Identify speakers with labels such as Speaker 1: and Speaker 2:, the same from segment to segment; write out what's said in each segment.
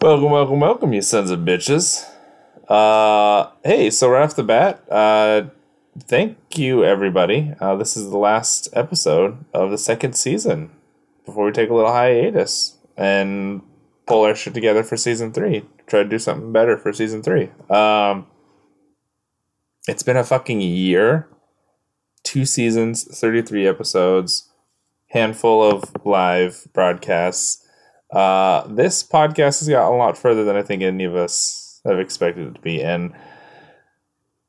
Speaker 1: Welcome, welcome, welcome, you sons of bitches. Uh, hey, so right off the bat, uh, thank you, everybody. Uh, this is the last episode of the second season before we take a little hiatus and pull our shit together for season three. Try to do something better for season three. Um, it's been a fucking year, two seasons, 33 episodes, handful of live broadcasts. Uh, this podcast has got a lot further than I think any of us have expected it to be, and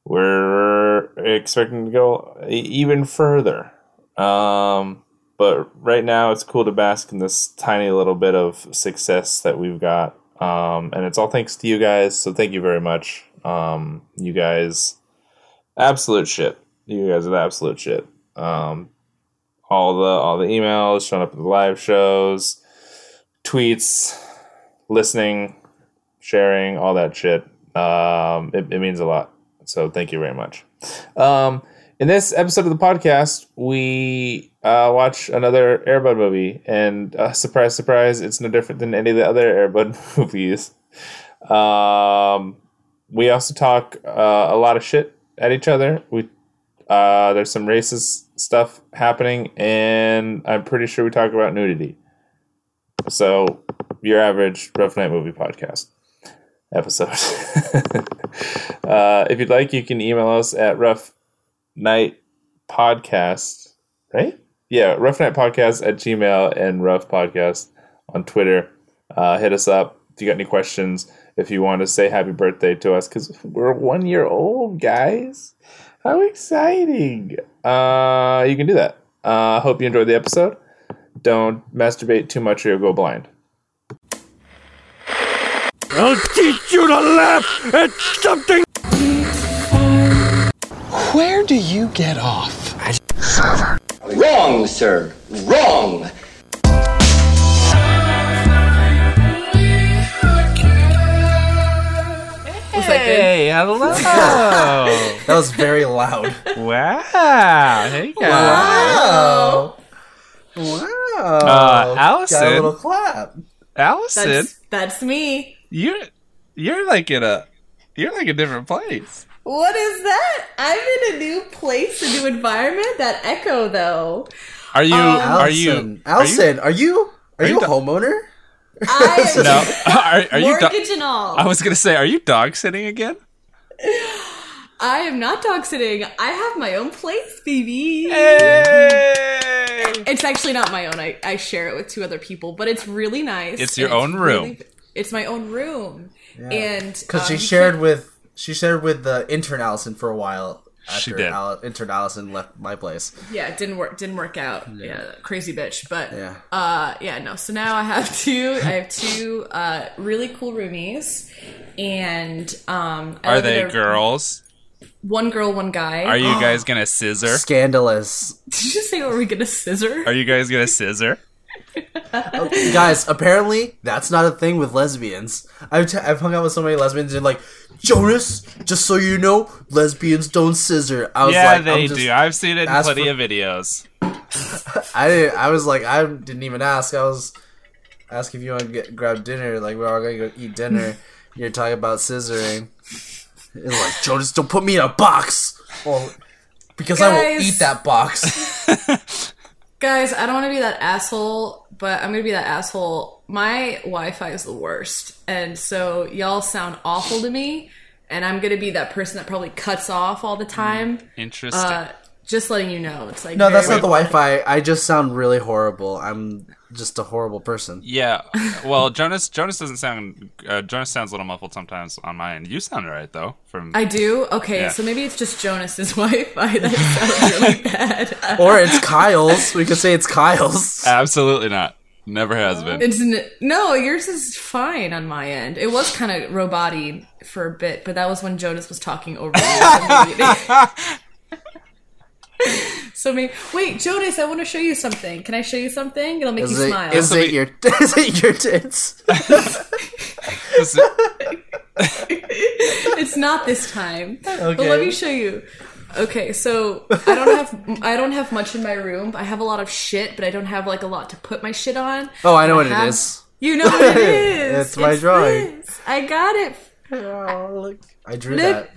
Speaker 1: we're expecting to go e- even further. Um, but right now, it's cool to bask in this tiny little bit of success that we've got, um, and it's all thanks to you guys. So thank you very much, um, you guys. Absolute shit. You guys are the absolute shit. Um, all the all the emails showing up at the live shows tweets, listening, sharing, all that shit. Um, it, it means a lot. So thank you very much. Um, in this episode of the podcast, we uh, watch another Airbud movie, and uh, surprise, surprise, it's no different than any of the other Airbud movies. Um, we also talk uh, a lot of shit at each other. We uh, there's some racist stuff happening, and I'm pretty sure we talk about nudity. So, your average Rough Night Movie podcast episode. uh, if you'd like, you can email us at Rough Night Podcast, right? Yeah, Rough Night Podcast at Gmail and Rough Podcast on Twitter. Uh, hit us up if you got any questions. If you want to say happy birthday to us, because we're one year old, guys. How exciting! Uh, you can do that. Uh, hope you enjoyed the episode don't masturbate too much or you'll go blind.
Speaker 2: I'll teach you to laugh at something.
Speaker 3: Where do you get off?
Speaker 4: Wrong, sir. Wrong.
Speaker 5: Hey, hello. wow.
Speaker 3: That was very loud.
Speaker 5: Hey, guys. Oh,
Speaker 3: wow. Wow. Uh,
Speaker 5: Allison.
Speaker 3: Got a little clap.
Speaker 5: Allison,
Speaker 6: That's, that's me.
Speaker 5: you're you're like in a you're like a different place.
Speaker 6: What is that? I'm in a new place, a new environment. That echo, though.
Speaker 5: Are you are you
Speaker 3: Um, Allison, Allison, are you are, you,
Speaker 5: you
Speaker 3: a
Speaker 5: do-
Speaker 3: homeowner?
Speaker 6: Uh, I am
Speaker 5: you, no are, are you do-
Speaker 6: mortgage and all.
Speaker 5: I was gonna say are you dog sitting again?
Speaker 6: I am not dog sitting. I have my own place, baby.
Speaker 5: Hey!
Speaker 6: It's actually not my own. I, I share it with two other people, but it's really nice.
Speaker 5: It's your
Speaker 6: and
Speaker 5: own room.
Speaker 6: it's my own room, and
Speaker 3: Because
Speaker 6: um,
Speaker 3: she
Speaker 6: you
Speaker 3: shared
Speaker 6: can't-
Speaker 3: with she shared with the intern Allison for a while.
Speaker 5: She
Speaker 3: After
Speaker 5: did.
Speaker 3: Al- intern Allison left my place.
Speaker 6: Yeah, it didn't work. Didn't work out. Yeah, crazy bitch. But
Speaker 3: Yeah.
Speaker 6: uh, yeah, no. So now I have two. I have two uh, really cool roomies, and um, I
Speaker 5: Are
Speaker 6: live in
Speaker 5: they
Speaker 6: a-
Speaker 5: girls?
Speaker 6: One girl, one guy.
Speaker 5: Are you guys gonna scissor?
Speaker 3: Scandalous,
Speaker 6: Did you just say we're gonna scissor?
Speaker 5: Are you guys gonna scissor?
Speaker 3: guys. Apparently, that's not a thing with lesbians. I've, t- I've hung out with so many lesbians and like Jonas. Just so you know, lesbians don't scissor. I was
Speaker 5: Yeah,
Speaker 3: like,
Speaker 5: they
Speaker 3: I'm just-
Speaker 5: do. I've seen it in
Speaker 3: ask
Speaker 5: plenty
Speaker 3: for-
Speaker 5: of videos.
Speaker 3: I didn't. I was like, I didn't even ask. I was ask if you want to get, grab dinner. Like we're all gonna go eat dinner. You're talking about scissoring. It's like Jonas, don't put me in a box. Well, because I will
Speaker 6: Guys.
Speaker 3: eat that box.
Speaker 6: Guys, I don't want to be that asshole, but I'm going to be that asshole. My Wi Fi is the worst. And so y'all sound awful to me. And I'm going to be that person that probably cuts off all the time.
Speaker 5: Interesting.
Speaker 6: Uh, just letting you know. It's like,
Speaker 3: No, that's
Speaker 6: very-
Speaker 3: not the Wi-Fi. I just sound really horrible. I'm just a horrible person.
Speaker 5: yeah. Well, Jonas Jonas doesn't sound uh, Jonas sounds a little muffled sometimes on my end. You sound alright though. From
Speaker 6: I do? Okay,
Speaker 5: Yeah.
Speaker 6: so maybe it's just Jonas's Wi Fi that sounds really bad.
Speaker 3: Or it's Kyle's. We could say it's Kyle's.
Speaker 5: Uh, Absolutely not. Never has been.
Speaker 6: It's n- no, yours is fine on my end. It was kind of roboty for a bit, but that was when Jonas was talking over you. so maybe it- so maybe wait, Jonas, I want to show you something. Can I show you something? It'll make
Speaker 3: Is
Speaker 6: you
Speaker 3: it,
Speaker 6: smile.
Speaker 3: is it your is it your tits?
Speaker 5: uh,
Speaker 6: it's not this time. But
Speaker 3: Okay.
Speaker 6: let me show you. Okay, so I don't have I don't have much in my room. I have a lot of shit, but I don't have like a lot to put my shit on.
Speaker 3: Oh, I know what
Speaker 6: have-
Speaker 3: it is.
Speaker 6: You know what it is.
Speaker 3: It's my drawing.
Speaker 6: this. I got it.
Speaker 3: Oh, look. I drew
Speaker 6: Look.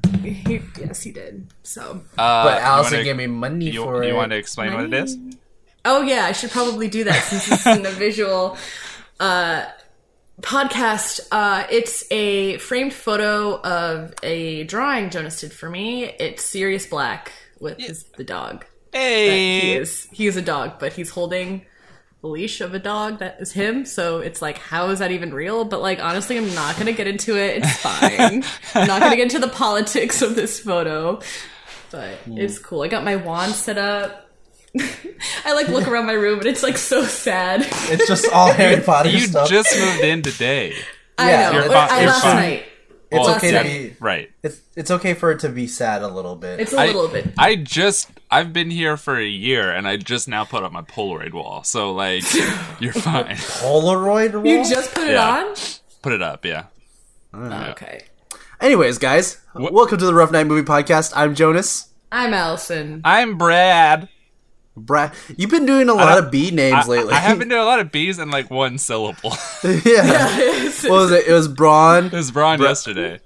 Speaker 3: that.
Speaker 6: He- yes, he did. So,
Speaker 5: Uh,
Speaker 3: But
Speaker 5: you
Speaker 3: Allison
Speaker 5: wanna-
Speaker 3: gave me money
Speaker 5: You,
Speaker 3: for
Speaker 5: you
Speaker 3: it.
Speaker 5: want to explain what it is?
Speaker 6: oh yeah, I should probably do that since this isn't a visual uh, podcast. Uh, it's a framed photo of a drawing Jonas did for me. It's Sirius Black with his, the dog. that he
Speaker 5: Eh.
Speaker 6: is he is a dog, but he's holding the leash of a dog that is him. So it's like, how is that even real? But like, honestly, I'm not gonna get into it. It's fine. I'm not gonna get into the politics of this photo, but
Speaker 5: Hmm.
Speaker 6: it's cool. I got my wand set up. I like look around my room and it's like so sad.
Speaker 3: It's just all Harry Potter
Speaker 5: You
Speaker 3: stuff.
Speaker 5: just moved in today.
Speaker 6: I
Speaker 3: Yeah,
Speaker 6: know.
Speaker 3: you're
Speaker 6: Or-
Speaker 5: fine-
Speaker 6: I
Speaker 5: you're
Speaker 6: last
Speaker 5: fine.
Speaker 6: night.
Speaker 3: it's
Speaker 5: Well,
Speaker 3: okay
Speaker 5: yeah,
Speaker 3: to be.
Speaker 5: right.
Speaker 3: It's it's okay for it to be sad a little bit.
Speaker 6: It's a
Speaker 5: I-
Speaker 6: little bit.
Speaker 5: I just I've been here for a year and I just now put up my Polaroid wall. So like you're fine.
Speaker 3: Polaroid wall.
Speaker 6: You just put it
Speaker 5: Yeah.
Speaker 6: on.
Speaker 5: Put it up, yeah.
Speaker 6: Okay.
Speaker 3: Anyways, guys, welcome to the Rough Night Movie Podcast. I'm Jonas.
Speaker 6: I'm Allison.
Speaker 5: I'm Brad.
Speaker 3: Brad, you've been doing a lot
Speaker 5: don't-
Speaker 3: of B names
Speaker 5: I,
Speaker 3: lately.
Speaker 5: I have been doing a lot of B's in like one syllable. it
Speaker 3: yeah. What was it? It was Braun,
Speaker 5: was Braun yesterday.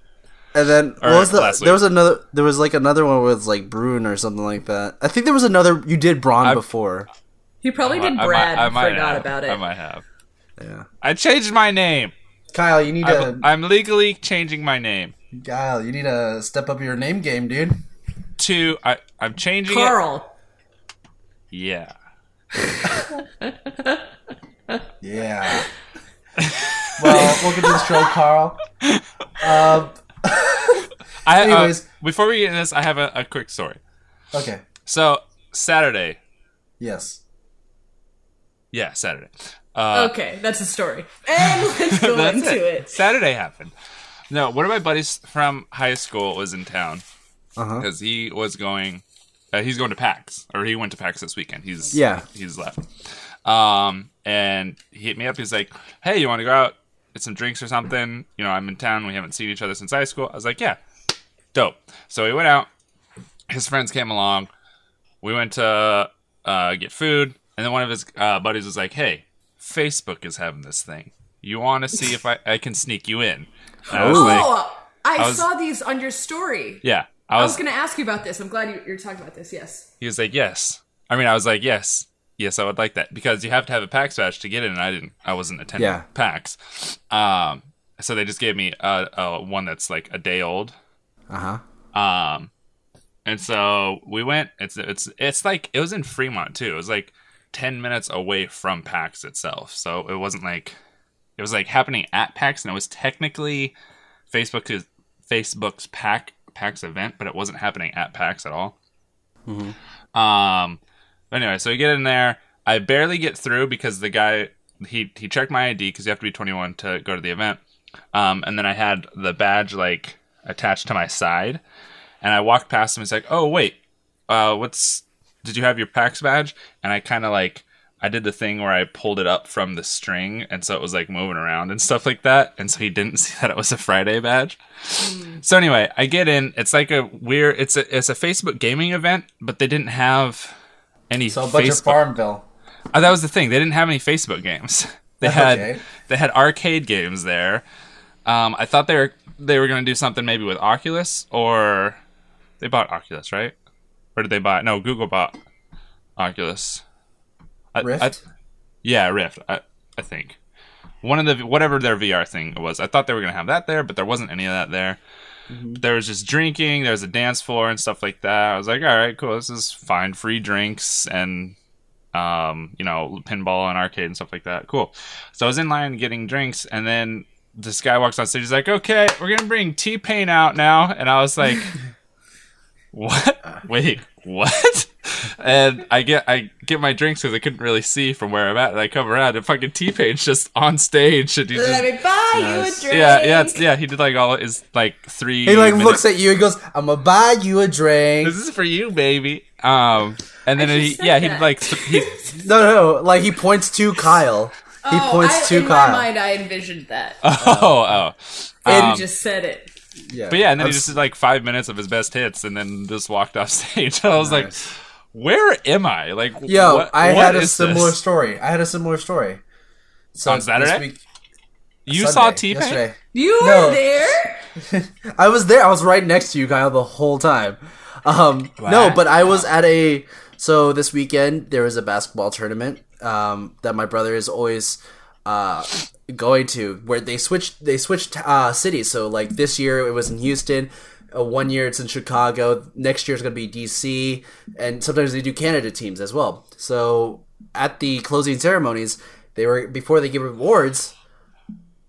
Speaker 3: and then what
Speaker 5: Or
Speaker 3: was the?
Speaker 5: last week.
Speaker 3: There was another. There was like another one with like Bruin or something like that. I think there was another. You did Braun before.
Speaker 6: He probably did
Speaker 5: I- I
Speaker 6: Brad.
Speaker 5: might- I
Speaker 6: and
Speaker 5: might
Speaker 6: forgot
Speaker 5: have.
Speaker 6: about
Speaker 5: I
Speaker 6: it.
Speaker 5: might have.
Speaker 3: Yeah.
Speaker 5: I changed my name.
Speaker 3: Kyle, you need to.
Speaker 5: I'm, I'm legally changing my name
Speaker 3: Kyle, you need to step up your name game, dude.
Speaker 5: to I, I'm changing it.
Speaker 6: Carl.
Speaker 5: Yeah.
Speaker 3: Yeah. well, welcome to the show, Carl. Um,
Speaker 5: I, uh,
Speaker 3: Anyways.
Speaker 5: before we get into this, I have a, a quick story.
Speaker 3: okay.
Speaker 5: So Saturday,
Speaker 3: Yes.
Speaker 5: yeah, Saturday. Uh,
Speaker 6: Okay, that's a story. And let's go
Speaker 5: That's
Speaker 6: into it.
Speaker 5: Saturday happened. No, one of my buddies from high school was in town
Speaker 3: Uh huh.
Speaker 5: because he was going. Uh, he's going to PAX, or he went to PAX this weekend. He's
Speaker 3: Yeah.
Speaker 5: He's left. Um, and he hit me up. He's like, "Hey, you want to go out, get some drinks or something? You know, I'm in town. We haven't seen each other since high school." I was like, "Yeah, dope." So we went out. His friends came along. We went to uh, get food, and then one of his uh, buddies was like, "Hey, Facebook is having this thing. You want to see if I, I can sneak you in?" And I was like,
Speaker 6: Oh, I,
Speaker 5: I was-
Speaker 6: saw these on your story.
Speaker 5: "Yeah." I
Speaker 6: I
Speaker 5: was.
Speaker 6: was going to ask you about this. I'm glad you, you're talking about this. Yes.
Speaker 5: He was like, "Yes." I mean, I was like, "Yes, yes, I would like that," because you have to have a PAX badge to get in, and I didn't. I wasn't attending
Speaker 3: Yeah.
Speaker 5: PAX, um, so they just gave me uh, uh, one that's like a day old.
Speaker 3: Uh huh.
Speaker 5: Um, and so we went. It's it's it's like it was in Fremont too. It was like ten minutes away from PAX itself, so it wasn't like it was like happening at PAX, and it was technically Facebook's Facebook's PAC PAX event, but it wasn't happening at PAX at all. Um. but Anyway, so we get in there. I barely get through because the guy he he checked my ID because you have to be 21 to go to the event. Um, and then I had the badge like attached to my side, and I walked past him. He's like, "Oh wait, uh, what's? Did you have your PAX badge?" And I kind of like I did the thing where I pulled it up from the string, and so it was like moving around and stuff like that. And so he didn't see that it was a Friday badge. So anyway, I get in. It's like a weird. It's a it's a Facebook gaming event, but they didn't have any
Speaker 3: So a bunch
Speaker 5: Facebook.
Speaker 3: of Farmville.
Speaker 5: Oh, that was the thing. They didn't have any Facebook games. They had
Speaker 3: Okay.
Speaker 5: they had arcade games there. Um, I thought they were they were going to do something maybe with Oculus or they bought Oculus, right? Or did they buy? No, Google bought Oculus. I- I-
Speaker 3: Rift?
Speaker 5: yeah, Rift. I, I think one of the whatever their VR thing was. I thought they were going to have that there, but there wasn't any of that there. There was just drinking. There was a dance floor and stuff like that. I was like, all right, cool. This is fine. Free drinks and um, you know, pinball and arcade and stuff like that. Cool. So I was in line getting drinks, and then this guy walks on stage. He's like, "Okay, we're gonna bring T Pain out now," and I was like, "What? Wait, what?" And I get I get my drinks because I couldn't really see from where I'm at, and I come around, and fucking T Pain's just on stage, and he
Speaker 6: Let
Speaker 5: just.
Speaker 6: me buy you a drink.
Speaker 5: Yeah, yeah, it's, yeah. He did like all his like three.
Speaker 3: He like
Speaker 5: minute-
Speaker 3: looks at you and goes, "I'm gonna buy you a drink."
Speaker 5: This is for you, baby. Um, and then
Speaker 6: I
Speaker 5: he,
Speaker 6: just said
Speaker 5: yeah, he
Speaker 6: that.
Speaker 5: like th- he
Speaker 3: No, no, no. Like he points to Kyle. He
Speaker 6: Oh,
Speaker 3: points
Speaker 6: I,
Speaker 3: to
Speaker 6: in
Speaker 3: Kyle.
Speaker 6: my mind, I envisioned that.
Speaker 5: oh oh.
Speaker 6: and you just said it.
Speaker 3: yeah.
Speaker 5: But yeah, and then he
Speaker 3: I'm
Speaker 5: just
Speaker 3: s-
Speaker 5: did like five minutes of his best hits, and then just walked off stage. I was like, "Where am I? Like,
Speaker 3: Yo,
Speaker 5: what-
Speaker 3: I
Speaker 5: what
Speaker 3: had a
Speaker 5: is
Speaker 3: similar
Speaker 5: this?
Speaker 3: story. I had a similar story. So
Speaker 5: On Saturday?
Speaker 3: This week,
Speaker 5: You saw
Speaker 3: Sunday,
Speaker 5: T Pain?
Speaker 3: yesterday.
Speaker 6: You
Speaker 3: No.
Speaker 6: were there?
Speaker 3: I was there. I was right next to you, Kyle, the whole time. Um, no,
Speaker 5: Wow.
Speaker 3: but I was at a. So this weekend there was a basketball tournament um, that my brother is always uh, going to, where they switched they switched uh, cities. So like this year it was in Houston. Uh, one year it's in Chicago. Next year it's going to be DC, and sometimes they do Canada teams as well. So at the closing ceremonies, they were before they give awards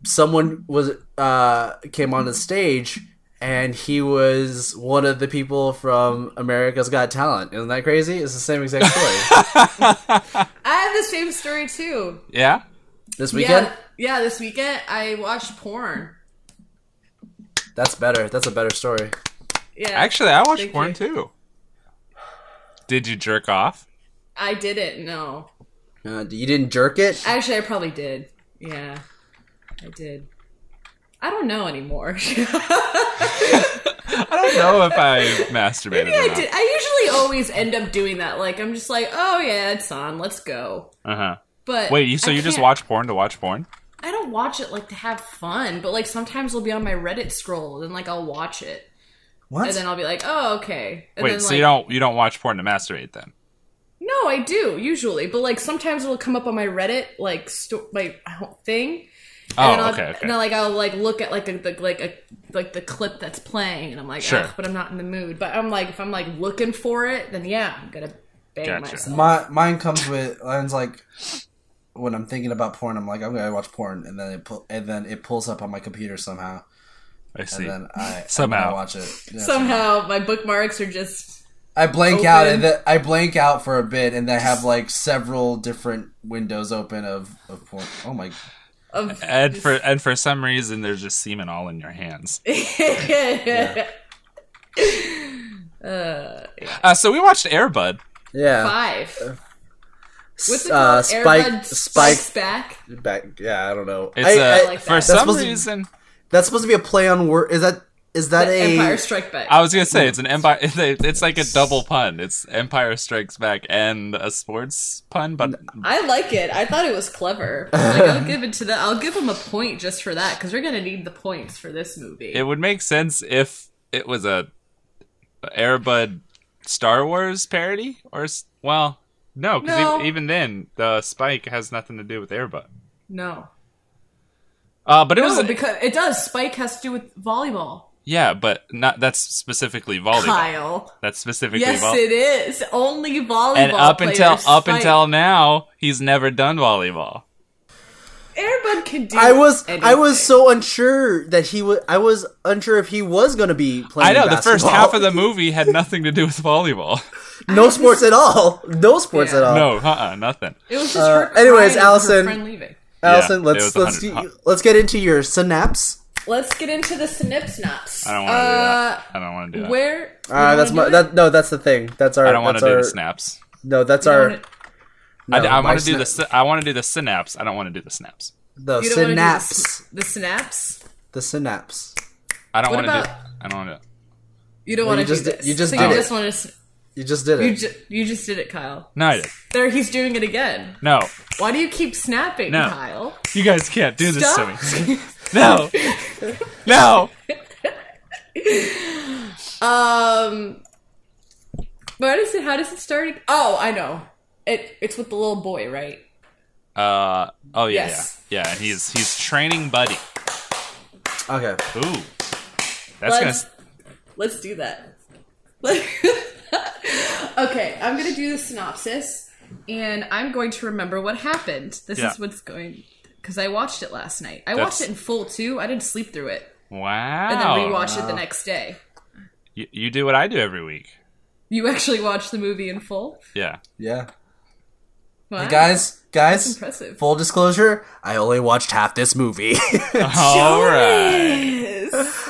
Speaker 3: someone was uh came on the stage and he was one of the people from America's Got Talent. Isn't that crazy? It's the same exact story.
Speaker 6: I have the same story too.
Speaker 5: Yeah.
Speaker 3: this weekend?
Speaker 6: Yeah, yeah, this weekend I watched porn.
Speaker 3: That's better. That's a better story.
Speaker 6: Yeah.
Speaker 5: Actually, I watched
Speaker 6: Thank
Speaker 5: porn
Speaker 6: you.
Speaker 5: too. Did you jerk off?
Speaker 6: I didn't, no.
Speaker 3: Uh, you didn't jerk it?
Speaker 6: Actually, I probably did. Yeah, I did. I don't know anymore.
Speaker 5: I don't know if I masturbated
Speaker 6: Maybe
Speaker 5: or
Speaker 6: I
Speaker 5: not.
Speaker 6: did. I usually always end up doing that. Like I'm just like, oh yeah, it's on. Let's go.
Speaker 5: Uh-huh.
Speaker 6: But
Speaker 5: Wait, you so
Speaker 6: I
Speaker 5: you just
Speaker 6: can't-
Speaker 5: watch porn to watch porn?
Speaker 6: I don't watch it like to have fun, but like sometimes I'll be on my Reddit scroll and like I'll watch it,
Speaker 3: What?
Speaker 6: and then I'll be like, oh okay. And
Speaker 5: Wait,
Speaker 6: then,
Speaker 5: so
Speaker 6: like,
Speaker 5: you don't you don't watch porn to masturbate then?
Speaker 6: No, I do usually, but like sometimes it'll come up on my Reddit like sto- my thing.
Speaker 5: Oh,
Speaker 6: then I'll,
Speaker 5: okay, okay.
Speaker 6: And then, like I'll like look at like a, the like a like the clip that's playing, and I'm like,
Speaker 5: Sure.
Speaker 6: "Ugh," but I'm not in the mood. But I'm like, if I'm like looking for it, then yeah, I'm gonna bang
Speaker 5: Gotcha.
Speaker 6: myself.
Speaker 3: My mine comes with mine's like when I'm thinking about porn, I'm like I'm gonna watch porn, and then it pull, and then it pulls up on my computer somehow,
Speaker 5: I see.
Speaker 3: and then I
Speaker 5: Somehow.
Speaker 3: I watch it. Yeah.
Speaker 6: Somehow my bookmarks are just
Speaker 3: I blank out
Speaker 6: Open.
Speaker 3: and then I blank out for a bit and then have like several different windows open of, of porn. Oh my
Speaker 6: of
Speaker 5: and for and for some reason there's just semen all in your hands. Uh, so we watched Airbud.
Speaker 3: Yeah.
Speaker 6: five. What's
Speaker 3: Uh,
Speaker 6: it called?
Speaker 3: Spike-
Speaker 6: Airbud
Speaker 3: Spike-
Speaker 6: Spikes back.
Speaker 3: Back yeah, I don't know.
Speaker 5: It's
Speaker 3: I-
Speaker 5: uh,
Speaker 3: I-
Speaker 6: like
Speaker 5: for
Speaker 6: that.
Speaker 5: some
Speaker 3: supposed to-
Speaker 5: reason
Speaker 3: that's supposed to be a play on word is that is that a Uh,
Speaker 6: Empire Strike Back.
Speaker 5: I was gonna say it's an empire. It's like a double pun. It's Empire Strikes Back and a sports pun, but
Speaker 6: I like it. I thought it was clever. Like, I'll give it to the. I'll give him a point just for that because we're gonna need the points for this movie.
Speaker 5: it would make sense if it was a Airbud Star Wars parody or s- well, no, because
Speaker 6: No.
Speaker 5: even, then the Spike has nothing to do with Airbud.
Speaker 6: no,
Speaker 5: Uh, but it was
Speaker 6: no, because it does. Spike has to do with volleyball.
Speaker 5: yeah, but not that's specifically volleyball.
Speaker 6: Kyle,
Speaker 5: That's specifically
Speaker 6: yes,
Speaker 5: volleyball.
Speaker 6: it is only volleyball.
Speaker 5: and up until
Speaker 6: players
Speaker 5: up
Speaker 6: fight.
Speaker 5: until now, he's never done volleyball.
Speaker 6: Airbud can do.
Speaker 3: I was I
Speaker 6: anything.
Speaker 3: was so unsure that he was I was unsure if he was gonna be playing.
Speaker 5: I know the first
Speaker 3: basketball.
Speaker 5: half of the movie had nothing to do with volleyball.
Speaker 3: no sports at all. No sports
Speaker 6: Yeah.
Speaker 3: at all.
Speaker 5: no, uh-uh, nothing.
Speaker 6: It was just
Speaker 3: Uh,
Speaker 6: her.
Speaker 3: anyways,
Speaker 6: crying and her
Speaker 3: Allison-
Speaker 6: friend leaving.
Speaker 3: Allison,
Speaker 5: Yeah, it
Speaker 3: let's
Speaker 5: was
Speaker 3: let's
Speaker 5: 100.
Speaker 3: do, let's get into your synapse.
Speaker 6: Let's get into the synapse naps.
Speaker 5: I don't want to do that. I don't want to do that.
Speaker 6: Uh, Where? you
Speaker 3: Uh,
Speaker 6: wanna
Speaker 3: that's
Speaker 6: do
Speaker 3: my
Speaker 6: it?
Speaker 3: that no, that's the thing. That's our
Speaker 5: I don't want
Speaker 3: that's
Speaker 5: to do
Speaker 3: our
Speaker 5: the snaps.
Speaker 3: no, that's
Speaker 6: You
Speaker 3: our
Speaker 6: wanna-
Speaker 3: no,
Speaker 5: I,
Speaker 3: my
Speaker 5: want to do
Speaker 3: sna-
Speaker 5: the sy- I want to do the synapse. I don't want to do the snaps.
Speaker 3: the
Speaker 6: you don't wanna do the
Speaker 3: synapse.
Speaker 6: s- The synapse.
Speaker 3: The synapse.
Speaker 5: I don't
Speaker 6: What
Speaker 5: want to do.
Speaker 6: about-
Speaker 5: I don't want to.
Speaker 6: You don't
Speaker 3: Well,
Speaker 6: want
Speaker 3: you
Speaker 6: to
Speaker 3: just
Speaker 6: do
Speaker 3: did-
Speaker 6: this.
Speaker 3: you just
Speaker 6: so
Speaker 3: did
Speaker 6: you
Speaker 3: it.
Speaker 6: just want to.
Speaker 3: You just did it.
Speaker 6: You, ju- you just did it, Kyle.
Speaker 5: No, I did.
Speaker 6: There, he's doing it again.
Speaker 5: No,
Speaker 6: Why do you keep snapping,
Speaker 5: No.
Speaker 6: Kyle?
Speaker 5: you guys can't do this
Speaker 6: Stop.
Speaker 5: to me. No, no.
Speaker 6: Um, where does it? How does it start? Oh, I know. It it's with the little boy, right?
Speaker 5: Uh oh yeah
Speaker 6: Yes.
Speaker 5: yeah yeah. He's he's training Buddy.
Speaker 3: okay.
Speaker 5: Ooh, that's gonna.
Speaker 6: Let's
Speaker 5: s-
Speaker 6: let's do that. Let- okay, I'm gonna do the synopsis, and I'm going to remember what happened. This
Speaker 5: Yeah.
Speaker 6: is what's going because I watched it last night. I
Speaker 5: That's- Oh.
Speaker 6: watched it in full too. I didn't sleep through it,
Speaker 5: Wow.
Speaker 6: and then rewatched it the next day.
Speaker 5: You, you do what I do every week.
Speaker 6: You actually watched the movie in full,
Speaker 5: Yeah.
Speaker 3: Yeah.
Speaker 6: wow.
Speaker 3: Hey guys, guys.
Speaker 6: Impressive.
Speaker 3: Full disclosure: I only watched half this movie.
Speaker 5: All right.
Speaker 6: Yes.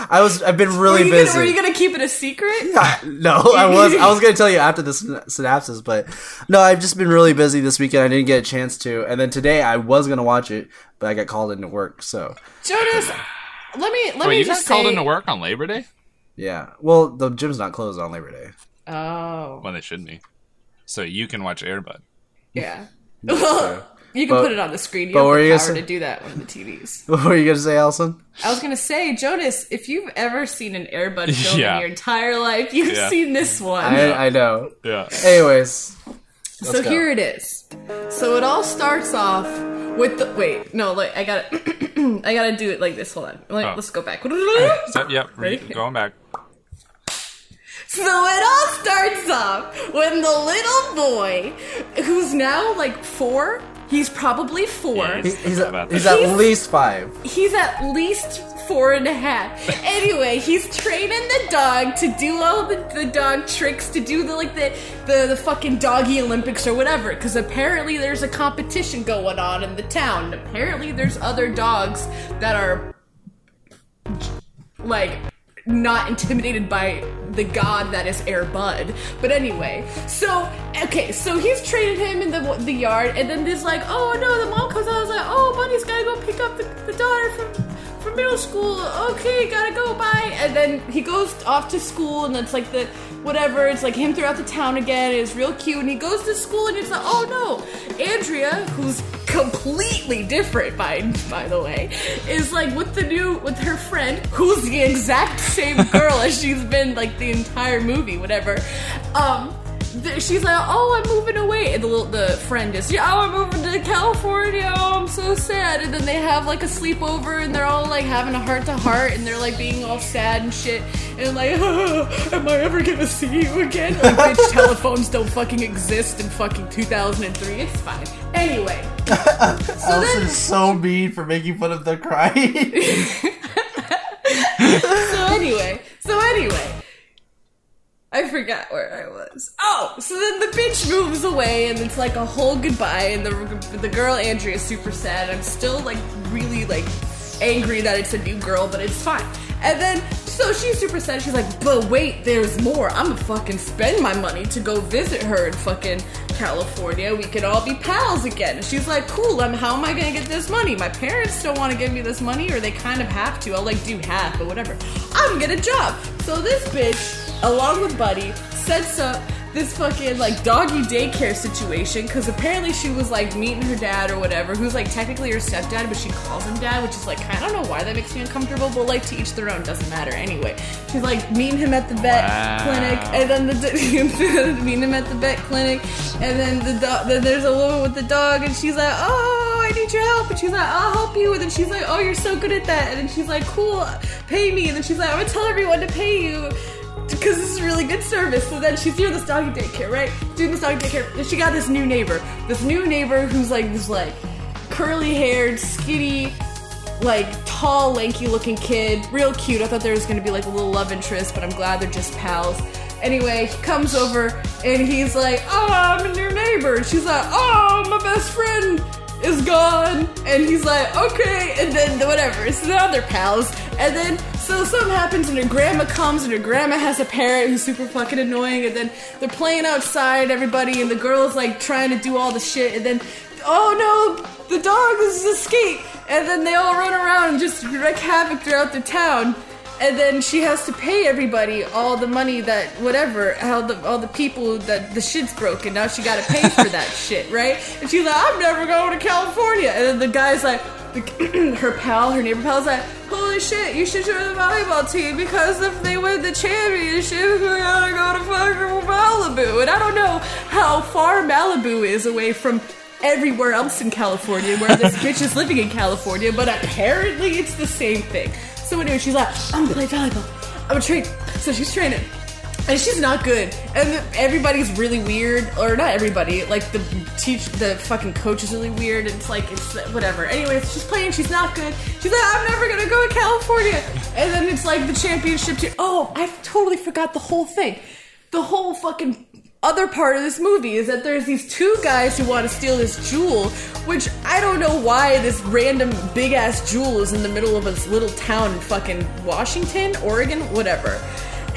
Speaker 3: I was I've been really
Speaker 6: were, you
Speaker 3: busy.
Speaker 6: Gonna, were you gonna keep it a secret?
Speaker 3: I- no, I was I was gonna tell you after the syn- synapses, but no, I've just been really busy this weekend. I didn't get a chance to, and then today I was gonna watch it, but I got called into work. So
Speaker 6: Jonas, let me let
Speaker 5: Wait,
Speaker 6: me
Speaker 5: you
Speaker 6: just
Speaker 5: just
Speaker 6: say.
Speaker 5: called into work on Labor Day?
Speaker 3: yeah, well the gym's not closed on Labor Day.
Speaker 6: Oh,
Speaker 5: Well, they should be. So you can watch Airbud.
Speaker 6: yeah.
Speaker 3: So,
Speaker 6: You can
Speaker 3: But-
Speaker 6: put it on the screen. You
Speaker 3: but what
Speaker 6: have
Speaker 3: were
Speaker 6: the
Speaker 3: you
Speaker 6: power
Speaker 3: gonna say?
Speaker 6: to do that on the TVs.
Speaker 3: What were you gonna say, Allison?
Speaker 6: I was gonna say, Jonas, if you've ever seen an Airbud film
Speaker 5: Yeah.
Speaker 6: in your entire life, you've
Speaker 5: Yeah.
Speaker 6: seen this one.
Speaker 3: I, I know.
Speaker 5: Yeah.
Speaker 3: Anyways,
Speaker 6: so
Speaker 3: go.
Speaker 6: here it is. So it all starts off with the wait. No, like I gotta, I gotta do it like this. Hold on. Like,
Speaker 5: Oh.
Speaker 6: Let's go back.
Speaker 5: So, yep.
Speaker 6: Ready?
Speaker 5: Going back.
Speaker 6: So it all starts off when the little boy, who's now like four, he's probably four.
Speaker 5: Yeah,
Speaker 3: he- he's,
Speaker 5: About
Speaker 3: he's
Speaker 5: that.
Speaker 3: at least five.
Speaker 6: He's at least four and a half. Anyway, he's training the dog to do all the, the dog tricks, to do the like the the, the fucking doggy Olympics or whatever. Because apparently there's a competition going on in the town. And apparently there's other dogs that are like not intimidated by the god that is Air Bud. But anyway, so okay, so he's traded him in the the yard, and then there's like, oh no, the mom comes out. and is like, oh, Bunny's gotta go pick up the, the daughter from from middle school. Okay, gotta go. Bye. And then he goes off to school, and that's like the whatever. It's like him throughout the town again. It's real cute, and he goes to school, and it's like, oh no, Andrea, who's completely different by by the way, is like with the new with her friend, who's the exact same girl as she's been like the entire movie, whatever. Um, th- she's like, oh, I'm moving away, and the little the friend is, yeah, oh, I'm moving to California. Oh, I'm so sad. And then they have like a sleepover, and they're all like having a heart to heart, and they're like being all sad and shit, and like, am I ever gonna see you again? Like, bitch, telephones don't fucking exist in fucking 2003. It's fine. Anyway. So then,
Speaker 3: Allison's so mean for making fun of the crying.
Speaker 6: so anyway, so anyway, I forgot where I was. Oh, so then the bitch moves away, and it's like a whole goodbye, and the the girl Andrea is super sad. I'm still like really like angry that it's a new girl, but it's fine. And then so she's super sad. She's like, but wait, there's more. I'm gonna fucking spend my money to go visit her in fucking California. We could all be pals again. And she's like, cool. Um, how am I gonna get this money? My parents don't want to give me this money, or they kind of have to. I'll like do half, but whatever. I'm gonna get a job. So this bitch along with Buddy, sets up this fucking like doggy daycare situation because apparently she was like meeting her dad or whatever, who's like technically her stepdad, but she calls him dad, which is like I don't know why that makes me uncomfortable, but like to each their own, doesn't matter anyway. She's like meeting him at the vet
Speaker 5: Wow.
Speaker 6: clinic, and then the meeting him at the vet clinic, and then the dog. Then there's a woman with the dog, and she's like, oh, I need your help, and she's like, I'll help you, and then she's like, oh, you're so good at that, and then she's like, cool, pay me, and then she's like, I'm gonna tell everyone to pay you because this is really good service. So then she's doing this doggy daycare, right? Doing this doggy daycare. And she got this new neighbor. This new neighbor who's like this like curly haired, skinny, like tall, lanky looking kid. Real cute. I thought there was gonna be like a little love interest, but I'm glad they're just pals. Anyway, he comes over and he's like, Oh, I'm a new neighbor. And she's like, Oh, my best friend is gone and he's like okay and then the- whatever so now they're pals and then so something happens and her grandma comes and her grandma has a parrot who's super fucking annoying and then they're playing outside everybody and the girl's like trying to do all the shit and then oh no the dog is escaped and then they all run around and just wreak havoc throughout the town and then she has to pay everybody all the money that whatever how the all the people that the shit's broken now she got to pay for that shit right and she's like i'm never going to california and then the guy's like the, her pal her neighbor pal's like holy shit you should join the volleyball team because if they win the championship we gotta go to fucking malibu and i don't know how far malibu is away from everywhere else in California where this bitch is living in California, but apparently it's the same thing. So anyway, she's like, I'm gonna play volleyball. I'm a train. So she's training. And she's not good. And everybody's really weird. Or not everybody. Like the teach the fucking coach is really weird. It's like it's whatever. Anyways, she's playing, she's not good. She's like, I'm never gonna go to California. And then it's like the championship team. Oh, I totally forgot the whole thing the whole fucking other part of this movie is that there's these two guys who want to steal this jewel, which I don't know why this random big ass jewel is in the middle of this little town in fucking Washington, Oregon, whatever.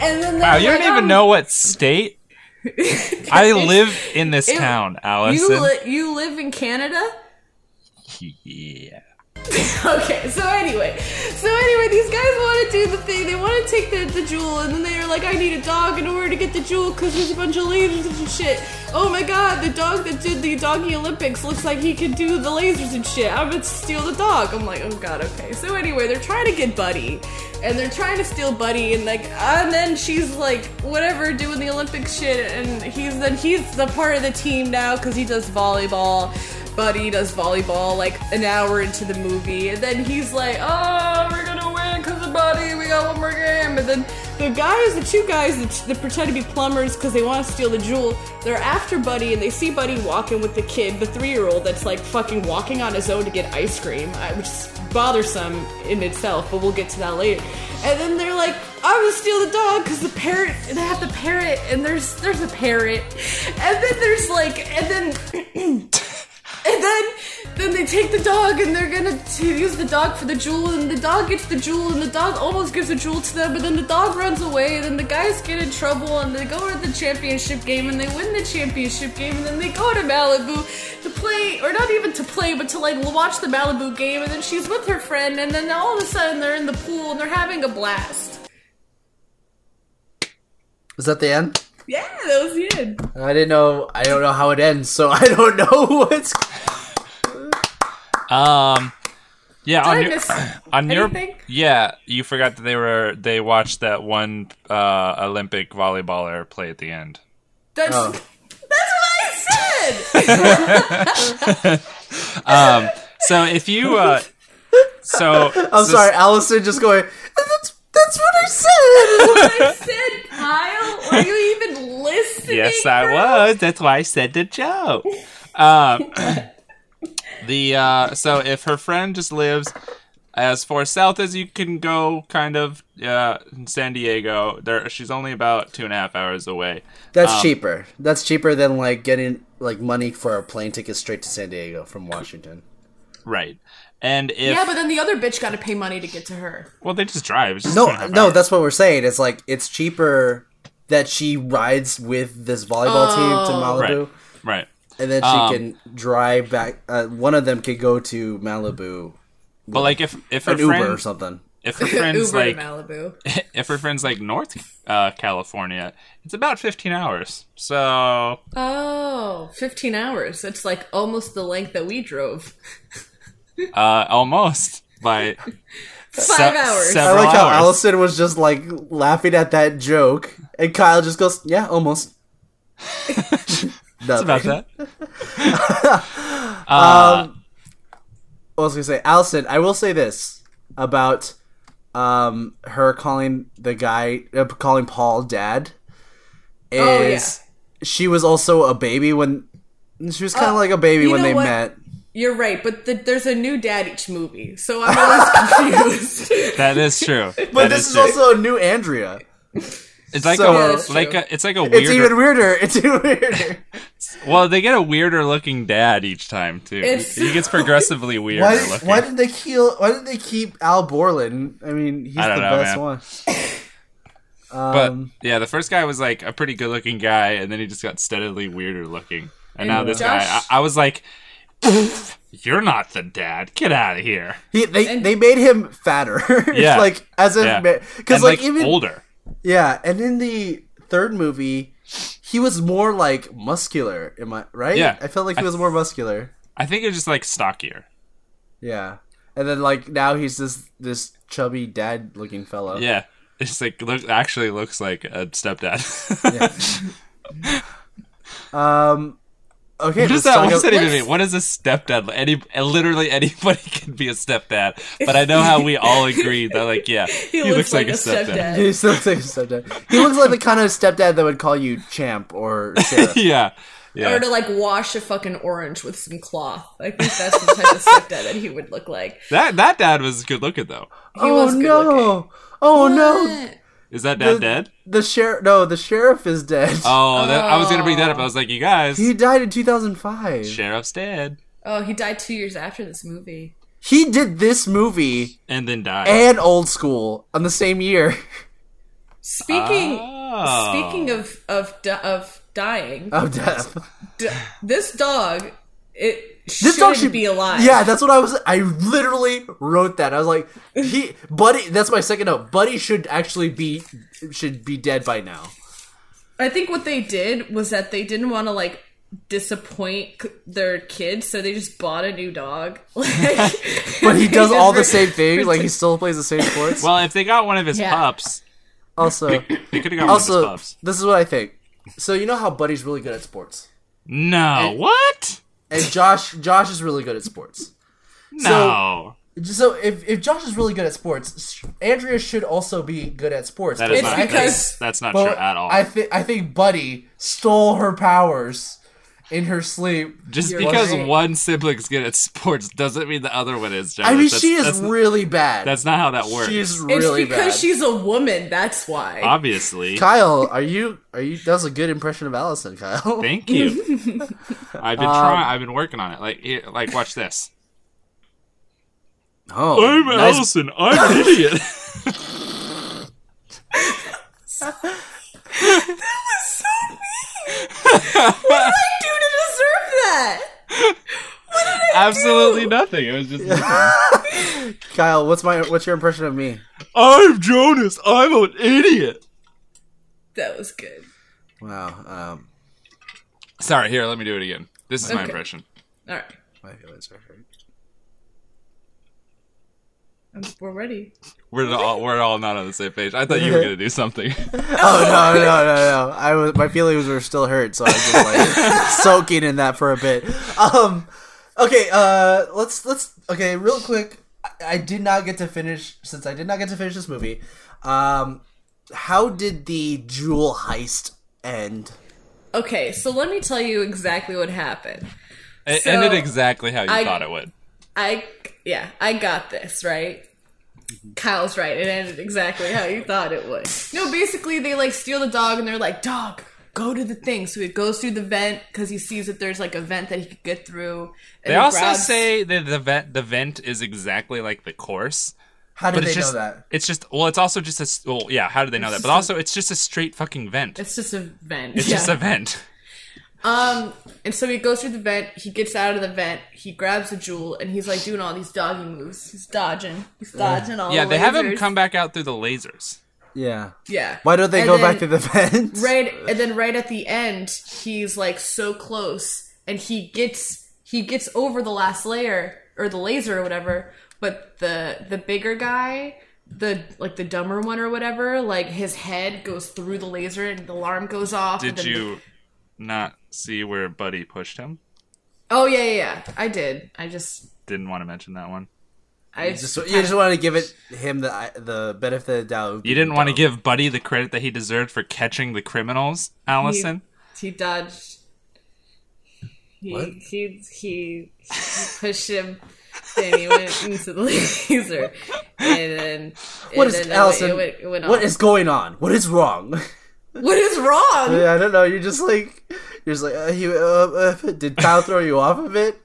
Speaker 6: And then
Speaker 5: Wow,
Speaker 6: they're
Speaker 5: you
Speaker 6: like,
Speaker 5: don't even
Speaker 6: um,
Speaker 5: know what state. I live in this town,
Speaker 6: You,
Speaker 5: Allison.
Speaker 6: li- you live in Canada?
Speaker 5: yeah.
Speaker 6: okay, so anyway, so anyway, these guys want to do the thing. They want to take the, the jewel, and then they're like, I need a dog in order to get the jewel because there's a bunch of lasers and shit. Oh my god, the dog that did the doggy Olympics looks like he could do the lasers and shit. I'm gonna steal the dog. I'm like, oh god, okay. So anyway, they're trying to get Buddy, and they're trying to steal Buddy, and like, and then she's like, whatever, doing the Olympic shit, and he's then he's the part of the team now because he does volleyball. Buddy does volleyball like an hour into the movie, and then he's like, "Oh, we're gonna win because of Buddy. We got one more game." And then the guys, the two guys that, that pretend to be plumbers because they want to steal the jewel, they're after Buddy, and they see Buddy walking with the kid, the three-year-old that's like fucking walking on his own to get ice cream, I- which is bothersome in itself. But we'll get to that later. And then they're like, "I'm gonna steal the dog because the parrot." They have the parrot, and there's there's a parrot, and then there's like, and then. And then, then they take the dog and they're gonna t- use the dog for the jewel. And the dog gets the jewel, and the dog almost gives the jewel to them. But then the dog runs away. And then the guys get in trouble, and they go to the championship game, and they win the championship game. And then they go to Malibu to play, or not even to play, but to like watch the Malibu game. And then she's with her friend, and then all of a sudden they're in the pool and they're having a blast.
Speaker 3: Is that the end?
Speaker 6: Yeah, that was the end.
Speaker 3: I didn't know. I don't know how it ends, so I don't know what's.
Speaker 5: Um, yeah,
Speaker 6: I
Speaker 5: on your,
Speaker 6: miss
Speaker 5: on your
Speaker 6: anything?
Speaker 5: yeah, you forgot that they were they watched that one uh, Olympic volleyballer play at the end.
Speaker 6: That's
Speaker 3: Oh.
Speaker 6: that's what I said.
Speaker 5: So if you, uh, so
Speaker 3: I'm sorry, Allison. Just going. That's that's what I said.
Speaker 6: I said, Kyle, were you even listening?
Speaker 5: yes, I was. That's why I said the joke. Um, the uh, so if her friend just lives as far south as you can go, kind of uh, in San Diego. There, she's only about two and a half hours away.
Speaker 3: That's
Speaker 5: Um,
Speaker 3: cheaper. That's cheaper than like getting like money for a plane ticket straight to San Diego from Washington.
Speaker 5: Right. And if
Speaker 6: Yeah, but then the other bitch got to pay money to get to her.
Speaker 5: well, they just drive. It's just two and a
Speaker 3: No,
Speaker 5: half
Speaker 3: no,
Speaker 5: hours.
Speaker 3: that's what we're saying. It's like it's cheaper that she rides with this volleyball team to Malibu,
Speaker 5: Right. right.
Speaker 3: and then she
Speaker 5: Um,
Speaker 3: can drive back. Uh, one of them could go to Malibu,
Speaker 5: But like if if her
Speaker 3: an Uber or
Speaker 5: friend
Speaker 3: something.
Speaker 5: if her
Speaker 6: Uber
Speaker 5: friends like
Speaker 6: to Malibu.
Speaker 5: if her friends like North uh, California, it's about fifteen hours. So
Speaker 6: Oh, 15 hours. That's like almost the length that we drove.
Speaker 5: uh, almost by
Speaker 6: Five hours.
Speaker 3: I
Speaker 5: Several
Speaker 3: like how
Speaker 5: hours.
Speaker 3: Allison was just like laughing at that joke, and Kyle just goes, "Yeah, almost." That's
Speaker 5: about that.
Speaker 3: I was I gonna say, Allison. I will say this about um her calling the guy, uh, calling Paul dad. Is
Speaker 6: Oh, yeah.
Speaker 3: she was also a baby when she was kind of like a baby
Speaker 6: you
Speaker 3: when
Speaker 6: know
Speaker 3: they
Speaker 6: what?
Speaker 3: met.
Speaker 6: You're right, but the, there's a new dad each movie, so I'm always confused.
Speaker 5: That is true.
Speaker 3: But this is also a new Andrea.
Speaker 5: it's like
Speaker 3: so-
Speaker 6: Yeah,
Speaker 5: a
Speaker 6: that's
Speaker 5: like
Speaker 6: true.
Speaker 5: a it's like a
Speaker 3: It's
Speaker 5: weirder.
Speaker 3: even weirder. It's even weirder.
Speaker 5: well, they get a weirder looking dad each time too.
Speaker 6: It's-
Speaker 5: he gets progressively weirder
Speaker 3: Why,
Speaker 5: looking.
Speaker 3: why did they kill? Why did they keep Al Borland? I mean, he's
Speaker 5: I
Speaker 3: the
Speaker 5: don't know,
Speaker 3: best
Speaker 5: man.
Speaker 3: one.
Speaker 5: But
Speaker 3: Um,
Speaker 5: yeah, the first guy was like a pretty good looking guy, and then he just got steadily weirder looking.
Speaker 6: And
Speaker 5: And, now this guy,
Speaker 6: Josh-
Speaker 5: I, I was like, "You're not the dad. Get out of here."
Speaker 3: He, they,
Speaker 6: And-
Speaker 3: they made him fatter. It's
Speaker 5: Yeah.
Speaker 3: like as if
Speaker 5: Yeah.
Speaker 3: because
Speaker 5: And
Speaker 3: like,
Speaker 5: like,
Speaker 3: even
Speaker 5: older.
Speaker 3: yeah, and in the third movie, he was more like muscular. Am I right?
Speaker 5: Yeah.
Speaker 3: I felt like he
Speaker 5: I-
Speaker 3: was more muscular.
Speaker 5: I think it was just like stockier.
Speaker 3: Yeah, and then like now he's this this chubby dad looking fellow.
Speaker 5: Yeah, it's like look actually looks like a stepdad.
Speaker 3: Um. Okay.
Speaker 5: What is
Speaker 3: let's
Speaker 5: that?
Speaker 3: talk
Speaker 5: What does
Speaker 3: ab-
Speaker 5: that even mean? What is a stepdad? Any, literally anybody can be a stepdad. But I know how we all agree that, like, yeah, he, looks, like, a stepdad.
Speaker 3: He still looks like a stepdad. He looks like the kind of stepdad that would call you champ or sheriff.
Speaker 5: Yeah,
Speaker 6: Or
Speaker 5: yeah.
Speaker 6: to like wash a fucking orange with some cloth. I think that's the type of stepdad that he would look like.
Speaker 5: That that dad was good looking though.
Speaker 6: He
Speaker 3: oh
Speaker 6: was good looking.
Speaker 3: no! Oh no!
Speaker 5: Is that dad
Speaker 3: The-
Speaker 5: dead?
Speaker 3: The sheriff? No, the sheriff is dead.
Speaker 5: Oh, that, I was gonna bring that up. I was like, you guys,
Speaker 3: He died in 2005.
Speaker 5: sheriff's dead,
Speaker 6: Oh, he died two years after this movie.
Speaker 3: He did this movie
Speaker 5: and then died.
Speaker 3: and Old School on the same year.
Speaker 6: Speaking
Speaker 5: Oh.
Speaker 6: speaking of of di- of dying,
Speaker 3: of death.
Speaker 6: d- this dog it shouldn't be alive.
Speaker 3: Yeah, that's what I was. I literally wrote that. I was like, he, Buddy. That's my second note. Buddy should actually be should be dead by now.
Speaker 6: I think what they did was that they didn't want to like disappoint c- their kids, so they just bought a new dog. Like,
Speaker 3: But he does all the same things. Like he still plays the same sports.
Speaker 5: Well, if they got one of his
Speaker 6: Yeah.
Speaker 5: pups,
Speaker 3: also,
Speaker 5: they could have got one of
Speaker 3: also,
Speaker 5: his pups.
Speaker 3: this is what I think. So you know how Buddy's really good at sports,
Speaker 5: No, what?
Speaker 3: and Josh Josh is really good at sports.
Speaker 5: No,
Speaker 3: So if, if Josh is really good at sports, Andrea should also be good at sports.
Speaker 5: that is
Speaker 6: It's
Speaker 5: not
Speaker 6: because-
Speaker 5: that's, that's not true
Speaker 3: But
Speaker 5: at all.
Speaker 3: I think I think Buddy stole her powers in her sleep.
Speaker 5: Just
Speaker 6: You're
Speaker 5: because
Speaker 6: right.
Speaker 5: one sibling's good at sports doesn't mean the other one is.
Speaker 3: I mean,
Speaker 5: Jonas. That's-
Speaker 3: she is
Speaker 5: that's,
Speaker 3: really bad.
Speaker 5: that's not how that works.
Speaker 3: she is
Speaker 6: It's
Speaker 3: really
Speaker 6: because
Speaker 3: bad.
Speaker 6: she's a woman. That's why.
Speaker 5: Obviously,
Speaker 3: Kyle, are you are you? That was a good impression of Allison, Kyle.
Speaker 5: thank you. I've been trying.
Speaker 3: Um,
Speaker 5: I've been working on it. Like, here, like watch this.
Speaker 3: Oh, nice-
Speaker 5: I'm an idiot.
Speaker 6: I do to deserve that.
Speaker 5: Absolutely nothing. It was just.
Speaker 3: Kyle, what's my what's your impression of me?
Speaker 5: I'm Jonas. I'm an idiot.
Speaker 6: That was good.
Speaker 3: Wow, um,
Speaker 5: Sorry. Here, let me do it again. This is my
Speaker 6: Okay.
Speaker 5: impression.
Speaker 6: All right,
Speaker 3: my feelings are hurt.
Speaker 6: I'm, we're ready.
Speaker 5: We're all we're all not on the same page. I thought you were gonna do something.
Speaker 3: Oh no no no no! I was my feelings were still hurt, so I was just like soaking in that for a bit. Um, okay, uh, let's let's okay, real quick. I, I did not get to finish since I did not get to finish this movie. Um, how did the jewel heist end?
Speaker 6: Okay, so let me tell you exactly what happened.
Speaker 5: It
Speaker 6: So,
Speaker 5: ended exactly how you
Speaker 6: I-
Speaker 5: thought it would.
Speaker 6: I yeah, I got this right. Kyle's right. It ended exactly how you thought it would. No, basically they like steal the dog and they're like, "Dog, go to the thing." So it goes through the vent because he sees that there's like a vent that he could get through. And
Speaker 5: They
Speaker 6: he
Speaker 5: also
Speaker 6: grabs-
Speaker 5: say that the vent the vent is exactly like the course.
Speaker 3: How did
Speaker 5: But
Speaker 3: they
Speaker 5: it's just
Speaker 3: know that?
Speaker 5: it's just well, it's also just a s- well, yeah. How do they know that? But also, it's just a straight fucking vent. It's
Speaker 6: it's just a vent.
Speaker 5: just a vent.
Speaker 6: Um, and so he goes through the vent. He gets out of the vent. He grabs the jewel, and he's like doing all these doggy moves. He's dodging. He's dodging all.
Speaker 5: Yeah,
Speaker 6: the
Speaker 5: they have him
Speaker 6: lasers.
Speaker 5: come back out through the lasers.
Speaker 3: Yeah.
Speaker 6: Yeah.
Speaker 3: Why don't they
Speaker 6: And
Speaker 3: go
Speaker 6: then-
Speaker 3: back to the vent?
Speaker 6: Right, and then right at the end, he's like so close, and he gets he gets over the last layer or the laser or whatever. But the the bigger guy, the like the dumber one or whatever, like his head goes through the laser and the alarm goes off. and
Speaker 5: Did
Speaker 6: then-
Speaker 5: you not see where Buddy pushed him?
Speaker 6: Oh yeah, yeah, yeah. I did. I just
Speaker 5: Didn't want to mention that one.
Speaker 6: I
Speaker 3: You just, you just wanted to give it him the the benefit of the doubt. Oh.
Speaker 5: You didn't want to give Buddy the credit that he deserved for catching the criminals, Allison.
Speaker 6: he dodged. He
Speaker 3: What?
Speaker 6: he he pushed him. Then he went into the laser, and then
Speaker 3: What
Speaker 6: and
Speaker 3: is
Speaker 6: then uh,
Speaker 3: Allison?
Speaker 6: It went, it went
Speaker 3: what
Speaker 6: on.
Speaker 3: is going on? What is wrong?
Speaker 6: What is wrong?
Speaker 3: Yeah, I don't know. You're just like, you're just like, uh, he, uh, uh, did Kyle throw you off of it?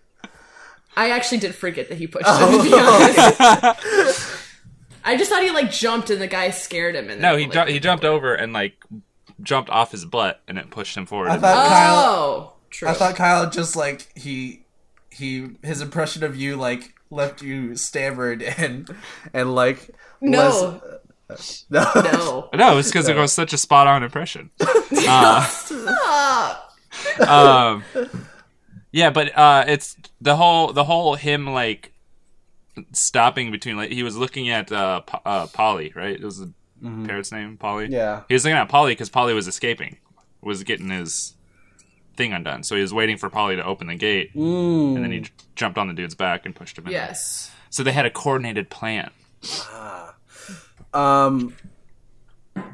Speaker 6: I actually did forget that he pushed him. To be honest.
Speaker 3: Oh.
Speaker 6: I just thought he like jumped and the guy scared him. And
Speaker 5: No,
Speaker 6: then,
Speaker 5: he
Speaker 6: like,
Speaker 5: ju- he jumped over and like jumped off his butt, and it pushed him forward.
Speaker 3: I
Speaker 5: And-
Speaker 3: thought Kyle,
Speaker 6: Oh, true.
Speaker 3: I thought Kyle just like he, he, his impression of you like left you stammered and and like
Speaker 6: no,
Speaker 3: less- no.
Speaker 6: no.
Speaker 5: no, it's because it was such a spot on impression.
Speaker 6: Stop.
Speaker 5: um, yeah, but uh, it's the whole the whole him like stopping between like he was looking at uh, Po- uh Polly, right? It was the parrot's name, Polly.
Speaker 3: Mm-hmm. Yeah.
Speaker 5: he was looking at Polly because Polly was escaping, was getting his thing undone. So he was waiting for Polly to open the gate, and then he
Speaker 3: Mm.
Speaker 5: j- jumped on the dude's back and pushed him. in.
Speaker 6: Yes.
Speaker 5: So they had a coordinated plan.
Speaker 3: Um.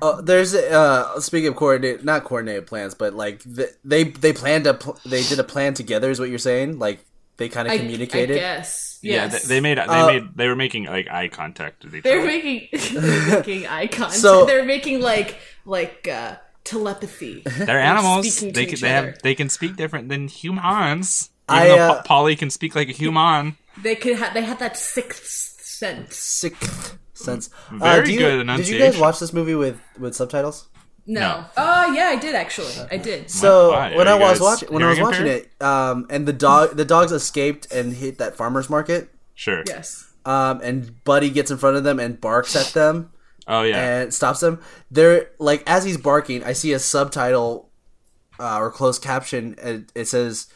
Speaker 3: Uh, there's uh speaking of coordinate not coordinated plans but like th- they they planned a pl- they did a plan together is what you're saying like they kind of
Speaker 6: I,
Speaker 3: communicated
Speaker 6: I guess.
Speaker 5: Yeah,
Speaker 6: Yes.
Speaker 5: they, they made they
Speaker 3: Uh,
Speaker 5: made they were making like eye contact with each
Speaker 6: They're
Speaker 5: other.
Speaker 6: making they're making eye contact.
Speaker 3: So-
Speaker 6: they're making like like uh telepathy.
Speaker 5: They're animals.
Speaker 6: speaking to
Speaker 5: They can,
Speaker 6: each
Speaker 5: they
Speaker 6: other.
Speaker 5: have they can speak different than humans. Even
Speaker 3: I,
Speaker 5: though
Speaker 3: uh,
Speaker 5: Po- Polly can speak like a human.
Speaker 6: they could ha- they had that sixth sense.
Speaker 3: sixth sense.
Speaker 5: Very
Speaker 3: do you, Did you
Speaker 5: Mm, good
Speaker 3: guys
Speaker 5: enunciation.
Speaker 3: watch this movie with with subtitles?
Speaker 6: No.
Speaker 5: No.
Speaker 6: Oh yeah, I did actually. I did.
Speaker 3: So
Speaker 5: Why?
Speaker 3: when
Speaker 5: Are
Speaker 3: I
Speaker 5: you
Speaker 3: was
Speaker 5: guys
Speaker 3: watching when I was
Speaker 5: hearing
Speaker 3: watching
Speaker 5: impaired?
Speaker 3: it, um, and the dog the dogs escaped and hit that farmer's market,
Speaker 5: Sure.
Speaker 6: Yes.
Speaker 3: um, and Buddy gets in front of them and barks at them
Speaker 5: Oh yeah.
Speaker 3: and stops them. They're like as he's barking, I see a subtitle uh, or closed caption, and it says,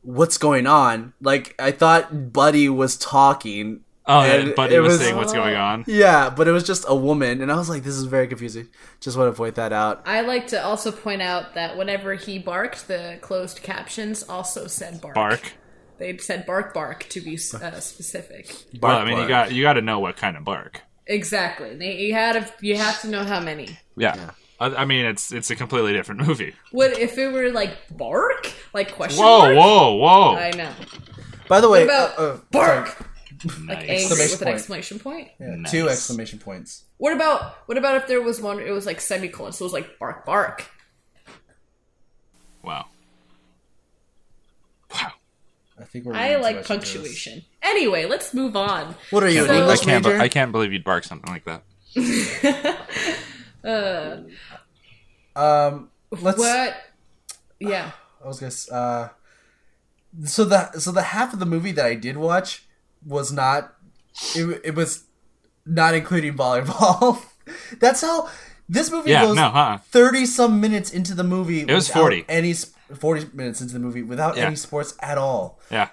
Speaker 3: "What's going on?" Like I thought Buddy was talking.
Speaker 5: oh,
Speaker 3: and
Speaker 5: yeah, Buddy
Speaker 3: it
Speaker 5: was,
Speaker 3: was-
Speaker 5: saying what's going on.
Speaker 3: Yeah, but it was just a woman, and I was like, "This is very confusing." Just want to point that out.
Speaker 6: I like to also point out that whenever he barked, the closed captions also said bark.
Speaker 5: Bark.
Speaker 6: They said bark, bark to be uh, specific.
Speaker 5: well, I mean, you got you got to know what kind of bark.
Speaker 6: Exactly. They- You had to, you have to know how many.
Speaker 5: Yeah. I, I mean, it's it's a completely different movie.
Speaker 6: What if it were like bark? Like question
Speaker 5: Whoa,
Speaker 6: mark?
Speaker 5: whoa, whoa!
Speaker 6: I know.
Speaker 3: By the way,
Speaker 6: about
Speaker 3: uh, uh,
Speaker 6: Bark.
Speaker 5: nice.
Speaker 6: Angry with an
Speaker 3: point.
Speaker 6: exclamation point.
Speaker 3: sorry,
Speaker 5: Nice.
Speaker 3: two exclamation points.
Speaker 6: What about what about if there was one? It was like semicolon, so it was like bark, bark.
Speaker 5: Wow. Wow.
Speaker 3: I think
Speaker 5: Hmm,
Speaker 3: we're.
Speaker 6: I
Speaker 3: reading too
Speaker 6: like
Speaker 3: much into this.
Speaker 6: punctuation. Anyway, let's move on.
Speaker 3: What are you, an
Speaker 6: So-
Speaker 5: I
Speaker 3: English
Speaker 5: can't. be-
Speaker 3: major?
Speaker 5: I can't believe you'd bark something like that.
Speaker 3: Um, let's.
Speaker 6: What? Yeah.
Speaker 3: I was gonna. s- Uh, so the so the half of the movie that I did watch was not. It, it was not including volleyball. That's how this movie
Speaker 5: Yeah,
Speaker 3: goes
Speaker 5: no, huh?
Speaker 3: thirty some minutes into the movie. It
Speaker 5: was 40.
Speaker 3: Any sp- forty minutes into the movie without
Speaker 5: Yeah.
Speaker 3: any sports at all.
Speaker 5: Yeah.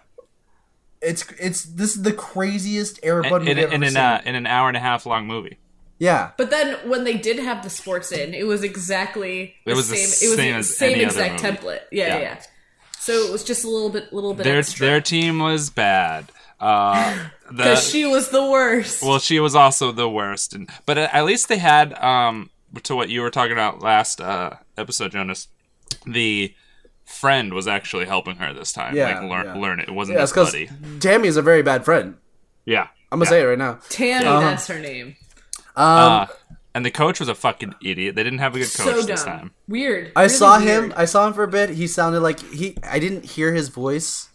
Speaker 3: It's it's this is the craziest Air Bud
Speaker 5: In,
Speaker 3: movie
Speaker 5: in,
Speaker 3: I've ever
Speaker 5: in an
Speaker 3: seen.
Speaker 5: uh, in an hour and a half long movie.
Speaker 3: yeah,
Speaker 6: But then when they did have the sports in, it was exactly the
Speaker 5: It was the
Speaker 6: same.
Speaker 5: same
Speaker 6: it was
Speaker 5: as
Speaker 6: the same
Speaker 5: any other
Speaker 6: exact
Speaker 5: movie.
Speaker 6: template. Yeah, yeah,
Speaker 5: Yeah.
Speaker 6: yeah. So it was just a little bit, little bit
Speaker 5: Their
Speaker 6: extra.
Speaker 5: their team was bad. Uh, the,
Speaker 6: Because she was the worst.
Speaker 5: Well, she was also the worst, and but at at least they had um to what you were talking about last uh episode, Jonas. The friend was actually helping her this time.
Speaker 3: Yeah,
Speaker 5: like learn
Speaker 3: yeah.
Speaker 5: learn it. It wasn't
Speaker 3: yeah.
Speaker 5: just
Speaker 3: It's because
Speaker 5: buddy.
Speaker 3: Tammy is a very bad friend.
Speaker 5: Yeah,
Speaker 3: I'm gonna say it right now.
Speaker 6: Tammy,
Speaker 5: um,
Speaker 6: that's her name.
Speaker 5: uh, and the coach was a fucking idiot. They didn't have a good coach
Speaker 6: So dumb.
Speaker 5: this time.
Speaker 6: Weird.
Speaker 3: I
Speaker 6: Really
Speaker 3: saw him.
Speaker 6: weird.
Speaker 3: I saw him for a bit. He sounded like he. I didn't hear his voice,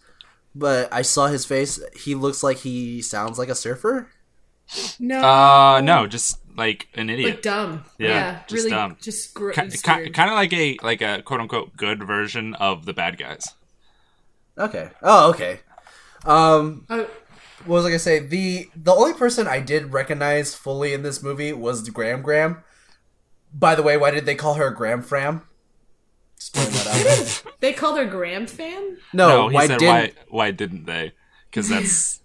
Speaker 3: but I saw his face. He looks like he sounds like a surfer.
Speaker 6: No.
Speaker 5: Uh, no, just like an idiot.
Speaker 6: like dumb.
Speaker 5: Yeah,
Speaker 6: Yeah.
Speaker 5: just
Speaker 6: really
Speaker 5: dumb.
Speaker 6: Just gr-
Speaker 5: Ki-
Speaker 6: it's
Speaker 5: ki-
Speaker 6: weird.
Speaker 5: kind of like a like a quote unquote good version of the bad guys.
Speaker 3: Okay. Oh, okay. Um,
Speaker 6: Oh,
Speaker 3: what was I gonna say? The the only person I did recognize fully in this movie was Graham Graham. By the way, why did they call her Graham Fram? Just throwing that out.
Speaker 6: they called her Graham fan.
Speaker 3: No,
Speaker 5: no,
Speaker 3: Oh,
Speaker 5: he
Speaker 3: why
Speaker 5: said
Speaker 3: didn't?
Speaker 5: why why didn't they? Because that's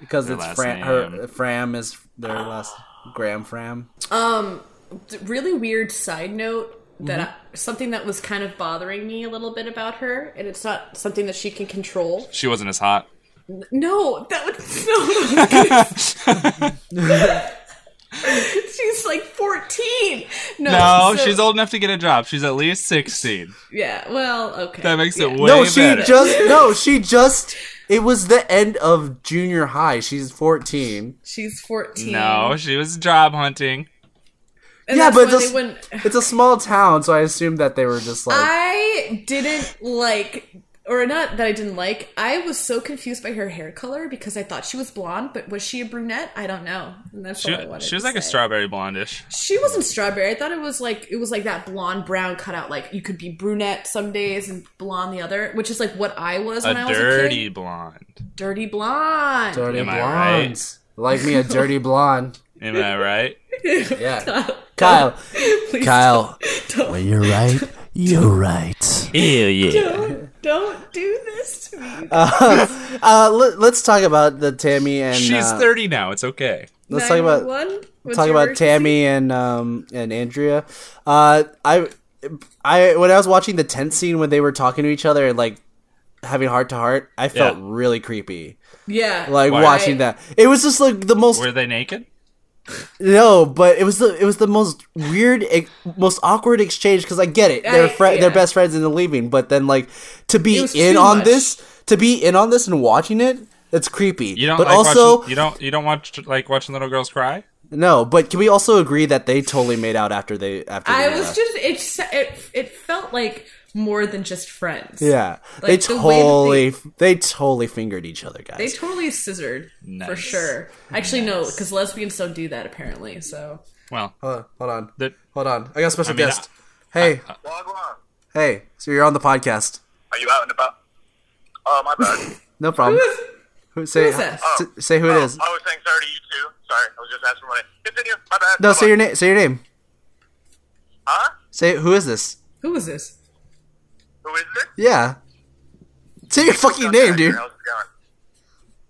Speaker 3: because
Speaker 5: their
Speaker 3: it's
Speaker 5: last
Speaker 3: Fram.
Speaker 5: name.
Speaker 3: Her Fram is their last Graham Fram.
Speaker 6: really weird side note that
Speaker 5: Mm-hmm.
Speaker 6: I, something that was kind of bothering me a little bit about her, and it's not something that she can control.
Speaker 5: she wasn't as hot.
Speaker 6: No, that would no. she's like fourteen. No,
Speaker 5: No,
Speaker 6: so-
Speaker 5: she's old enough to get a job. She's at least sixteen.
Speaker 6: Yeah, well, okay.
Speaker 5: That makes it
Speaker 6: Yeah.
Speaker 5: way
Speaker 3: no, she
Speaker 5: better.
Speaker 3: just no, she just. It was the end of junior high. She's fourteen.
Speaker 6: She's fourteen.
Speaker 5: No, she was job hunting.
Speaker 6: And
Speaker 3: Yeah,
Speaker 6: that's
Speaker 3: but
Speaker 6: why
Speaker 3: this-
Speaker 6: they wouldn't-
Speaker 3: It's a small town, so I assumed that they were just like.
Speaker 6: I didn't like, or not that I didn't like. I was so confused by her hair color because I thought she was blonde, but was she a brunette? I don't know. And that's
Speaker 5: She,
Speaker 6: all I wanted.
Speaker 5: she was
Speaker 6: to
Speaker 5: like a
Speaker 6: say.
Speaker 5: strawberry blondish.
Speaker 6: She wasn't strawberry. I thought it was like it was like that blonde brown cutout. Like you could be brunette some days and blonde the other, which is like what I was
Speaker 5: A
Speaker 6: when I was a
Speaker 5: dirty
Speaker 6: kid.
Speaker 5: blonde.
Speaker 6: Dirty blonde.
Speaker 3: dirty
Speaker 5: Am I
Speaker 3: blondes. Like me, a dirty blonde.
Speaker 5: Am I right?
Speaker 3: Yeah, Kyle.
Speaker 6: Please
Speaker 3: Kyle, when you're right, you're right.
Speaker 5: Ew, yeah.
Speaker 6: Don't, don't do this to me.
Speaker 3: Uh, let, let's talk about the Tammy and
Speaker 5: She's
Speaker 3: uh,
Speaker 5: thirty now. It's okay.
Speaker 3: let's talk about
Speaker 6: 911? What's
Speaker 3: talk
Speaker 6: your
Speaker 3: about Tammy and um and Andrea. Uh, I I when I was watching the tent scene when they were talking to each other and like having heart to heart, I felt
Speaker 5: Yeah.
Speaker 3: really creepy.
Speaker 6: Yeah.
Speaker 3: Like
Speaker 5: Why?
Speaker 3: watching that, it was just like the most
Speaker 5: Were they naked?
Speaker 3: no, but it was the it was the most weird, ex- most awkward exchange because I get it, they're
Speaker 6: I-
Speaker 3: fri-
Speaker 6: yeah.
Speaker 3: they're best friends and they're leaving, but then like to
Speaker 6: It
Speaker 3: be
Speaker 6: was
Speaker 3: in
Speaker 6: too
Speaker 3: on
Speaker 6: much.
Speaker 3: this, to be in on this and watching it, that's creepy.
Speaker 5: You don't
Speaker 3: but
Speaker 5: like
Speaker 3: also
Speaker 5: watching, you don't you don't watch like watching little girls cry?
Speaker 3: no, but can we also agree that they totally made out after they after
Speaker 6: I
Speaker 3: they
Speaker 6: was
Speaker 3: left?
Speaker 6: just it, s- it it felt like more than just friends.
Speaker 3: yeah, they
Speaker 6: like, the way that
Speaker 3: totally they totally fingered each other, guys.
Speaker 6: They totally scissored for
Speaker 5: Nice.
Speaker 6: sure. Actually, no, because lesbians don't do that apparently. So
Speaker 5: Well,
Speaker 3: hold on,
Speaker 5: that
Speaker 3: hold on, I got a special
Speaker 5: I mean,
Speaker 3: guest. Hey,
Speaker 7: Wagwan,
Speaker 3: hey, so you're on the podcast.
Speaker 7: are you out and about? Oh, my bad.
Speaker 3: No problem. Who, say,
Speaker 6: Who is this?
Speaker 3: s- say who it is.
Speaker 7: Oh, I was saying sorry to you too. Sorry, I was just asking for money. Continue. My bad.
Speaker 3: No,
Speaker 7: Come
Speaker 5: oh.
Speaker 3: say
Speaker 7: on.
Speaker 3: your name. Say your name.
Speaker 7: Huh?
Speaker 3: Say who is this?
Speaker 6: Who is this?
Speaker 7: Who is this?
Speaker 3: Yeah. Say your fucking name, dude. Mm.
Speaker 7: How's it going?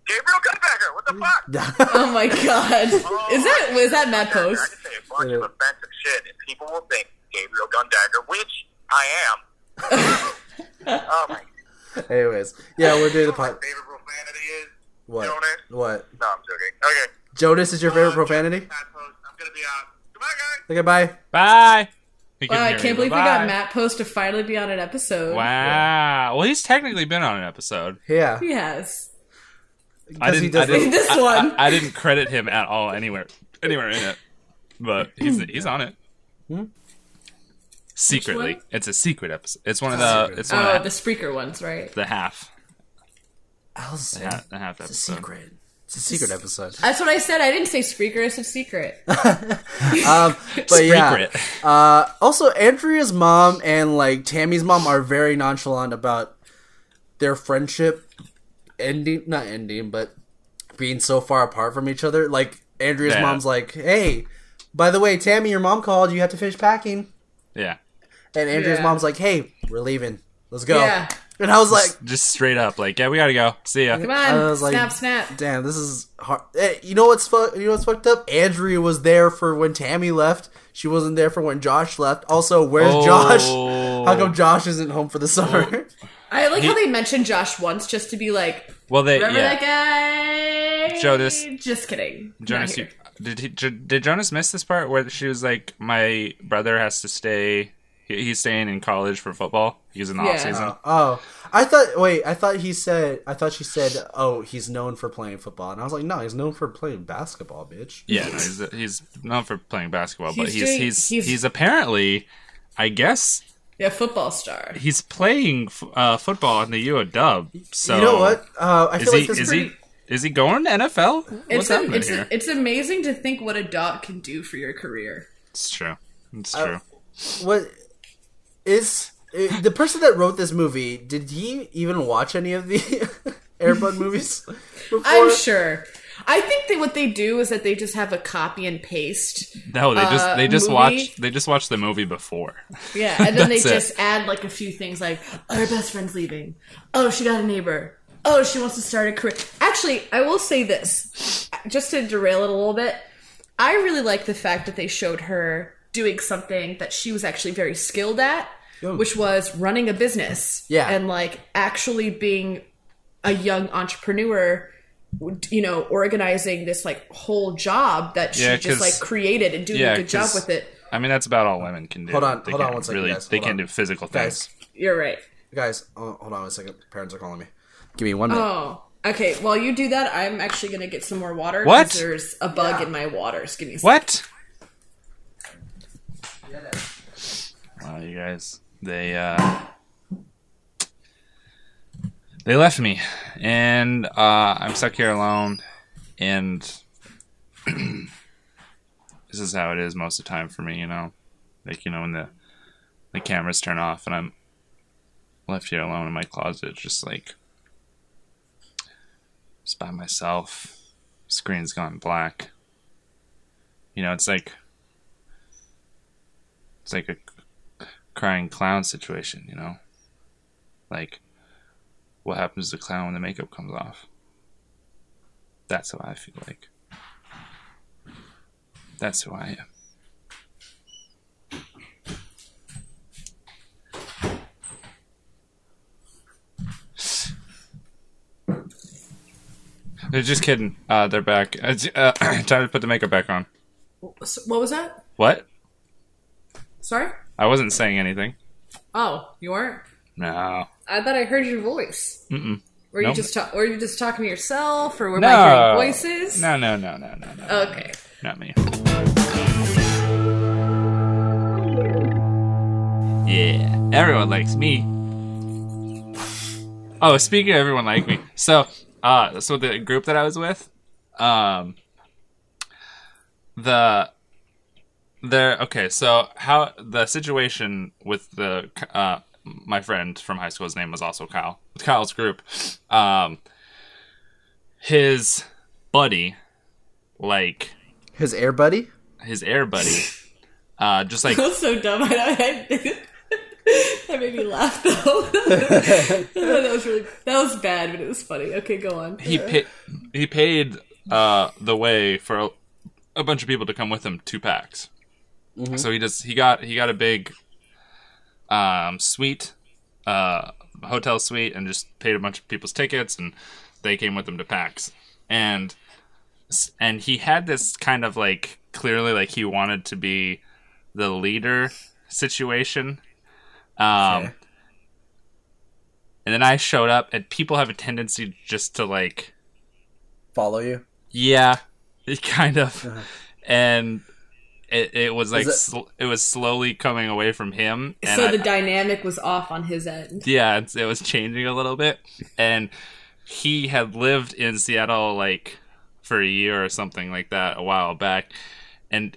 Speaker 7: Gabriel Gunbacker. What the fuck?
Speaker 6: Oh my god.
Speaker 5: Oh.
Speaker 6: Is that is that Matt
Speaker 7: Gunbacker. I
Speaker 6: Post?
Speaker 7: can say a bunch of offensive shit, and people will think Gabriel Gunbacker, which I am. oh my.
Speaker 3: Anyways, yeah, we're doing the
Speaker 7: My
Speaker 3: pod.
Speaker 7: favorite profanity is.
Speaker 3: What? What?
Speaker 7: No, I'm joking. Okay.
Speaker 3: Jonas is your favorite profanity?
Speaker 7: Matt Post, I'm gonna be out. Goodbye, guys.
Speaker 3: Okay, bye.
Speaker 5: Bye. He can
Speaker 6: Wow, I
Speaker 5: hear
Speaker 6: can't
Speaker 5: me,
Speaker 6: believe
Speaker 5: but
Speaker 6: we
Speaker 5: bye.
Speaker 6: got Matt Post to finally be on an episode.
Speaker 5: Wow. Well, he's technically been on an episode.
Speaker 3: Yeah.
Speaker 6: He has.
Speaker 5: I
Speaker 3: he
Speaker 5: didn't. I
Speaker 3: does
Speaker 5: didn't
Speaker 6: This
Speaker 5: I- I-
Speaker 6: one.
Speaker 5: I, didn't credit him at all anywhere, anywhere in it. But he's
Speaker 6: Hmm.
Speaker 5: he's on it. Secretly,
Speaker 6: one?
Speaker 5: it's a secret episode. It's one of the. It's one
Speaker 6: Oh,
Speaker 5: of
Speaker 6: the Spreaker ones, right?
Speaker 5: the half.
Speaker 3: I'll say
Speaker 5: ha- The
Speaker 3: it's
Speaker 5: half
Speaker 3: a
Speaker 5: episode.
Speaker 3: secret. It's a secret episode.
Speaker 6: That's what I said. I didn't say Spreaker. I said secret.
Speaker 3: But yeah.
Speaker 5: Secret.
Speaker 3: Uh, Also, Andrea's mom and like Tammy's mom are very nonchalant about their friendship ending, not ending, but being so far apart from each other. Like Andrea's
Speaker 5: Yeah.
Speaker 3: mom's like, "Hey, by the way, Tammy, your mom called. You have to finish packing."
Speaker 5: Yeah.
Speaker 3: And Andrea's
Speaker 6: Yeah.
Speaker 3: mom's like, "Hey, we're leaving. Let's go."
Speaker 6: Yeah.
Speaker 3: And I was like,
Speaker 5: Just straight up, like, yeah, we gotta go. See ya.
Speaker 6: Come
Speaker 3: I
Speaker 6: on,
Speaker 3: was like-
Speaker 6: snap, snap.
Speaker 3: Damn, this is hard. Eh, You know what's fu- you know what's fucked up? Andrea was there for when Tammy left. She wasn't there for when Josh left. Also, where's
Speaker 5: Oh.
Speaker 3: Josh? How come Josh isn't home for the summer?
Speaker 6: I like how they mentioned Josh once just to be like,
Speaker 5: Well, they
Speaker 6: remember
Speaker 5: yeah.
Speaker 6: that guy?
Speaker 5: Jonas.
Speaker 6: Just kidding. Not
Speaker 5: Jonas, you,
Speaker 6: here.
Speaker 5: did he, Jo- did Jonas miss this part where she was like, "My brother has to stay. he- He's staying in college for football. He's in the
Speaker 6: Yeah.
Speaker 5: off season."
Speaker 3: oh, I thought. Wait, I thought he said. I thought she said. Oh, he's known for playing football, and I was like, no, he's known for playing basketball, bitch.
Speaker 5: Yeah, no, he's he's known for playing basketball, but
Speaker 6: He's
Speaker 5: he's
Speaker 6: doing-
Speaker 5: he's, he's
Speaker 6: he's-
Speaker 5: apparently, I guess,
Speaker 6: Yeah, football star.
Speaker 5: he's playing f- uh, football in the U of Dub. So
Speaker 3: you know what? Uh, I
Speaker 5: Is
Speaker 3: feel
Speaker 5: he
Speaker 3: like this
Speaker 5: is
Speaker 3: pretty-
Speaker 5: he is he going to NFL? What's
Speaker 6: It's,
Speaker 5: happening
Speaker 6: it's,
Speaker 5: here?
Speaker 6: it's amazing to think what a dog can do for your career.
Speaker 5: It's true. It's
Speaker 3: Uh,
Speaker 5: true.
Speaker 3: what is eh, the person that wrote this movie? Did he even watch any of the Airbud movies? Before?
Speaker 6: I'm sure. I think that what they do is that they just have a copy and paste.
Speaker 5: No, they just
Speaker 6: uh,
Speaker 5: they just
Speaker 6: movie?
Speaker 5: watch they just watch the movie before.
Speaker 6: Yeah, and then they
Speaker 5: That's it.
Speaker 6: just add like a few things like, oh, her best friend's leaving. Oh, she got a neighbor. Oh, she wants to start a career. Actually, I will say this, just to derail it a little bit. I really like the fact that they showed her doing something that she was actually very skilled at, which was running a business.
Speaker 3: Yeah.
Speaker 6: And like actually being a young entrepreneur, you know, organizing this like whole job that she
Speaker 5: Yeah,
Speaker 6: just
Speaker 5: 'cause-
Speaker 6: like created and doing
Speaker 5: yeah,
Speaker 6: a good job
Speaker 5: 'cause-
Speaker 6: with it.
Speaker 5: I mean, that's about all women can do.
Speaker 3: Hold on,
Speaker 5: They
Speaker 3: hold on
Speaker 5: can't
Speaker 3: one second,
Speaker 5: really,
Speaker 3: guys.
Speaker 5: They
Speaker 3: Hold
Speaker 5: can't
Speaker 3: on.
Speaker 5: do physical
Speaker 3: guys,
Speaker 5: things.
Speaker 6: You're right.
Speaker 3: guys, oh, hold on a second. Parents are calling me. Give me one minute.
Speaker 6: Oh, okay. While you do that, I'm actually gonna get some more water. 'cause
Speaker 5: What?
Speaker 6: There's a bug in my water. Just give me a second.
Speaker 5: What? Wow, you guys. They uh They left me and uh I'm stuck here alone and this is how it is most of the time for me, you know. Like you know when the the cameras turn off and I'm left here alone in my closet just like just by myself. Screen's gone black you know it's like it's like a crying clown situation you know like what happens to the clown when the makeup comes off that's how i feel like that's who i am They're just kidding. Uh, they're back. Uh, uh, time to put the makeup back on.
Speaker 6: S- What was that?
Speaker 5: What?
Speaker 6: Sorry.
Speaker 5: I wasn't saying anything.
Speaker 6: Oh, you weren't.
Speaker 5: No.
Speaker 6: I thought I heard your voice. Mm-mm. Were you
Speaker 5: Nope.
Speaker 6: just ta- were you just talking to yourself, or were
Speaker 5: No.
Speaker 6: I hearing voices?
Speaker 5: No, no, no, no, no, no.
Speaker 6: Okay.
Speaker 5: Not me. Yeah. Everyone likes me. Oh, speaking of everyone like me. So, uh so the group that I was with, um the there okay so how the situation with the uh my friend from high school his name was also kyle with kyle's group um his buddy like
Speaker 3: His air buddy?
Speaker 5: his air buddy uh just like
Speaker 6: That's so dumb. I, I, that made me laugh though. that was really that was bad, but it was funny. Okay, go on.
Speaker 5: he pa- he paid uh, the way for a, a bunch of people to come with him two packs. So he just he got he got a big um, suite, uh, hotel suite, and just paid a bunch of people's tickets, and they came with him to packs, and s- and he had this kind of like clearly like he wanted to be the leader situation. Um,
Speaker 3: Okay.
Speaker 5: And then I showed up, and people have a tendency just to like
Speaker 3: Follow you?
Speaker 5: yeah, it kind of.
Speaker 6: Uh-huh.
Speaker 5: And it, it was like
Speaker 3: it-
Speaker 5: sl- it was slowly coming away from him. And
Speaker 6: so
Speaker 5: I-
Speaker 6: the dynamic was off on his end.
Speaker 5: yeah, it's, it was changing a little bit. And he had lived in Seattle like for a year or something like that a while back, and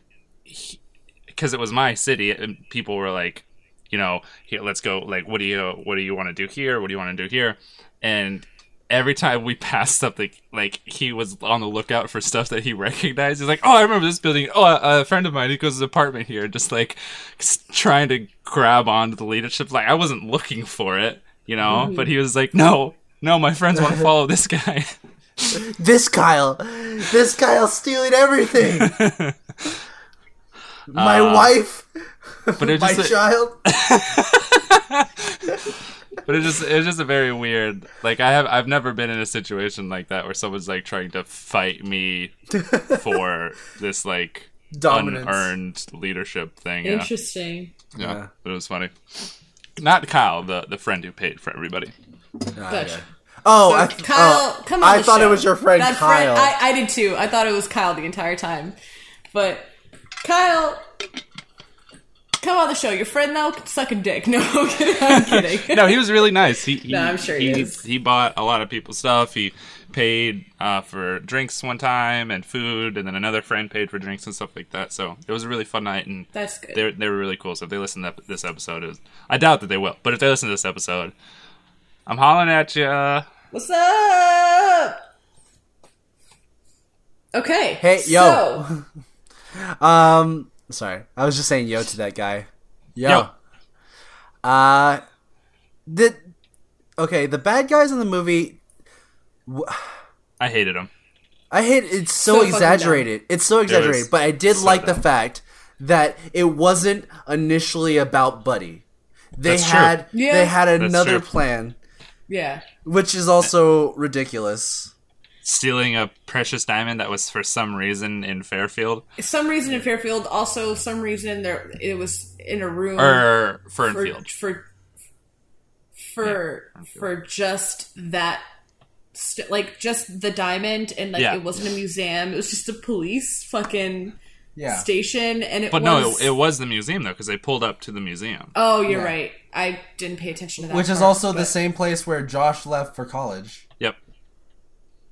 Speaker 5: because it was my city, and people were like, you know, here, let's go. Like, what do you what do you want to do here? What do you want to do here? And every time we passed something, like he was on the lookout for stuff that he recognized. He's like, "Oh, I remember this building. Oh, a, a friend of mine who goes to his apartment here." Just like s- trying to grab onto the leadership. Like I wasn't looking for it, you know. But he was like, "No, no, my friends want to follow this guy."
Speaker 3: This Kyle! This Kyle's stealing everything! My wife!
Speaker 5: But it
Speaker 3: My
Speaker 5: just
Speaker 3: child!
Speaker 5: but it just it's just a very weird. Like I have I've never been in a situation like that where someone's like trying to fight me for this like
Speaker 3: Dominance.
Speaker 5: unearned leadership thing. Yeah.
Speaker 6: Interesting.
Speaker 5: Yeah, but it was funny. Not Kyle, the the friend who paid for everybody.
Speaker 6: Gotcha.
Speaker 3: Oh, I,
Speaker 6: Kyle,
Speaker 3: oh,
Speaker 6: come on.
Speaker 3: I
Speaker 6: the
Speaker 3: thought
Speaker 6: show.
Speaker 3: it was your friend
Speaker 6: That
Speaker 3: Kyle.
Speaker 6: I, I did too. I thought it was Kyle the entire time. But Kyle, come on the show. Your friend now can suck a dick. No, I'm kidding. I'm kidding.
Speaker 5: No, he was really nice. He, he
Speaker 6: No, I'm sure he is.
Speaker 5: He bought a lot of people's stuff. He paid uh, for drinks one time and food, and then another friend paid for drinks and stuff like that. So it was a really fun night, and
Speaker 6: That's good.
Speaker 5: they were, they were really cool. So if they listen to this episode, it was, I doubt that they will, but if they listen to this episode, I'm hollering at you.
Speaker 6: What's up? Okay.
Speaker 3: Hey, yo.
Speaker 6: So,
Speaker 3: Um, sorry, I was just saying yo to that guy. Yo.
Speaker 5: Yo.
Speaker 3: Uh, the okay, the bad guys in the movie.
Speaker 5: I hated him.
Speaker 3: I hate it's
Speaker 6: So
Speaker 3: so,
Speaker 6: fucking
Speaker 3: exaggerated. It's so exaggerated, but I did like the fact that it wasn't initially about Buddy. They
Speaker 5: That's true.
Speaker 3: had
Speaker 6: Yeah.
Speaker 3: they had
Speaker 5: That's
Speaker 3: another
Speaker 5: true.
Speaker 3: plan,
Speaker 6: yeah.
Speaker 3: which is also ridiculous.
Speaker 5: Stealing a precious diamond that was for some reason in Fairfield,
Speaker 6: Some reason in Fairfield, also some reason there it was in a room
Speaker 5: or
Speaker 6: for
Speaker 5: Fernfield.
Speaker 6: for for, for just that st- like just the diamond and like
Speaker 5: Yeah.
Speaker 6: it wasn't a museum it was just a police fucking
Speaker 3: Yeah.
Speaker 6: station and it
Speaker 5: But no,
Speaker 6: was
Speaker 5: it, it was the museum though, because they pulled up to the museum.
Speaker 6: oh you're
Speaker 3: Yeah.
Speaker 6: right i didn't pay attention to that
Speaker 3: Which is
Speaker 6: part,
Speaker 3: also the
Speaker 6: but-
Speaker 3: same place where Josh left for college.
Speaker 5: Yep,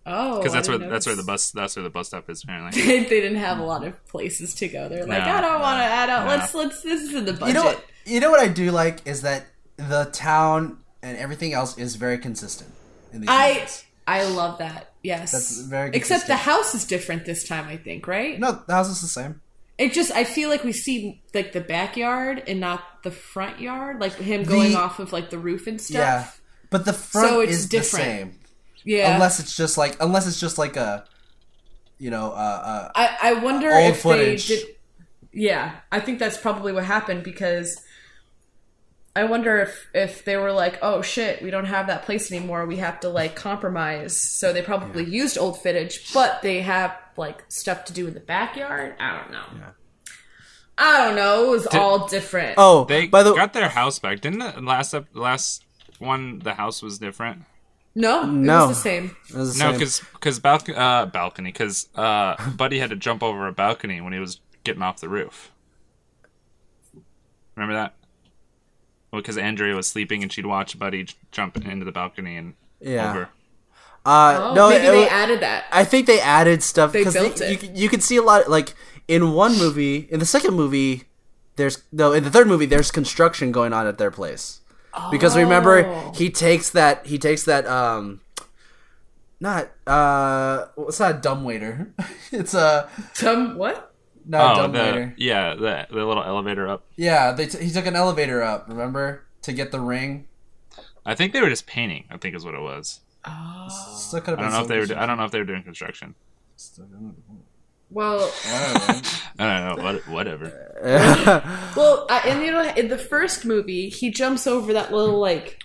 Speaker 6: oh
Speaker 5: because that's
Speaker 6: I
Speaker 5: where
Speaker 6: didn't
Speaker 5: that's where the
Speaker 6: notice.
Speaker 5: bus that's where the bus stop is apparently.
Speaker 6: they didn't have a lot of places to go they're like i don't want to i don't let's let's this is in the
Speaker 3: You
Speaker 6: budget
Speaker 3: know, what, you know what I do like is that the town and everything else is very consistent. In these
Speaker 6: i
Speaker 3: movies.
Speaker 6: i love that yes
Speaker 3: That's very good
Speaker 6: except the
Speaker 3: system.
Speaker 6: house is different this time i think right
Speaker 3: no, the house is the same.
Speaker 6: It just I feel like we see like the backyard and not the front yard, like him going
Speaker 3: The-
Speaker 6: off of like the roof and
Speaker 3: Yeah,
Speaker 6: stuff.
Speaker 3: but the front
Speaker 6: So it's
Speaker 3: is
Speaker 6: different.
Speaker 3: the same.
Speaker 6: Yeah, yeah.
Speaker 3: Unless it's just like unless it's just like a, you know, uh, uh
Speaker 6: I, I wonder
Speaker 3: old
Speaker 6: if
Speaker 3: footage.
Speaker 6: they did. Yeah, I think that's probably what happened because I wonder if if they were like, oh shit, we don't have that place anymore. We have to like compromise. So they probably used old footage, but they have like stuff to do in the backyard. I don't know. I don't know. It was all different.
Speaker 3: oh.
Speaker 5: They
Speaker 3: by the
Speaker 5: got their house back, didn't the last up last one? The house was different.
Speaker 6: no, it
Speaker 3: No.
Speaker 6: was the same.
Speaker 3: it was the
Speaker 5: No,
Speaker 3: same.
Speaker 5: because because balc- uh, balcony because uh, Buddy had to jump over a balcony when he was getting off the roof. Remember that? Because Andrea was sleeping and she'd watch Buddy j- jump into the balcony and
Speaker 3: yeah.
Speaker 5: over.
Speaker 3: Uh,
Speaker 6: Oh,
Speaker 3: no,
Speaker 6: maybe
Speaker 3: it-
Speaker 6: they
Speaker 3: it-
Speaker 6: added that.
Speaker 3: I think they added stuff
Speaker 6: They
Speaker 3: because
Speaker 6: built
Speaker 3: you,
Speaker 6: it.
Speaker 3: you could see a lot like in one movie, in the second movie, there's no in the third movie there's construction going on at their place because remember
Speaker 6: Oh.
Speaker 3: he takes that he takes that um not uh well, it's not a dumb waiter it's a
Speaker 6: Some what?
Speaker 3: not a
Speaker 5: oh,
Speaker 3: dumb
Speaker 5: the,
Speaker 3: waiter
Speaker 5: yeah, the, the little elevator up.
Speaker 3: yeah they t- he took an elevator up remember to get the ring
Speaker 5: I think they were just painting. I think is what it was.
Speaker 3: still could have
Speaker 5: I don't know if they were. do- I don't know if they were doing construction.
Speaker 6: Well,
Speaker 5: I don't know. What, whatever.
Speaker 6: well, I, and you know, in the first movie, he jumps over that little like,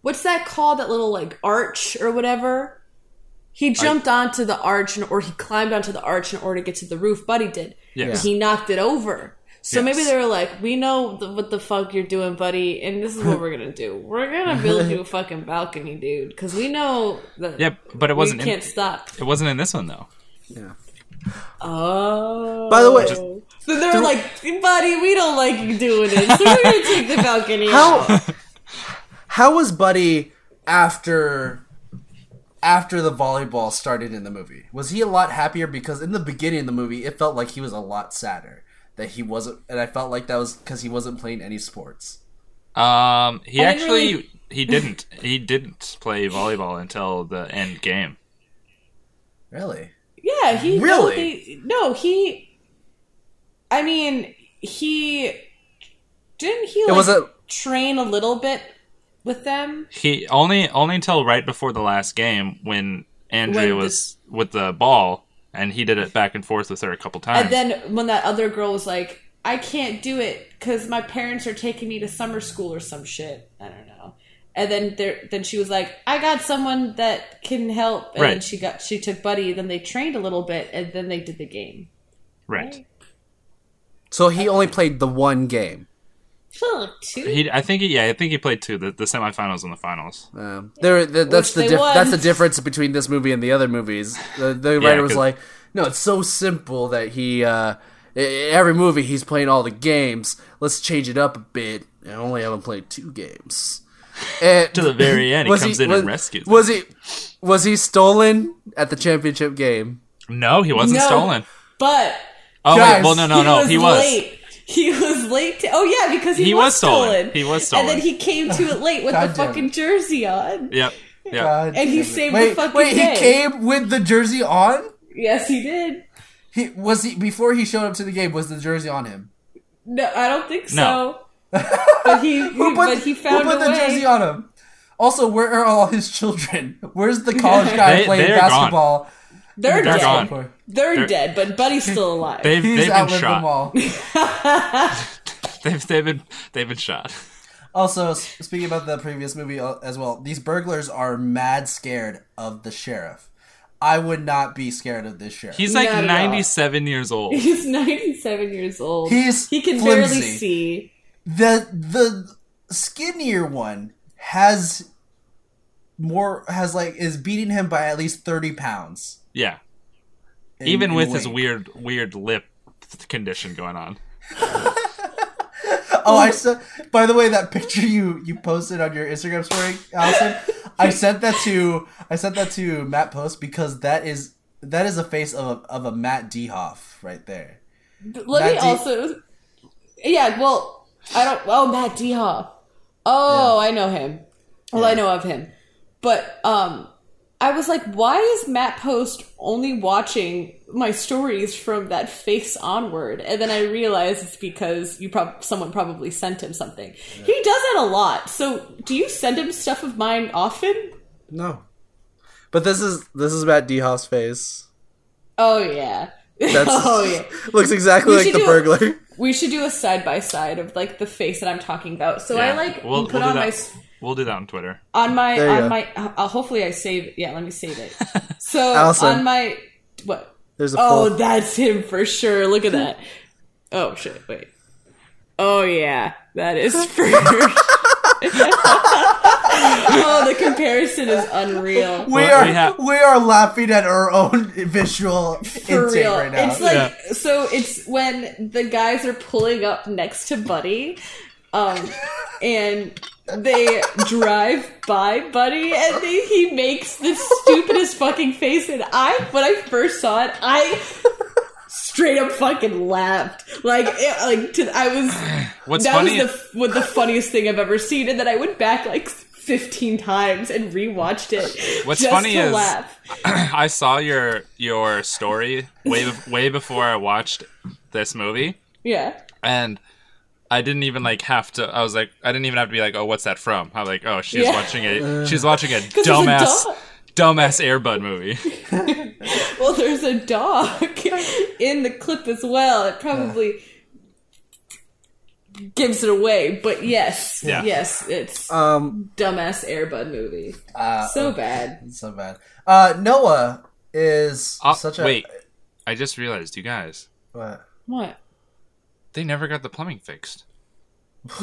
Speaker 6: what's that called? That little like arch or whatever. He jumped onto the arch, in, or he climbed onto the arch in order to get to the roof. Buddy did.
Speaker 5: Yes.
Speaker 6: He knocked it over. So maybe
Speaker 5: Yes.
Speaker 6: they were like, "We know the, what the fuck you're doing, buddy, and this is what we're gonna do. We're gonna build you a fucking balcony, dude, because we know that
Speaker 5: Yeah, but it wasn't.
Speaker 6: we
Speaker 5: In,
Speaker 6: can't
Speaker 5: it
Speaker 6: stop."
Speaker 5: wasn't in this one though.
Speaker 6: Oh.
Speaker 3: By the way-
Speaker 6: so they're like, buddy, we don't like you doing it, so we're gonna take the balcony. out."
Speaker 3: how how was Buddy after after the volleyball started in the movie? Was he a lot happier because in the beginning of the movie it felt like he was a lot sadder that he wasn't, and I felt like that was because he wasn't playing any sports.
Speaker 5: Um, he
Speaker 6: I didn't
Speaker 5: actually
Speaker 6: really-
Speaker 5: he didn't he didn't play volleyball until the end game.
Speaker 3: Really?
Speaker 6: Yeah, he no,
Speaker 3: Really?
Speaker 6: they- No, he. I mean, he didn't he like
Speaker 3: was a-
Speaker 6: train a little bit with them.
Speaker 5: He only only until right before the last game when Andrea
Speaker 6: When the-
Speaker 5: was with the ball and he did it back and forth with her a couple times.
Speaker 6: And then when that other girl was like, I can't do it because my parents are taking me to summer school or some shit. I don't know. And then there, then she was like, I got someone that can help. And then
Speaker 5: Right.
Speaker 6: she got she took Buddy. Then they trained a little bit, and then they did the game.
Speaker 5: right.
Speaker 3: So he only played the one game.
Speaker 6: Philip too.
Speaker 5: He I think he, yeah I think he played two the, the semifinals and the finals.
Speaker 3: Um, there, th- that's
Speaker 6: Which
Speaker 3: the
Speaker 6: they
Speaker 3: diff-
Speaker 6: won.
Speaker 3: that's the difference between this movie and the other movies. The, the writer was
Speaker 5: 'cause-
Speaker 3: like, "No, it's so simple that he uh, e- every movie he's playing all the games. Let's change it up a bit and only have him play two games." And
Speaker 5: To the very end, he comes in and rescues
Speaker 3: Was he was he stolen at the championship game?
Speaker 5: No, he wasn't
Speaker 6: No.
Speaker 5: stolen.
Speaker 6: but
Speaker 5: Oh
Speaker 3: Guys,
Speaker 5: wait, well no no no he was.
Speaker 6: late. He was late. To, oh yeah, because he,
Speaker 5: He
Speaker 6: was,
Speaker 5: was
Speaker 6: stolen.
Speaker 5: stolen. He was
Speaker 6: And then
Speaker 5: stolen.
Speaker 6: he came to it late with the
Speaker 3: God damn it.
Speaker 6: fucking jersey on.
Speaker 5: Yep. Yep.
Speaker 6: And he saved
Speaker 3: wait,
Speaker 6: the fucking
Speaker 3: wait,
Speaker 6: day.
Speaker 3: he came with the jersey on.
Speaker 6: Yes, he did.
Speaker 3: He was he before he showed up to the game. Was the jersey on him?
Speaker 6: No, I don't think
Speaker 5: No.
Speaker 6: so. But he, he-
Speaker 3: Who put,
Speaker 6: but he found
Speaker 3: who put
Speaker 6: a
Speaker 3: the
Speaker 6: way.
Speaker 3: jersey on him? Also, where are all his children? Where's the college guy
Speaker 5: They-
Speaker 3: playing
Speaker 5: they're gone.
Speaker 3: basketball?
Speaker 6: They're,
Speaker 5: They're
Speaker 6: dead.
Speaker 5: gone.
Speaker 6: They're,
Speaker 5: They're-
Speaker 6: dead, but Buddy's still alive.
Speaker 5: They've
Speaker 3: He's
Speaker 5: they've been
Speaker 3: outlived them
Speaker 5: shot.
Speaker 3: all.
Speaker 5: They've they've been they've been shot.
Speaker 3: Also, s- speaking about the previous movie uh, as well, these burglars are mad scared of the sheriff. I would not be scared of this sheriff.
Speaker 5: He's like
Speaker 6: Not at all.
Speaker 5: 97 years old.
Speaker 6: He's 97 years old.
Speaker 3: He's
Speaker 6: he can barely
Speaker 3: flimsy.
Speaker 6: see.
Speaker 3: the the skinnier one has more has like is beating him by at least thirty pounds.
Speaker 5: Yeah.
Speaker 3: in-
Speaker 5: even
Speaker 3: in
Speaker 5: with his
Speaker 3: weight.
Speaker 5: weird weird lip condition going on
Speaker 3: Oh, I sent. By the way, that picture you you posted on your Instagram story, Allison, I sent that to I sent that to Matt Post because that is that is a face of a, of a Matt Dehoff right there.
Speaker 6: Let me
Speaker 3: Matt D-
Speaker 6: also. Yeah, well, I don't. Oh, Matt Dehoff. Oh, I know him. Well, I know of him. But um, I was like, why is Matt Post only watching my stories from that face onward? And then I realized it's because you prob- someone probably sent him something. He does that a lot. So, do you send him stuff of mine often?
Speaker 3: No, but this is this is Matt Dehoff's face.
Speaker 6: Oh yeah. oh yeah.
Speaker 3: looks exactly
Speaker 6: We like should the do- burglar.
Speaker 3: burglar.
Speaker 6: We should do a side by side of like the face that I'm talking about. So I
Speaker 5: Yeah.
Speaker 6: like
Speaker 5: We'll-
Speaker 6: put
Speaker 5: we'll do
Speaker 6: on
Speaker 5: that.
Speaker 6: my s-
Speaker 5: we'll do that on twitter
Speaker 6: on my
Speaker 3: There you
Speaker 6: on
Speaker 3: go.
Speaker 6: my. Uh, hopefully I save. Yeah, let me save it. So
Speaker 3: Allison.
Speaker 6: on my what?
Speaker 3: There's a
Speaker 6: Oh, that's him for sure. Look at that. Oh shit! Wait. Oh yeah, that is for. oh, the comparison is unreal.
Speaker 3: we
Speaker 5: Well,
Speaker 3: are
Speaker 5: we
Speaker 3: we,
Speaker 5: have-
Speaker 3: are laughing at our own visual
Speaker 6: for
Speaker 3: intake
Speaker 6: real.
Speaker 3: right now.
Speaker 6: It's like so it's when the guys are pulling up next to Buddy Um, and they drive by Buddy, and they, he makes the stupidest fucking face. And I, when I first saw it, I straight up fucking laughed. Like, it, like to, I was
Speaker 5: What's
Speaker 6: that
Speaker 5: funny?
Speaker 6: was the, what the funniest thing I've ever seen, and then I went back like 15 times and rewatched it.
Speaker 5: What's
Speaker 6: just
Speaker 5: funny
Speaker 6: to
Speaker 5: is-
Speaker 6: laugh.
Speaker 5: I saw your your story way be- way before I watched this movie,
Speaker 6: yeah,
Speaker 5: and I didn't even like have to. I was like, I didn't even have to be like, oh, what's that from? I'm like, oh, she's
Speaker 6: Yeah.
Speaker 5: watching
Speaker 3: Uh.
Speaker 5: a she's watching a
Speaker 6: there's a
Speaker 5: dumbass
Speaker 6: dog.
Speaker 5: dumbass Airbud movie.
Speaker 6: well, there's a dog in the clip as well. It probably gives it away, but yes,
Speaker 5: Yeah.
Speaker 6: yes, it's
Speaker 3: Um,
Speaker 6: dumbass Airbud movie.
Speaker 3: uh,
Speaker 6: So bad.
Speaker 3: it's so bad. Uh, Noah is
Speaker 5: Uh,
Speaker 3: such a
Speaker 5: wait, I just realized, you guys,
Speaker 3: What?
Speaker 6: What?
Speaker 5: they never got the plumbing fixed.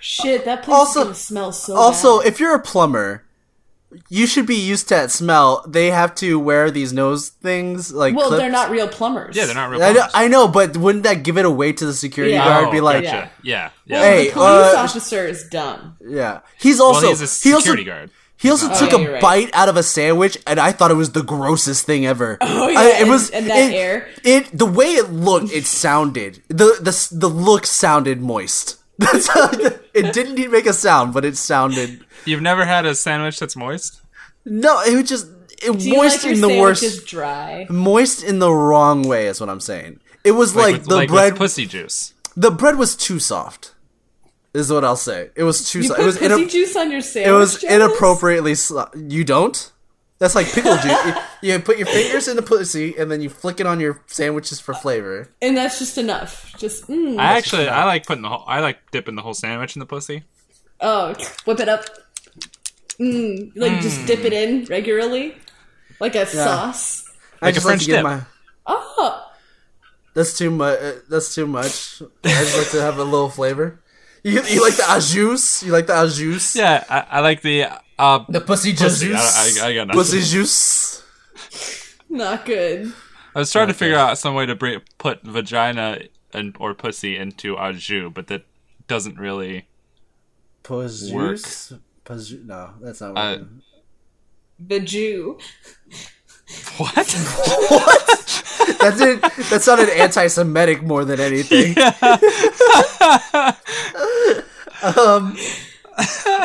Speaker 6: Shit, that place
Speaker 3: Also-
Speaker 6: is gonna smell so.
Speaker 3: Also,
Speaker 6: bad.
Speaker 3: if you're a plumber, you should be used to that smell. They have to wear these nose things like
Speaker 6: well,
Speaker 3: clips.
Speaker 6: they're not real plumbers.
Speaker 5: Yeah, they're not real.
Speaker 3: I know,
Speaker 5: plumbers.
Speaker 3: I know, but wouldn't that give it away to the security
Speaker 6: Yeah.
Speaker 3: guard?
Speaker 5: Oh,
Speaker 3: Be like,
Speaker 5: gotcha. yeah, yeah.
Speaker 6: Well,
Speaker 3: Hey,
Speaker 6: the
Speaker 3: uh,
Speaker 6: police officer is dumb.
Speaker 3: yeah. He's
Speaker 5: well,
Speaker 3: also
Speaker 5: he's a
Speaker 3: he also
Speaker 5: security guard. Uh,
Speaker 3: he also took
Speaker 6: yeah,
Speaker 3: a
Speaker 6: you're right.
Speaker 3: bite out of a sandwich, and I thought it was the grossest thing ever.
Speaker 6: Oh, yeah,
Speaker 3: I- it
Speaker 6: and-
Speaker 3: was
Speaker 6: and that
Speaker 3: it,
Speaker 6: air.
Speaker 3: It the way it looked, it sounded the the s- the look sounded moist. That's how, it didn't even make a sound, but it sounded
Speaker 5: You've never had a sandwich that's moist?
Speaker 3: no. It was just it
Speaker 6: Do you
Speaker 3: moist
Speaker 6: like
Speaker 3: in
Speaker 6: your
Speaker 3: the worst.
Speaker 6: sandwiches dry?
Speaker 3: moist in the wrong way is what I'm saying. It was like,
Speaker 5: with-
Speaker 3: the
Speaker 5: like with
Speaker 3: bread
Speaker 5: pussy juice.
Speaker 3: the bread was too soft. Is what I'll say. It was too
Speaker 6: You
Speaker 3: soft.
Speaker 6: put
Speaker 3: It was
Speaker 6: pussy
Speaker 3: inap-
Speaker 6: juice on your sandwich.
Speaker 3: it was
Speaker 6: Jonas?
Speaker 3: inappropriately slo You don't? That's like pickle juice. You, you put your fingers in the pussy and then you flick it on your sandwiches for flavor.
Speaker 6: and that's just enough. Just mm.
Speaker 5: I actually, I like putting the whole, I like dipping the whole sandwich in the pussy.
Speaker 6: oh, whip it up. Mm, like just dip it in regularly, like a sauce.
Speaker 3: I
Speaker 5: Like a
Speaker 3: just like
Speaker 5: French
Speaker 3: to get
Speaker 5: dip.
Speaker 3: my.
Speaker 6: Oh,
Speaker 3: That's too much. That's too much. I just like to have a little flavor. You, you like the au juice? You like the au juice?
Speaker 5: Yeah, I, I like the uh,
Speaker 3: The pussy,
Speaker 5: Pussy,
Speaker 3: juice.
Speaker 5: I- I- I got nothing.
Speaker 3: pussy juice.
Speaker 6: not good.
Speaker 5: I was trying to figure out some way to bring, put vagina and or pussy into au jus, but that doesn't really.
Speaker 3: Pussy
Speaker 5: Work.
Speaker 3: juice. Pussy- No, that's not
Speaker 5: Uh,
Speaker 3: working.
Speaker 6: The Jew.
Speaker 5: What?
Speaker 3: That did that sounded anti-Semitic more than anything. um,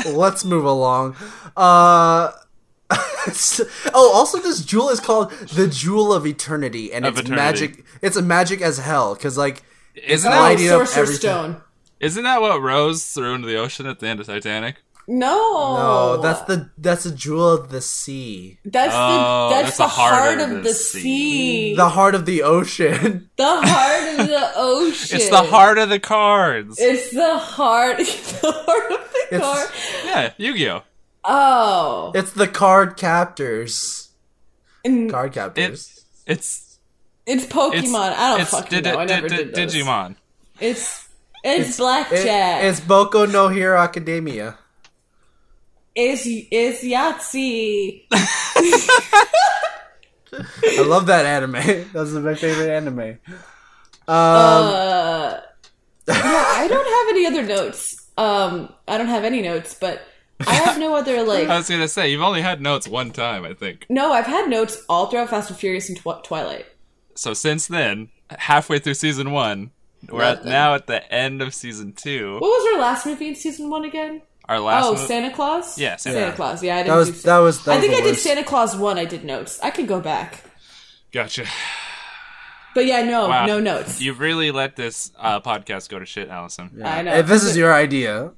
Speaker 3: let's move along. Uh, oh, also this jewel is called the Jewel of Eternity, and
Speaker 5: Of
Speaker 3: it's
Speaker 5: Eternity.
Speaker 3: magic. It's a magic as hell because like
Speaker 5: Isn't
Speaker 3: I
Speaker 6: Oh,
Speaker 5: that
Speaker 3: lighting up
Speaker 6: Sorcerer
Speaker 3: everything.
Speaker 6: Stone.
Speaker 5: isn't that what Rose threw into the ocean at the end of Titanic?
Speaker 6: No,
Speaker 3: oh, that's the that's the jewel of the sea,
Speaker 6: that's the
Speaker 5: Oh,
Speaker 6: that's,
Speaker 5: that's
Speaker 6: the
Speaker 5: the heart
Speaker 6: heart
Speaker 5: of
Speaker 6: of,
Speaker 5: the
Speaker 6: the
Speaker 5: sea.
Speaker 6: sea.
Speaker 3: the heart of the ocean.
Speaker 6: The heart of the ocean.
Speaker 5: It's the heart of the cards.
Speaker 6: It's the heart. the heart of the
Speaker 3: It's-
Speaker 6: car.
Speaker 5: yeah, Yu-Gi-Oh.
Speaker 6: Oh,
Speaker 3: It's the card captors.
Speaker 6: And
Speaker 3: Card captors.
Speaker 5: It's
Speaker 6: it's Pokemon.
Speaker 5: it's
Speaker 6: I don't
Speaker 5: it's
Speaker 6: fucking
Speaker 5: did,
Speaker 6: know. I
Speaker 5: did-
Speaker 6: never
Speaker 5: did-
Speaker 6: did those.
Speaker 5: Digimon.
Speaker 6: It's it's,
Speaker 3: It-
Speaker 6: blackjack.
Speaker 3: it's Boko no Hero Academia.
Speaker 6: It's it's Yahtzee.
Speaker 3: I love that anime. That's my favorite anime.
Speaker 5: Um,
Speaker 6: uh, yeah, I don't have any other notes. Um, I don't have any notes, but I have no other like.
Speaker 5: I was gonna say you've only had notes one time, I think.
Speaker 6: No, I've had notes all throughout Fast and Furious and Twi- Twilight.
Speaker 5: So since then, halfway through season one, we're at now at the end of season two.
Speaker 6: What was our last movie in season one again?
Speaker 5: Our last.
Speaker 6: oh,
Speaker 5: mo-
Speaker 6: Santa Claus.
Speaker 5: Yeah, Santa
Speaker 6: Santa,
Speaker 5: Claus.
Speaker 6: Claus. Yeah, I didn't
Speaker 3: That
Speaker 6: do
Speaker 3: was that was. That
Speaker 6: Oh, I think
Speaker 3: was
Speaker 6: I
Speaker 3: the
Speaker 6: did
Speaker 3: worst.
Speaker 6: Santa Claus one. I did notes. I could go back,
Speaker 5: Gotcha.
Speaker 6: but yeah, no,
Speaker 5: Wow.
Speaker 6: no notes.
Speaker 5: You've really let this uh, podcast go to shit, Allison.
Speaker 6: I know.
Speaker 3: Hey, this is your idea.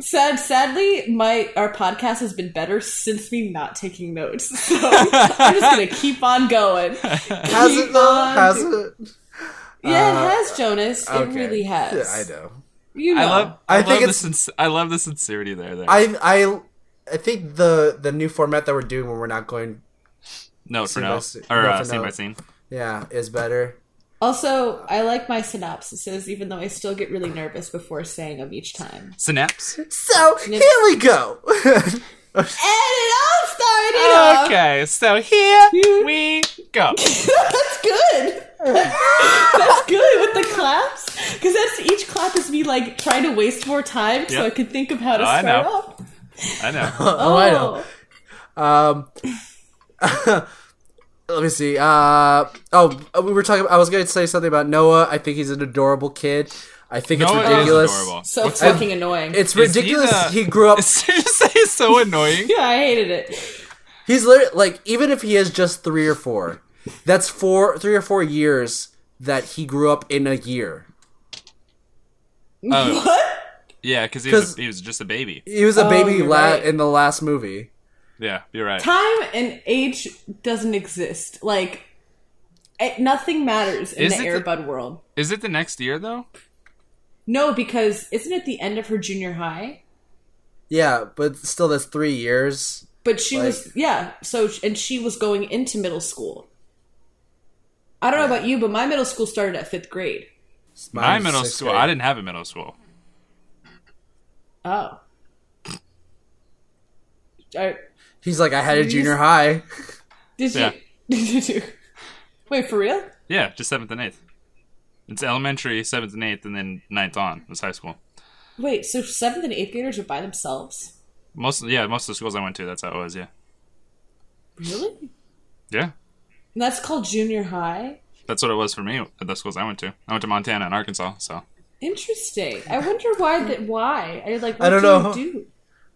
Speaker 6: Sad, sadly, my our podcast has been better since me not taking notes. So I'm just gonna keep on going.
Speaker 3: Has
Speaker 6: Keep
Speaker 3: it though?
Speaker 6: on
Speaker 3: Has
Speaker 6: do-
Speaker 3: it?
Speaker 6: Yeah,
Speaker 3: Uh,
Speaker 6: it has, Jonas.
Speaker 3: okay.
Speaker 6: It really
Speaker 3: Yeah,
Speaker 6: has.
Speaker 3: I know.
Speaker 6: You know.
Speaker 5: I love.
Speaker 3: I
Speaker 5: I,
Speaker 3: think
Speaker 5: love
Speaker 3: it's-
Speaker 5: the sinc- I love the sincerity there. There.
Speaker 3: I I I think the the new format that we're doing when we're not going
Speaker 5: note for
Speaker 3: by
Speaker 5: note
Speaker 3: scene-
Speaker 5: or
Speaker 3: note
Speaker 5: uh,
Speaker 3: for
Speaker 5: scene by
Speaker 3: note.
Speaker 5: scene.
Speaker 3: yeah is better.
Speaker 6: Also, I like my synopsises, even though I still get really nervous before saying them each time.
Speaker 5: Synapse.
Speaker 3: So here we go.
Speaker 6: And it all started off-
Speaker 5: Okay, so here we go.
Speaker 6: That's good. that's good with the claps, because that's each clap stop is me like trying to waste more time so
Speaker 5: Yep.
Speaker 6: I could think of how to
Speaker 5: Oh, I
Speaker 6: start
Speaker 5: know.
Speaker 6: off.
Speaker 5: I know.
Speaker 3: Oh, I know. Um, let me see. Uh, oh, we were talking. I was going to say something about Noah. I think he's an adorable kid. I think
Speaker 5: Noah
Speaker 3: it's
Speaker 5: is
Speaker 3: ridiculous.
Speaker 5: adorable.
Speaker 6: So
Speaker 5: What's-
Speaker 6: fucking annoying.
Speaker 3: It's
Speaker 5: Is he
Speaker 3: ridiculous.
Speaker 5: the-
Speaker 3: He, grew up.
Speaker 5: It's just it's so annoying.
Speaker 6: yeah, I hated it.
Speaker 3: He's literally like even if he is just three or four, that's four, three or four years that he grew up in a year.
Speaker 5: Oh.
Speaker 6: What?
Speaker 5: Yeah, because he,
Speaker 3: 'Cause-
Speaker 5: was- he was just a baby.
Speaker 3: He was a
Speaker 6: Oh,
Speaker 3: baby
Speaker 6: you're
Speaker 3: la-
Speaker 6: right.
Speaker 3: in the last movie.
Speaker 5: Yeah, you're right.
Speaker 6: Time and age doesn't exist. Like it, nothing matters in
Speaker 5: Is
Speaker 6: the
Speaker 5: it the-
Speaker 6: Airbud world.
Speaker 5: Is it the next year though?
Speaker 6: No, because isn't it the end of her junior high?
Speaker 3: Yeah, but still, that's three years.
Speaker 6: But she
Speaker 3: Like-
Speaker 6: was yeah. So and she was going into middle school. I don't know about you, but my middle school started at fifth grade.
Speaker 5: My
Speaker 3: Mine's
Speaker 5: middle
Speaker 3: sixth
Speaker 5: school.
Speaker 3: grade.
Speaker 5: I didn't have a middle school.
Speaker 6: Oh. I,
Speaker 3: He's like, I had a junior high.
Speaker 6: did you?
Speaker 5: Yeah.
Speaker 6: Did you? Wait for real?
Speaker 5: Yeah, just seventh and eighth. It's elementary, seventh and eighth, and then ninth on is high school.
Speaker 6: Wait, so seventh and eighth graders are by themselves?
Speaker 5: Most yeah, most of the schools I went to, that's how it was. Yeah,
Speaker 6: Really?
Speaker 5: yeah,
Speaker 6: And that's called junior high.
Speaker 5: that's what it was for me at the schools I went to. I went to Montana and Arkansas, so
Speaker 6: Interesting. I wonder why that. Why I like. What
Speaker 3: I don't
Speaker 6: do
Speaker 3: know.
Speaker 6: You do?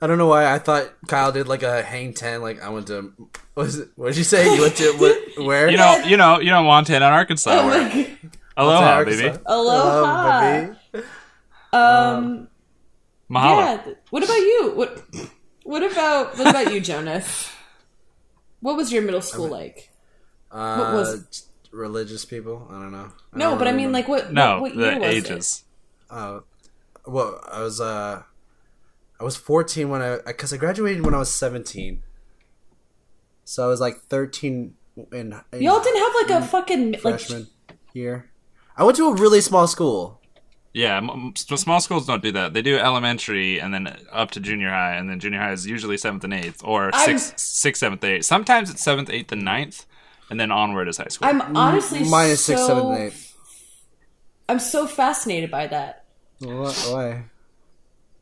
Speaker 3: I don't know why I thought Kyle did like a hang ten. Like I went to what was it? What did you say? You went to what? Where?
Speaker 5: you know, you know, you know, Montana and Arkansas.
Speaker 6: Oh
Speaker 5: were.
Speaker 6: my god.
Speaker 5: Aloha,
Speaker 3: Arkansas.
Speaker 5: baby.
Speaker 6: Aloha.
Speaker 3: Aloha, baby.
Speaker 6: Um.
Speaker 5: Mahalo.
Speaker 6: Yeah. th- What about you? What? What about what about you, Jonas? What was your middle school like?
Speaker 3: Uh,
Speaker 6: What was it?
Speaker 3: religious people? I don't know. I
Speaker 6: No,
Speaker 3: don't
Speaker 6: but I
Speaker 3: really
Speaker 6: mean,
Speaker 3: remember.
Speaker 6: like, what?
Speaker 5: No,
Speaker 6: what, what year
Speaker 5: the
Speaker 6: was
Speaker 5: ages.
Speaker 3: Uh, well, I was uh, I was fourteen when I because I graduated when I was seventeen. So I was like thirteen in, in
Speaker 6: It? Y'all didn't have like a fucking like.
Speaker 3: Mm, freshman year. I went to a really small school.
Speaker 5: Yeah, m- m- s- small schools don't do that. They do elementary and then up to junior high, and then junior high is usually seventh and eighth, or
Speaker 6: I'm-
Speaker 5: sixth, sixth, seventh, eighth. Sometimes it's seventh, eighth, and ninth, and then onward is high school.
Speaker 6: I'm honestly
Speaker 3: Mm, Minus
Speaker 6: so,
Speaker 3: six, seven, and eight.
Speaker 6: I'm so fascinated by that.
Speaker 3: What? Why?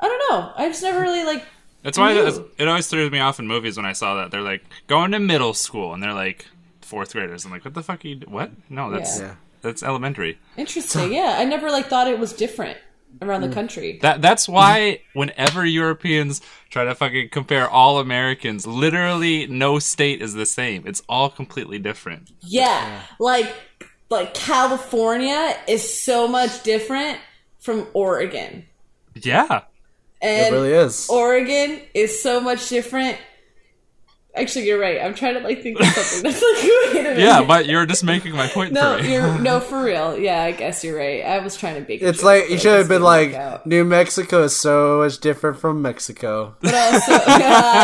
Speaker 6: I don't know. I just never really like.
Speaker 5: That's why
Speaker 6: Ew.
Speaker 5: that's- it always threw me off in movies when I saw that. They're like going to middle school and they're like fourth graders. I'm like, what the fuck are you? Do- what? No, that's
Speaker 6: Yeah.
Speaker 3: Yeah.
Speaker 5: that's elementary.
Speaker 6: Interesting. Yeah, I never like thought it was different around
Speaker 3: Mm.
Speaker 6: the country.
Speaker 5: That that's why whenever Europeans try to fucking compare all Americans, literally no state is the same. It's all completely different.
Speaker 6: Yeah, like like California is so much different from Oregon,
Speaker 5: Yeah,
Speaker 6: and
Speaker 3: It really is.
Speaker 6: Oregon is so much different. Actually, you're right. I'm trying to like think of something that's like wait a minute.
Speaker 5: yeah, but you're just making my point
Speaker 6: no,
Speaker 5: for me.
Speaker 6: you're no for real. Yeah, I guess you're right. I was trying to bake. a
Speaker 3: It's
Speaker 6: joke,
Speaker 3: like
Speaker 6: but
Speaker 3: you
Speaker 6: it
Speaker 3: should have
Speaker 6: just
Speaker 3: been
Speaker 6: didn't work
Speaker 3: like
Speaker 6: out.
Speaker 3: New Mexico is so much different from Mexico.
Speaker 6: But also, yeah,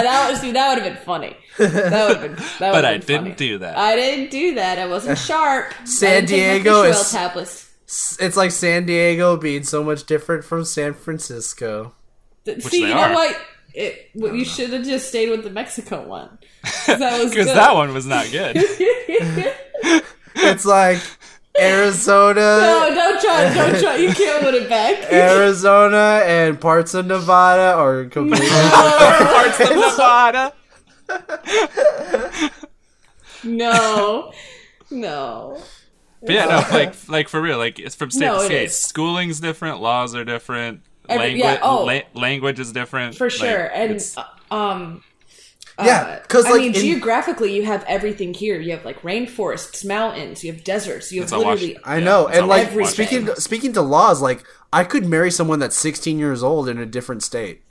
Speaker 6: that would see, that would have been funny. That would have been. That
Speaker 5: But
Speaker 6: would've
Speaker 5: I
Speaker 6: been
Speaker 5: didn't
Speaker 6: funny.
Speaker 5: do that.
Speaker 6: I didn't do that. I wasn't sharp. I
Speaker 3: San
Speaker 6: didn't take my
Speaker 3: Diego
Speaker 6: fish
Speaker 3: is-
Speaker 6: oil tablets.
Speaker 3: S- It's like San Diego being so much different from San Francisco.
Speaker 6: Th-
Speaker 5: Which
Speaker 6: See,
Speaker 5: they
Speaker 6: you
Speaker 5: are.
Speaker 6: know what? It, well, you should have just stayed with the Mexico one. 'Cause That was
Speaker 5: Because
Speaker 6: good.
Speaker 5: that one was not good.
Speaker 3: It's like
Speaker 6: no,
Speaker 3: Arizona,
Speaker 6: don't try, don't try. You can't win it back.
Speaker 3: Arizona, and parts of Nevada
Speaker 6: Uh,
Speaker 3: are completely.
Speaker 5: Parts of Nevada.
Speaker 6: no, no.
Speaker 5: But yeah, no, like like for real, like it's from state
Speaker 6: No,
Speaker 5: to
Speaker 6: it
Speaker 5: state.
Speaker 6: is.
Speaker 5: Schooling's different, laws are different,
Speaker 6: Every-
Speaker 5: language
Speaker 6: yeah, oh.
Speaker 5: la- language is different
Speaker 6: For
Speaker 5: like,
Speaker 6: sure. and,
Speaker 5: it's-
Speaker 6: uh, um,
Speaker 3: yeah, because
Speaker 6: I
Speaker 3: like
Speaker 6: mean,
Speaker 3: in-
Speaker 6: geographically, you have everything here. You have like rainforests, mountains, you have deserts, you have
Speaker 5: It's all wash-
Speaker 6: literally.
Speaker 3: I know,
Speaker 5: it's
Speaker 3: and
Speaker 5: all
Speaker 3: like
Speaker 6: everything.
Speaker 3: speaking speaking to laws, like I could marry someone that's 16 years old in a different state,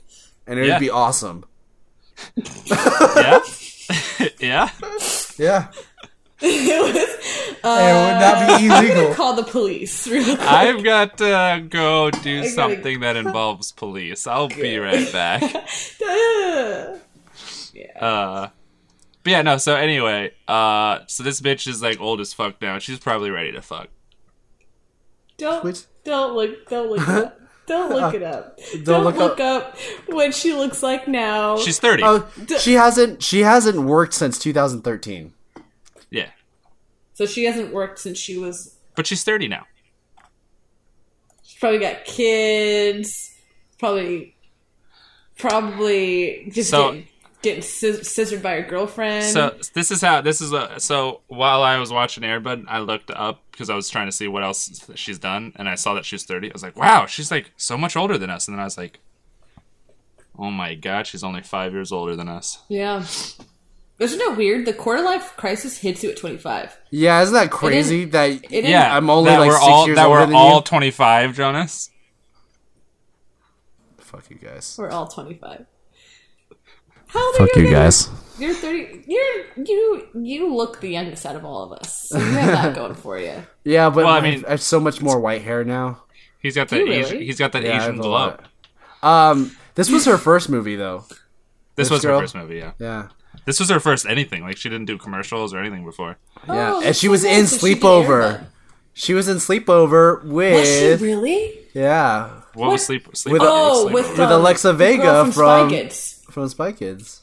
Speaker 3: and it would
Speaker 5: Yeah.
Speaker 3: be awesome.
Speaker 5: yeah, yeah.
Speaker 3: Yeah,
Speaker 6: it was
Speaker 3: it would
Speaker 6: Uh,
Speaker 3: not be illegal.
Speaker 6: call the police. Really.
Speaker 5: I've got to go do
Speaker 6: gotta-
Speaker 5: something that involves police. I'll be right back. Uh, but yeah, no. So anyway, uh, so this bitch is like old as fuck now. She's probably ready to fuck.
Speaker 6: Don't
Speaker 3: Which-
Speaker 6: don't look don't look it up. Don't look it up. Don't,
Speaker 3: look
Speaker 6: look, up. what she looks like now.
Speaker 5: She's thirty.
Speaker 3: Oh, she hasn't she hasn't worked since 2013.
Speaker 5: yeah,
Speaker 6: so she hasn't worked since she was
Speaker 5: but she's thirty now.
Speaker 6: probably got kids. Probably, probably just
Speaker 5: So-
Speaker 6: getting, getting scis- scissored by your girlfriend.
Speaker 5: So this is how this is a so while I was watching Airbud, I looked up because I was trying to see what else she's done, and I saw that she's thirty. I was like, wow, she's like so much older than us. And then I was like, oh my god, she's only five years older than us.
Speaker 6: yeah. Isn't it weird? The quarter life crisis hits you at 25.
Speaker 3: Yeah, isn't that crazy that
Speaker 6: It is.
Speaker 5: Yeah,
Speaker 3: I'm only,
Speaker 5: that
Speaker 3: like,
Speaker 5: we're
Speaker 3: six
Speaker 5: all
Speaker 3: years
Speaker 5: that
Speaker 3: older
Speaker 5: we're
Speaker 3: than
Speaker 5: all
Speaker 3: you?
Speaker 5: twenty five, Jonas.
Speaker 3: Fuck you guys.
Speaker 6: We're all 25. How old are
Speaker 3: Fuck you
Speaker 6: again?
Speaker 3: guys.
Speaker 6: You're 30. You're you you look the youngest out of all of us. So you have that going for you.
Speaker 3: Yeah, but
Speaker 5: Well, I
Speaker 3: I mean,
Speaker 5: mean-
Speaker 3: I have so much more white hair now.
Speaker 5: He's got that
Speaker 6: You
Speaker 5: Asian,
Speaker 6: really?
Speaker 5: he's got that
Speaker 3: Yeah, I
Speaker 5: Asian
Speaker 3: have a
Speaker 5: glow.
Speaker 3: lot. Um, this was her first movie though.
Speaker 5: This,
Speaker 3: This
Speaker 5: was
Speaker 3: girl?
Speaker 5: her first movie, yeah.
Speaker 3: Yeah,
Speaker 5: This was her first anything. Like she didn't do commercials or anything before.
Speaker 3: yeah,
Speaker 6: Oh,
Speaker 3: and she
Speaker 6: so
Speaker 3: was
Speaker 6: nice.
Speaker 3: in
Speaker 6: So she did
Speaker 3: Sleepover.
Speaker 6: Airbud.
Speaker 3: She was in Sleepover
Speaker 6: Was she
Speaker 3: with
Speaker 6: really?
Speaker 3: yeah
Speaker 5: What, was sleep? sleep
Speaker 3: With-
Speaker 6: Oh, with
Speaker 3: With
Speaker 6: um,
Speaker 3: Alexa
Speaker 6: the girl
Speaker 3: Vega
Speaker 6: Spy
Speaker 3: from-
Speaker 6: Kids.
Speaker 3: from Spy Kids.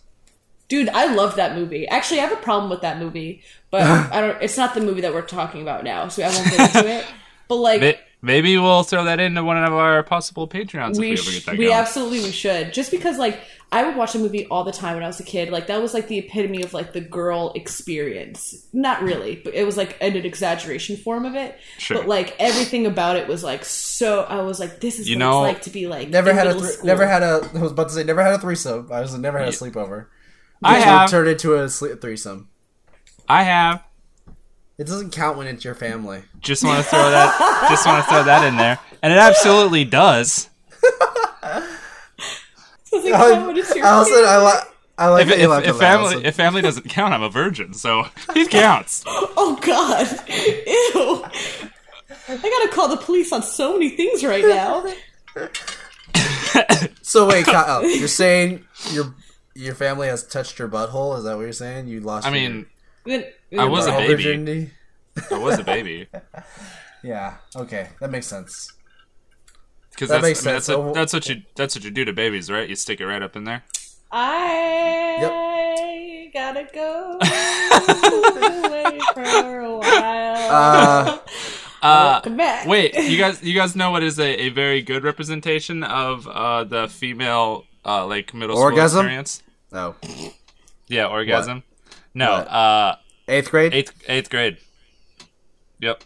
Speaker 6: Dude, I love that movie. Actually, I have a problem with that movie, but I don't. It's not the movie that we're talking about now, so I won't get into it. But like,
Speaker 5: May- Maybe we'll throw that into one of our possible Patreons
Speaker 6: we
Speaker 5: if we ever
Speaker 6: sh-
Speaker 5: get that
Speaker 6: we
Speaker 5: going.
Speaker 6: absolutely we should just because like I would watch a movie all the time when I was a kid. Like that was like the epitome of like the girl experience. Not really, but it was like an, an exaggeration form of it.
Speaker 5: Sure.
Speaker 6: But like everything about it was like so. I was like, this is
Speaker 5: You
Speaker 6: what
Speaker 5: know-
Speaker 6: it's like to be like
Speaker 3: Never
Speaker 6: in
Speaker 3: had a
Speaker 6: middle
Speaker 3: thr-
Speaker 6: school.
Speaker 3: never had a. I was about to say never had a threesome. I was never had a sleepover.
Speaker 5: I
Speaker 3: So it
Speaker 5: have,
Speaker 3: turned into a sle- threesome.
Speaker 5: I have.
Speaker 3: It doesn't count when it's your family.
Speaker 5: Just want to throw that. just want to throw that in there, and it absolutely does.
Speaker 6: Doesn't count when it's your
Speaker 3: I also
Speaker 6: kid.
Speaker 3: I like I like
Speaker 5: If,
Speaker 3: that
Speaker 5: if,
Speaker 3: you laughed
Speaker 5: if
Speaker 3: at that,
Speaker 5: family
Speaker 3: Allison.
Speaker 5: if family doesn't count, I'm a virgin, so it counts.
Speaker 6: Oh God! Ew! I gotta call the police on so many things right now.
Speaker 3: So wait, Kyle, you're saying your your family has touched your butthole? Is that what you're saying? You lost.
Speaker 5: I
Speaker 3: your
Speaker 5: mean, I was a
Speaker 3: butthole
Speaker 5: baby.
Speaker 3: virginity?
Speaker 5: I was a baby
Speaker 3: Yeah. Okay, that makes sense.
Speaker 5: because
Speaker 3: That
Speaker 5: that's,
Speaker 3: makes
Speaker 5: I mean,
Speaker 3: sense. Oh,
Speaker 5: that's, what,
Speaker 3: So-
Speaker 5: that's what you that's what you do to babies, right? You stick it right up in there.
Speaker 6: I gotta go away for a while.
Speaker 3: Uh,
Speaker 5: Uh,
Speaker 6: Come back.
Speaker 5: Wait, you guys, you guys know what is a, a very good representation of uh, the female uh, like middle school
Speaker 3: Orgasm?
Speaker 5: experience?
Speaker 3: oh,
Speaker 5: Yeah, orgasm. No,
Speaker 3: What?
Speaker 5: uh,
Speaker 3: eighth grade.
Speaker 5: eighth eighth grade. Yep,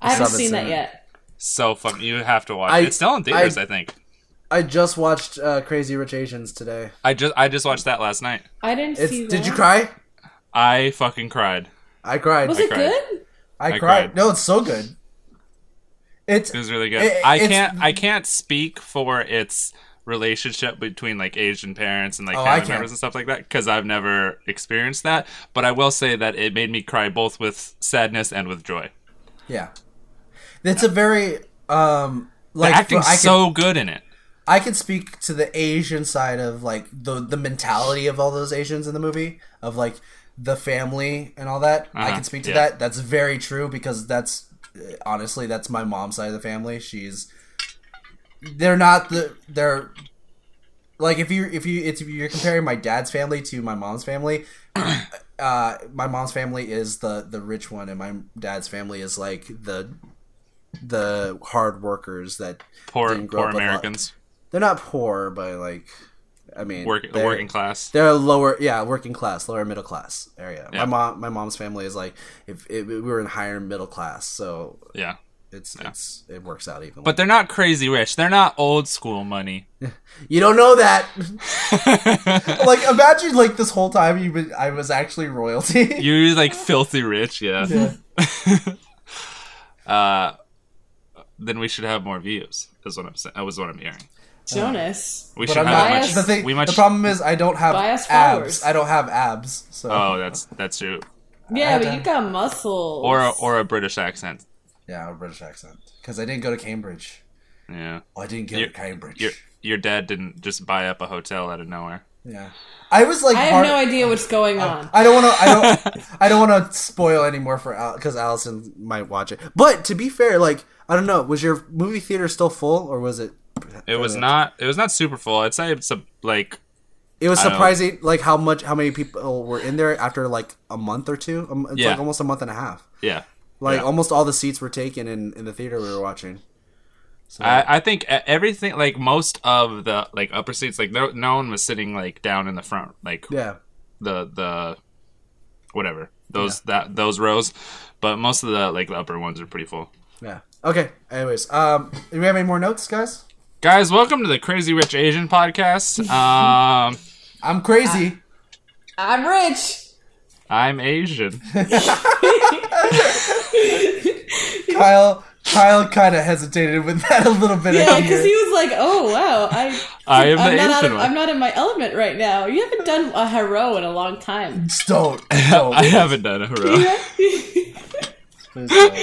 Speaker 6: I haven't
Speaker 3: Seven,
Speaker 6: seen that
Speaker 3: seven.
Speaker 6: yet.
Speaker 5: so fun. You have to watch.
Speaker 3: I-
Speaker 5: it. It's still in theaters, I,
Speaker 3: I-
Speaker 5: think.
Speaker 3: I just watched uh, Crazy Rich Asians today.
Speaker 5: I just I just watched that last night.
Speaker 6: I didn't
Speaker 3: It's,
Speaker 6: see. That.
Speaker 3: did you cry?
Speaker 5: I fucking cried.
Speaker 3: I cried.
Speaker 6: Was
Speaker 5: I
Speaker 6: it
Speaker 5: cried.
Speaker 6: good?
Speaker 3: I,
Speaker 5: I
Speaker 3: cried.
Speaker 5: cried.
Speaker 3: No, it's so good. It's
Speaker 5: It was really good.
Speaker 3: It-
Speaker 5: I
Speaker 3: it's-
Speaker 5: can't I can't speak for its relationship between like Asian parents and like
Speaker 3: Oh, I
Speaker 5: family
Speaker 3: can.
Speaker 5: members and stuff like that because I've never experienced that. But I will say that it made me cry both with sadness and with joy.
Speaker 3: yeah. It's a very um
Speaker 5: The
Speaker 3: like
Speaker 5: acting's
Speaker 3: I can,
Speaker 5: so good in it.
Speaker 3: I can speak to the Asian side of like the the mentality of all those Asians in the movie of like the family and all that. I
Speaker 5: Uh-huh,
Speaker 3: can speak to
Speaker 5: yeah.
Speaker 3: that. That's very true because that's uh, honestly that's my mom's side of the family. She's they're not the they're like if you if you it's if you're comparing my dad's family to my mom's family, uh my mom's family is the the rich one and my dad's family is like the the hard workers that
Speaker 5: Poor
Speaker 3: didn't grow
Speaker 5: poor
Speaker 3: up with a lot-
Speaker 5: Americans,
Speaker 3: they're not poor, but like, I mean,
Speaker 5: work, the
Speaker 3: they're,
Speaker 5: working class.
Speaker 3: They're lower, yeah, working class, lower middle class area.
Speaker 5: Yeah.
Speaker 3: My mom, my mom's family is like, if it, we were in higher middle class, so
Speaker 5: Yeah,
Speaker 3: it's it's it works out even.
Speaker 5: but they're not crazy rich. They're not old school money.
Speaker 3: you don't know that. like, imagine like this whole time you been, I was actually royalty.
Speaker 5: You're like filthy rich. Yeah. uh, then we should have more views. Is what I'm saying. That was what I'm hearing.
Speaker 6: Jonas.
Speaker 5: We
Speaker 3: but
Speaker 5: should
Speaker 3: I'm
Speaker 5: have
Speaker 3: not.
Speaker 5: a
Speaker 6: Buy
Speaker 5: much.
Speaker 6: us-
Speaker 3: the thing,
Speaker 5: we much.
Speaker 3: the problem is I don't have
Speaker 6: Buy us flowers.
Speaker 3: abs. I don't have abs. So
Speaker 5: oh, that's that's true.
Speaker 6: Yeah, but
Speaker 3: done.
Speaker 6: you got muscles.
Speaker 5: Or a, or a British accent.
Speaker 3: yeah, a British accent because I didn't go to Cambridge.
Speaker 5: Yeah.
Speaker 3: Oh, I didn't go
Speaker 5: You're-
Speaker 3: to Cambridge.
Speaker 5: Your your dad didn't just buy up a hotel out of nowhere.
Speaker 3: Yeah, I was like,
Speaker 6: I have
Speaker 3: hard-
Speaker 6: no idea what's going on.
Speaker 3: I don't want to. I don't. I don't want to spoil anymore for Al because Allison might watch it. But to be fair, like I don't know, was your movie theater still full or was it?
Speaker 5: It was not. It was not super full. I'd say it's a like.
Speaker 3: It was
Speaker 5: don't-
Speaker 3: surprising, like how much, how many people were in there after like a month or two. Um, It's
Speaker 5: Yeah.
Speaker 3: like almost a month and a half.
Speaker 5: Yeah.
Speaker 3: Like
Speaker 5: Yeah.
Speaker 3: almost all the seats were taken in in the theater we were watching. So
Speaker 5: I, I think e- everything, like most of the like upper seats, like no, no one was sitting like down in the front, like
Speaker 3: yeah,
Speaker 5: the the whatever those that those rows. But most of the like the upper ones are pretty full.
Speaker 3: yeah. Okay. Anyways, um, do we have any more notes, guys?
Speaker 5: Guys, welcome to the Crazy Rich Asian podcast. Um,
Speaker 3: I'm
Speaker 6: Uh,
Speaker 3: crazy.
Speaker 6: I'm rich.
Speaker 5: I'm Asian.
Speaker 3: Kyle. Kyle kind of hesitated with that a little bit.
Speaker 6: Yeah,
Speaker 3: earlier.
Speaker 6: because he was like, "Oh wow, I,
Speaker 5: I am
Speaker 6: I'm
Speaker 5: the
Speaker 6: not out
Speaker 5: Asian
Speaker 6: of,
Speaker 5: one.
Speaker 6: I'm not in my element right now. You haven't done a hero in a long time.
Speaker 3: Just don't. don't.
Speaker 5: I haven't done a row.
Speaker 6: you
Speaker 3: Please don't.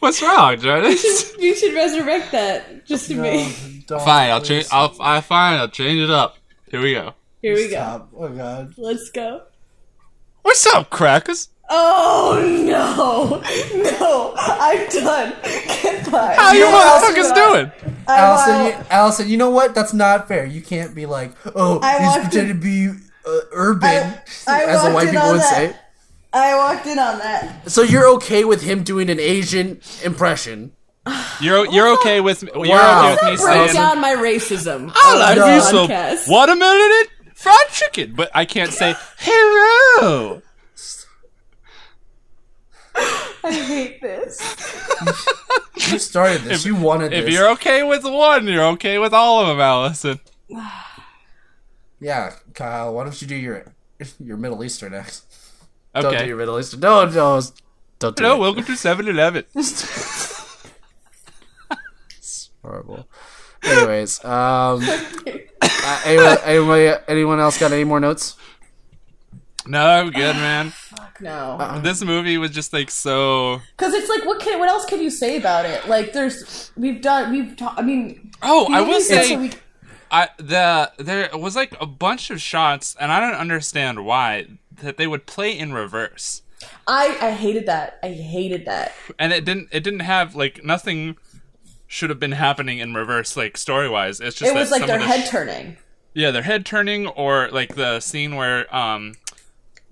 Speaker 5: What's wrong, Jordan?
Speaker 6: should resurrect that just to
Speaker 3: No,
Speaker 6: me.
Speaker 3: don't.
Speaker 5: fine, I'll change.
Speaker 3: please.
Speaker 5: I'll I fine. I'll change it up. Here we go.
Speaker 6: Here we go.
Speaker 3: Stop. Oh god.
Speaker 6: Let's go.
Speaker 5: What's up, crackers?
Speaker 6: Oh no, no, I'm done. Goodbye.
Speaker 5: How you
Speaker 6: I'm
Speaker 5: motherfuckers
Speaker 6: out.
Speaker 5: doing?
Speaker 6: I'm
Speaker 3: Allison,
Speaker 6: out.
Speaker 3: you, Allison, you know what? That's not fair. You can't be like, oh,
Speaker 6: I
Speaker 3: he's
Speaker 6: walked
Speaker 3: pretending to be uh, urban,
Speaker 6: I- I
Speaker 3: as the
Speaker 6: walked
Speaker 3: white
Speaker 6: in
Speaker 3: people
Speaker 6: on
Speaker 3: would
Speaker 6: that. I walked in on that.
Speaker 3: say. So you're okay with him doing an Asian impression?
Speaker 5: You're you're okay with me? You're
Speaker 3: Wow.
Speaker 5: okay
Speaker 6: Break
Speaker 5: with me saying
Speaker 6: down my racism.
Speaker 5: I like
Speaker 3: No.
Speaker 5: you
Speaker 6: Podcast.
Speaker 5: some watermelon and fried chicken, but I can't say hello.
Speaker 6: I hate this.
Speaker 3: You started this. you wanted
Speaker 5: If
Speaker 3: this.
Speaker 5: you're okay with one, you're okay with all of them, Allison.
Speaker 3: yeah, Kyle. Why don't you do your your Middle Eastern accent? Don't do
Speaker 5: Okay.
Speaker 3: your Middle Eastern. No, no, don't do
Speaker 5: Hello,
Speaker 3: it.
Speaker 5: welcome to 7-Eleven.
Speaker 3: Horrible. Anyways, um, uh, anyone, anyone, anyone else got any more notes?
Speaker 5: No, I'm good, man.
Speaker 6: No,
Speaker 5: This movie was just like so.
Speaker 6: because it's like, what can, what else can you say about it? Like, there's, we've done, we've, ta- I mean,
Speaker 5: Oh, I will
Speaker 6: movies are
Speaker 5: say.
Speaker 6: so we-
Speaker 5: I the there was like a bunch of shots, and I don't understand why that they would play in reverse,
Speaker 6: I, I hated that. I hated that.
Speaker 5: and it didn't. It didn't have like nothing should have been happening in reverse, like story wise. It's just
Speaker 6: It
Speaker 5: that
Speaker 6: was like
Speaker 5: some
Speaker 6: their
Speaker 5: of the
Speaker 6: head
Speaker 5: sh-
Speaker 6: turning.
Speaker 5: yeah, their head turning, or like the scene where um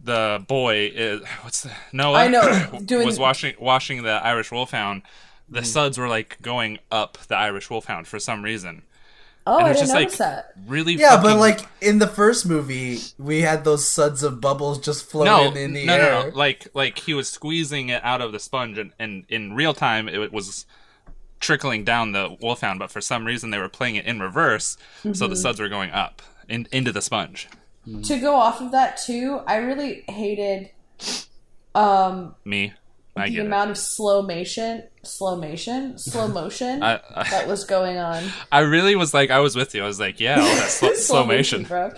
Speaker 5: the boy is what's the Noah
Speaker 6: I know, doing-
Speaker 5: was washing washing the Irish wolfhound. The
Speaker 3: Mm-hmm.
Speaker 5: suds were like going up the Irish wolfhound for some reason.
Speaker 6: Oh,
Speaker 5: And
Speaker 6: I
Speaker 5: it's
Speaker 6: didn't
Speaker 5: just
Speaker 6: notice
Speaker 5: like
Speaker 6: that.
Speaker 5: really
Speaker 3: Yeah, but
Speaker 5: fucking-
Speaker 3: like in the first movie, we had those suds of bubbles just
Speaker 5: no,
Speaker 3: floating in the
Speaker 5: no,
Speaker 3: air.
Speaker 5: no, no. Like, like he was squeezing it out of the sponge, and, and in real time, it was trickling down the wolfhound. But for some reason, they were playing it in reverse,
Speaker 3: Mm-hmm.
Speaker 5: so the suds were going up in, into the sponge.
Speaker 6: To go off of that too, I really hated um
Speaker 5: Me, I
Speaker 6: the
Speaker 5: get it.
Speaker 6: amount of slow motion, slow motion, slow motion
Speaker 5: I, I,
Speaker 6: that was going on.
Speaker 5: I really was like, I was with you. I was like, yeah, all that sl- Oh, slow motion.
Speaker 6: bro.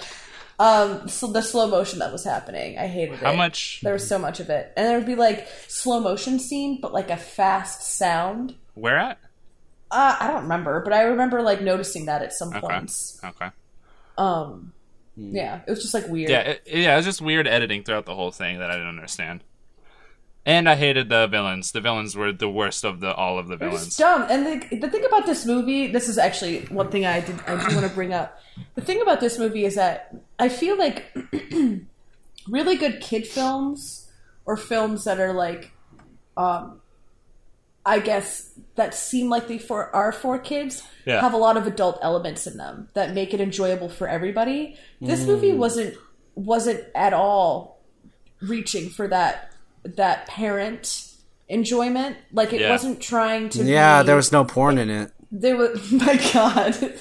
Speaker 6: Um, so the slow motion that was happening, I hated it.
Speaker 5: How much?
Speaker 6: There was so much of it, and there would be like slow motion scene, but like a fast sound.
Speaker 5: Where at?
Speaker 6: Uh, I don't remember, but I remember like noticing that at some points.
Speaker 5: Okay.
Speaker 6: Um, yeah, it was just like weird.
Speaker 5: Yeah, it, yeah. It was just weird editing throughout the whole thing that I didn't understand. And I hated the villains. The villains were the worst of the all of the
Speaker 6: They're
Speaker 5: villains.
Speaker 6: just dumb. And the, the thing about this movie, this is actually one thing I did I do want to bring up. The thing about this movie is that I feel like really good kid films or films that are like, um, I guess that seem like they for are for kids
Speaker 5: Yeah.
Speaker 6: have a lot of adult elements in them that make it enjoyable for everybody. This movie wasn't wasn't at all reaching for that that parent enjoyment. Like it
Speaker 5: Yeah.
Speaker 6: wasn't trying to.
Speaker 3: Yeah,
Speaker 6: be,
Speaker 3: there was no porn in it.
Speaker 6: There was my God.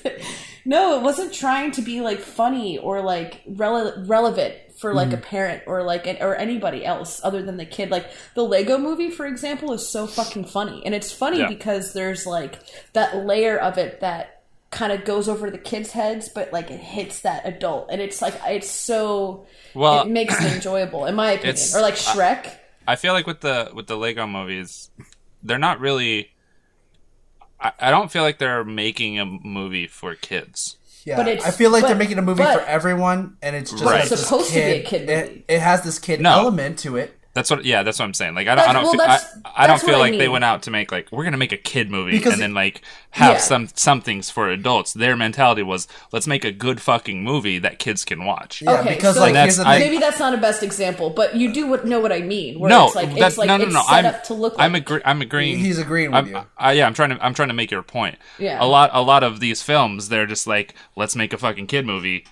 Speaker 6: no, it wasn't trying to be like funny or like rele- relevant for like
Speaker 3: Mm.
Speaker 6: a parent or like an, or anybody else other than the kid. Like the Lego Movie, for example, is so fucking funny, and it's funny
Speaker 5: Yeah.
Speaker 6: because there's like that layer of it that kind of goes over the kids' heads, but like it hits that adult, and it's like it's so
Speaker 5: well,
Speaker 6: it makes it enjoyable, in my opinion.
Speaker 5: Uh, it's- uh,
Speaker 6: Or like Shrek.
Speaker 5: I feel like with the with the Lego movies, they're not really. I, I don't feel like they're making a movie for kids.
Speaker 3: Yeah,
Speaker 6: But it's-
Speaker 3: I feel like
Speaker 6: but-
Speaker 3: they're making a movie
Speaker 6: but-
Speaker 3: for everyone, and it's just
Speaker 5: Right.
Speaker 3: has this
Speaker 6: Supposed to be a kid
Speaker 3: It,
Speaker 6: movie.
Speaker 3: it has this kid
Speaker 5: No.
Speaker 3: element to it.
Speaker 5: That's what, yeah, that's what I'm saying. Like, I don't,
Speaker 6: That's-
Speaker 5: I don't,
Speaker 6: well,
Speaker 5: feel, I,
Speaker 6: that's-
Speaker 5: I don't
Speaker 6: that's
Speaker 5: feel
Speaker 6: what I
Speaker 5: like they
Speaker 6: mean.
Speaker 5: went out to make like we're gonna make a kid movie
Speaker 3: Because
Speaker 5: and
Speaker 3: it-
Speaker 5: then like have
Speaker 6: Yeah.
Speaker 5: some some things for adults. Their mentality was let's make a good fucking movie that kids can watch.
Speaker 3: Yeah,
Speaker 6: Okay,
Speaker 3: because
Speaker 6: so-
Speaker 3: like
Speaker 5: And
Speaker 3: here's the
Speaker 5: that's- I-
Speaker 3: thing.
Speaker 8: Maybe that's not a best example, but you do what, know what I mean. Where
Speaker 5: no,
Speaker 8: it's like
Speaker 5: that-
Speaker 8: it's like
Speaker 5: no, no,
Speaker 8: it's
Speaker 5: no,
Speaker 8: set
Speaker 5: I'm,
Speaker 8: up to look.
Speaker 5: I'm
Speaker 8: like.
Speaker 5: agree, I'm agreeing.
Speaker 3: He's agreeing with
Speaker 5: I'm,
Speaker 3: you.
Speaker 5: I, yeah, I'm trying to, I'm trying to make your point.
Speaker 8: Yeah.
Speaker 5: A lot, a lot of these films, they're just like, let's make a fucking kid movie,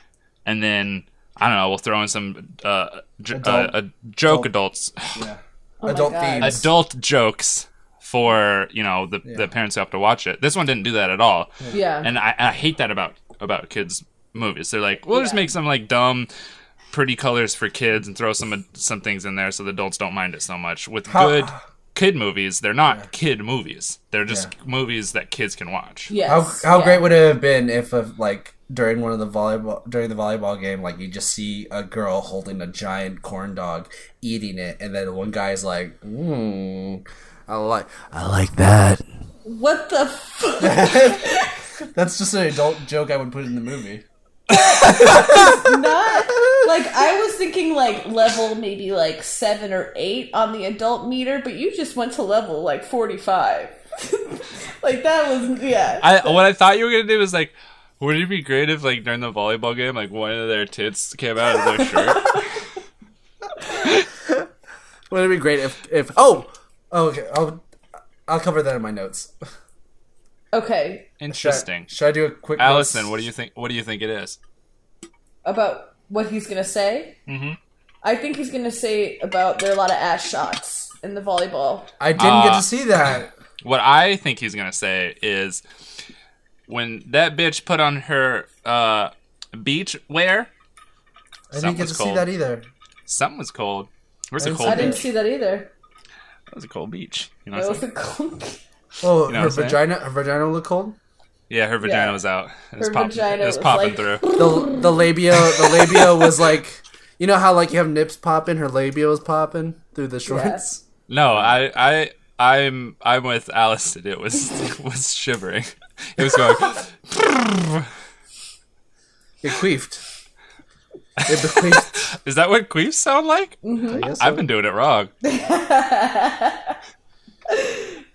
Speaker 5: and then I don't know, we'll throw in some uh, j-
Speaker 3: Adult-
Speaker 5: uh, uh, joke adults,
Speaker 6: Oh
Speaker 8: my
Speaker 3: Adult
Speaker 8: God.
Speaker 3: themes.
Speaker 5: adult jokes for you know the, the parents who have to watch it. This one didn't do that at all,
Speaker 8: yeah.
Speaker 5: and I, I hate that about about kids movies. They're like, we'll just
Speaker 8: Yeah.
Speaker 5: make some like dumb. Pretty colors for kids and throw some some things in there so the adults don't mind it so much. With
Speaker 3: How-
Speaker 5: good kid movies, they're not kid movies. They're just movies that kids can watch.
Speaker 3: How
Speaker 8: yes.
Speaker 3: how
Speaker 8: yeah.
Speaker 3: great would it have been if uh, like during one of the volleyball during the volleyball game, like you just see a girl holding a giant corn dog eating it, and then one guy's like, "Mmm, I like I like that."
Speaker 8: What the fuck?
Speaker 3: That's just an adult joke I would put in the movie.
Speaker 8: not like I was thinking like level maybe like seven or eight on the adult meter, but you just went to level like forty five. like that was yeah.
Speaker 5: I what I thought you were gonna do was like, would it be great if like during the volleyball game, like one of their tits came out of their shirt?
Speaker 3: Wouldn't it be great if if oh, oh okay I'll I'll cover that in my notes. Should
Speaker 8: okay,
Speaker 3: I-
Speaker 5: Interesting.
Speaker 3: Should I do a quick?
Speaker 5: Allison,
Speaker 3: notes?
Speaker 5: what do you think? What do you think it is?
Speaker 8: about what he's gonna say. Mm-hmm. I think he's gonna say about there are a lot of ass shots in the volleyball.
Speaker 3: I didn't get
Speaker 5: Uh,
Speaker 3: to see that.
Speaker 5: What I think he's gonna say is, when that bitch put on her uh, beach wear,
Speaker 3: I didn't get to
Speaker 5: something's
Speaker 3: see
Speaker 5: cold.
Speaker 3: that either.
Speaker 5: something was cold. Where's
Speaker 3: I
Speaker 5: a
Speaker 3: didn't
Speaker 5: cold
Speaker 8: I
Speaker 5: beach?
Speaker 8: didn't see that either.
Speaker 5: That was a cold beach. You know what
Speaker 8: It
Speaker 5: I'm
Speaker 8: was
Speaker 5: saying?
Speaker 8: a cool.
Speaker 3: Oh,
Speaker 5: know
Speaker 3: her
Speaker 5: what I'm saying?
Speaker 3: vagina, her vagina looked cold.
Speaker 5: Yeah, her vagina
Speaker 8: Yeah.
Speaker 5: was out. It was
Speaker 8: Her
Speaker 5: popping.
Speaker 8: vagina
Speaker 5: It was
Speaker 8: was
Speaker 5: popping
Speaker 8: like-
Speaker 5: through.
Speaker 3: the the labia the labia was like you know how like you have nips popping her labia was popping through the shorts
Speaker 5: No, I, I, I'm, I'm with Allison. It was, it was shivering. It was going.
Speaker 3: it queefed it bequeathed
Speaker 5: Is that what queefs sound like?
Speaker 8: Mm-hmm.
Speaker 3: I guess so.
Speaker 5: I've been doing it wrong.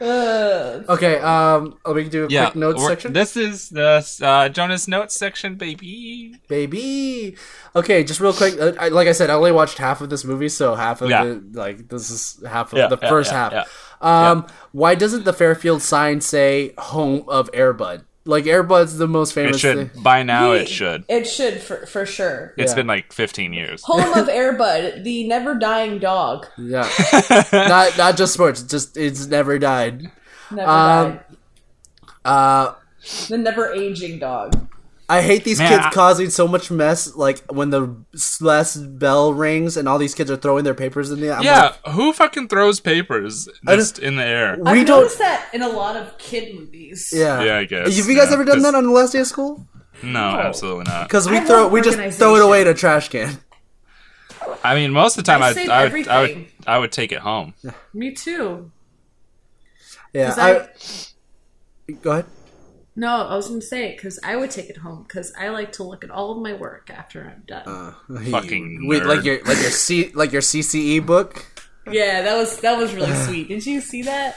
Speaker 8: Uh,
Speaker 3: okay um oh, we can do a
Speaker 5: Yeah.
Speaker 3: quick notes
Speaker 5: we're-
Speaker 3: section
Speaker 5: This is the uh, Jonas notes section, baby.
Speaker 3: baby okay just real quick uh, I, like i said i only watched half of this movie so half of
Speaker 5: Yeah.
Speaker 3: the like this is half of
Speaker 5: Yeah,
Speaker 3: the
Speaker 5: yeah,
Speaker 3: first
Speaker 5: yeah,
Speaker 3: half
Speaker 5: yeah.
Speaker 3: um why doesn't the fairfield sign say home of airbud like airbud's the most
Speaker 5: It
Speaker 3: famous
Speaker 5: should
Speaker 3: thing
Speaker 5: by now. It should.
Speaker 8: It should for for sure.
Speaker 5: It's
Speaker 3: Oh, Yeah.
Speaker 5: been like 15 years.
Speaker 8: Home of Airbud, the never dying dog.
Speaker 3: yeah not not just sports just it's never died
Speaker 8: Never
Speaker 3: Um,
Speaker 8: died.
Speaker 3: uh
Speaker 8: The never aging dog.
Speaker 3: I hate these
Speaker 5: Man,
Speaker 3: kids
Speaker 5: I-
Speaker 3: causing so much mess. Like when the s- last bell rings and all these kids are throwing their papers in the air. I'm
Speaker 5: Yeah, who fucking throws papers
Speaker 3: just-
Speaker 5: just in the air?
Speaker 3: like, we
Speaker 8: I've
Speaker 3: don't.
Speaker 8: noticed that in a lot of kid movies.
Speaker 3: Yeah,
Speaker 5: Yeah, I guess,
Speaker 3: Have you guys
Speaker 5: yeah,
Speaker 3: ever done
Speaker 5: 'cause-
Speaker 3: that on the last day of school?
Speaker 5: No, absolutely not.
Speaker 3: Because we
Speaker 6: I
Speaker 3: throw,
Speaker 6: love
Speaker 3: we just throw it away in a trash can.
Speaker 5: I mean, most of the time,
Speaker 6: I
Speaker 5: I,
Speaker 6: save
Speaker 5: I, would, I would,
Speaker 6: everything.
Speaker 5: I would take it home.
Speaker 6: Me too.
Speaker 3: Yeah.
Speaker 6: 'Cause
Speaker 3: I,
Speaker 6: I-
Speaker 3: go ahead.
Speaker 6: No, I was gonna say because I would take it home because I like to look at all of my work after I'm done.
Speaker 5: Fucking
Speaker 3: Wait, like
Speaker 5: nerd.
Speaker 3: your like your C like your CCE book.
Speaker 8: Yeah, that was that was really sweet. Did you see that?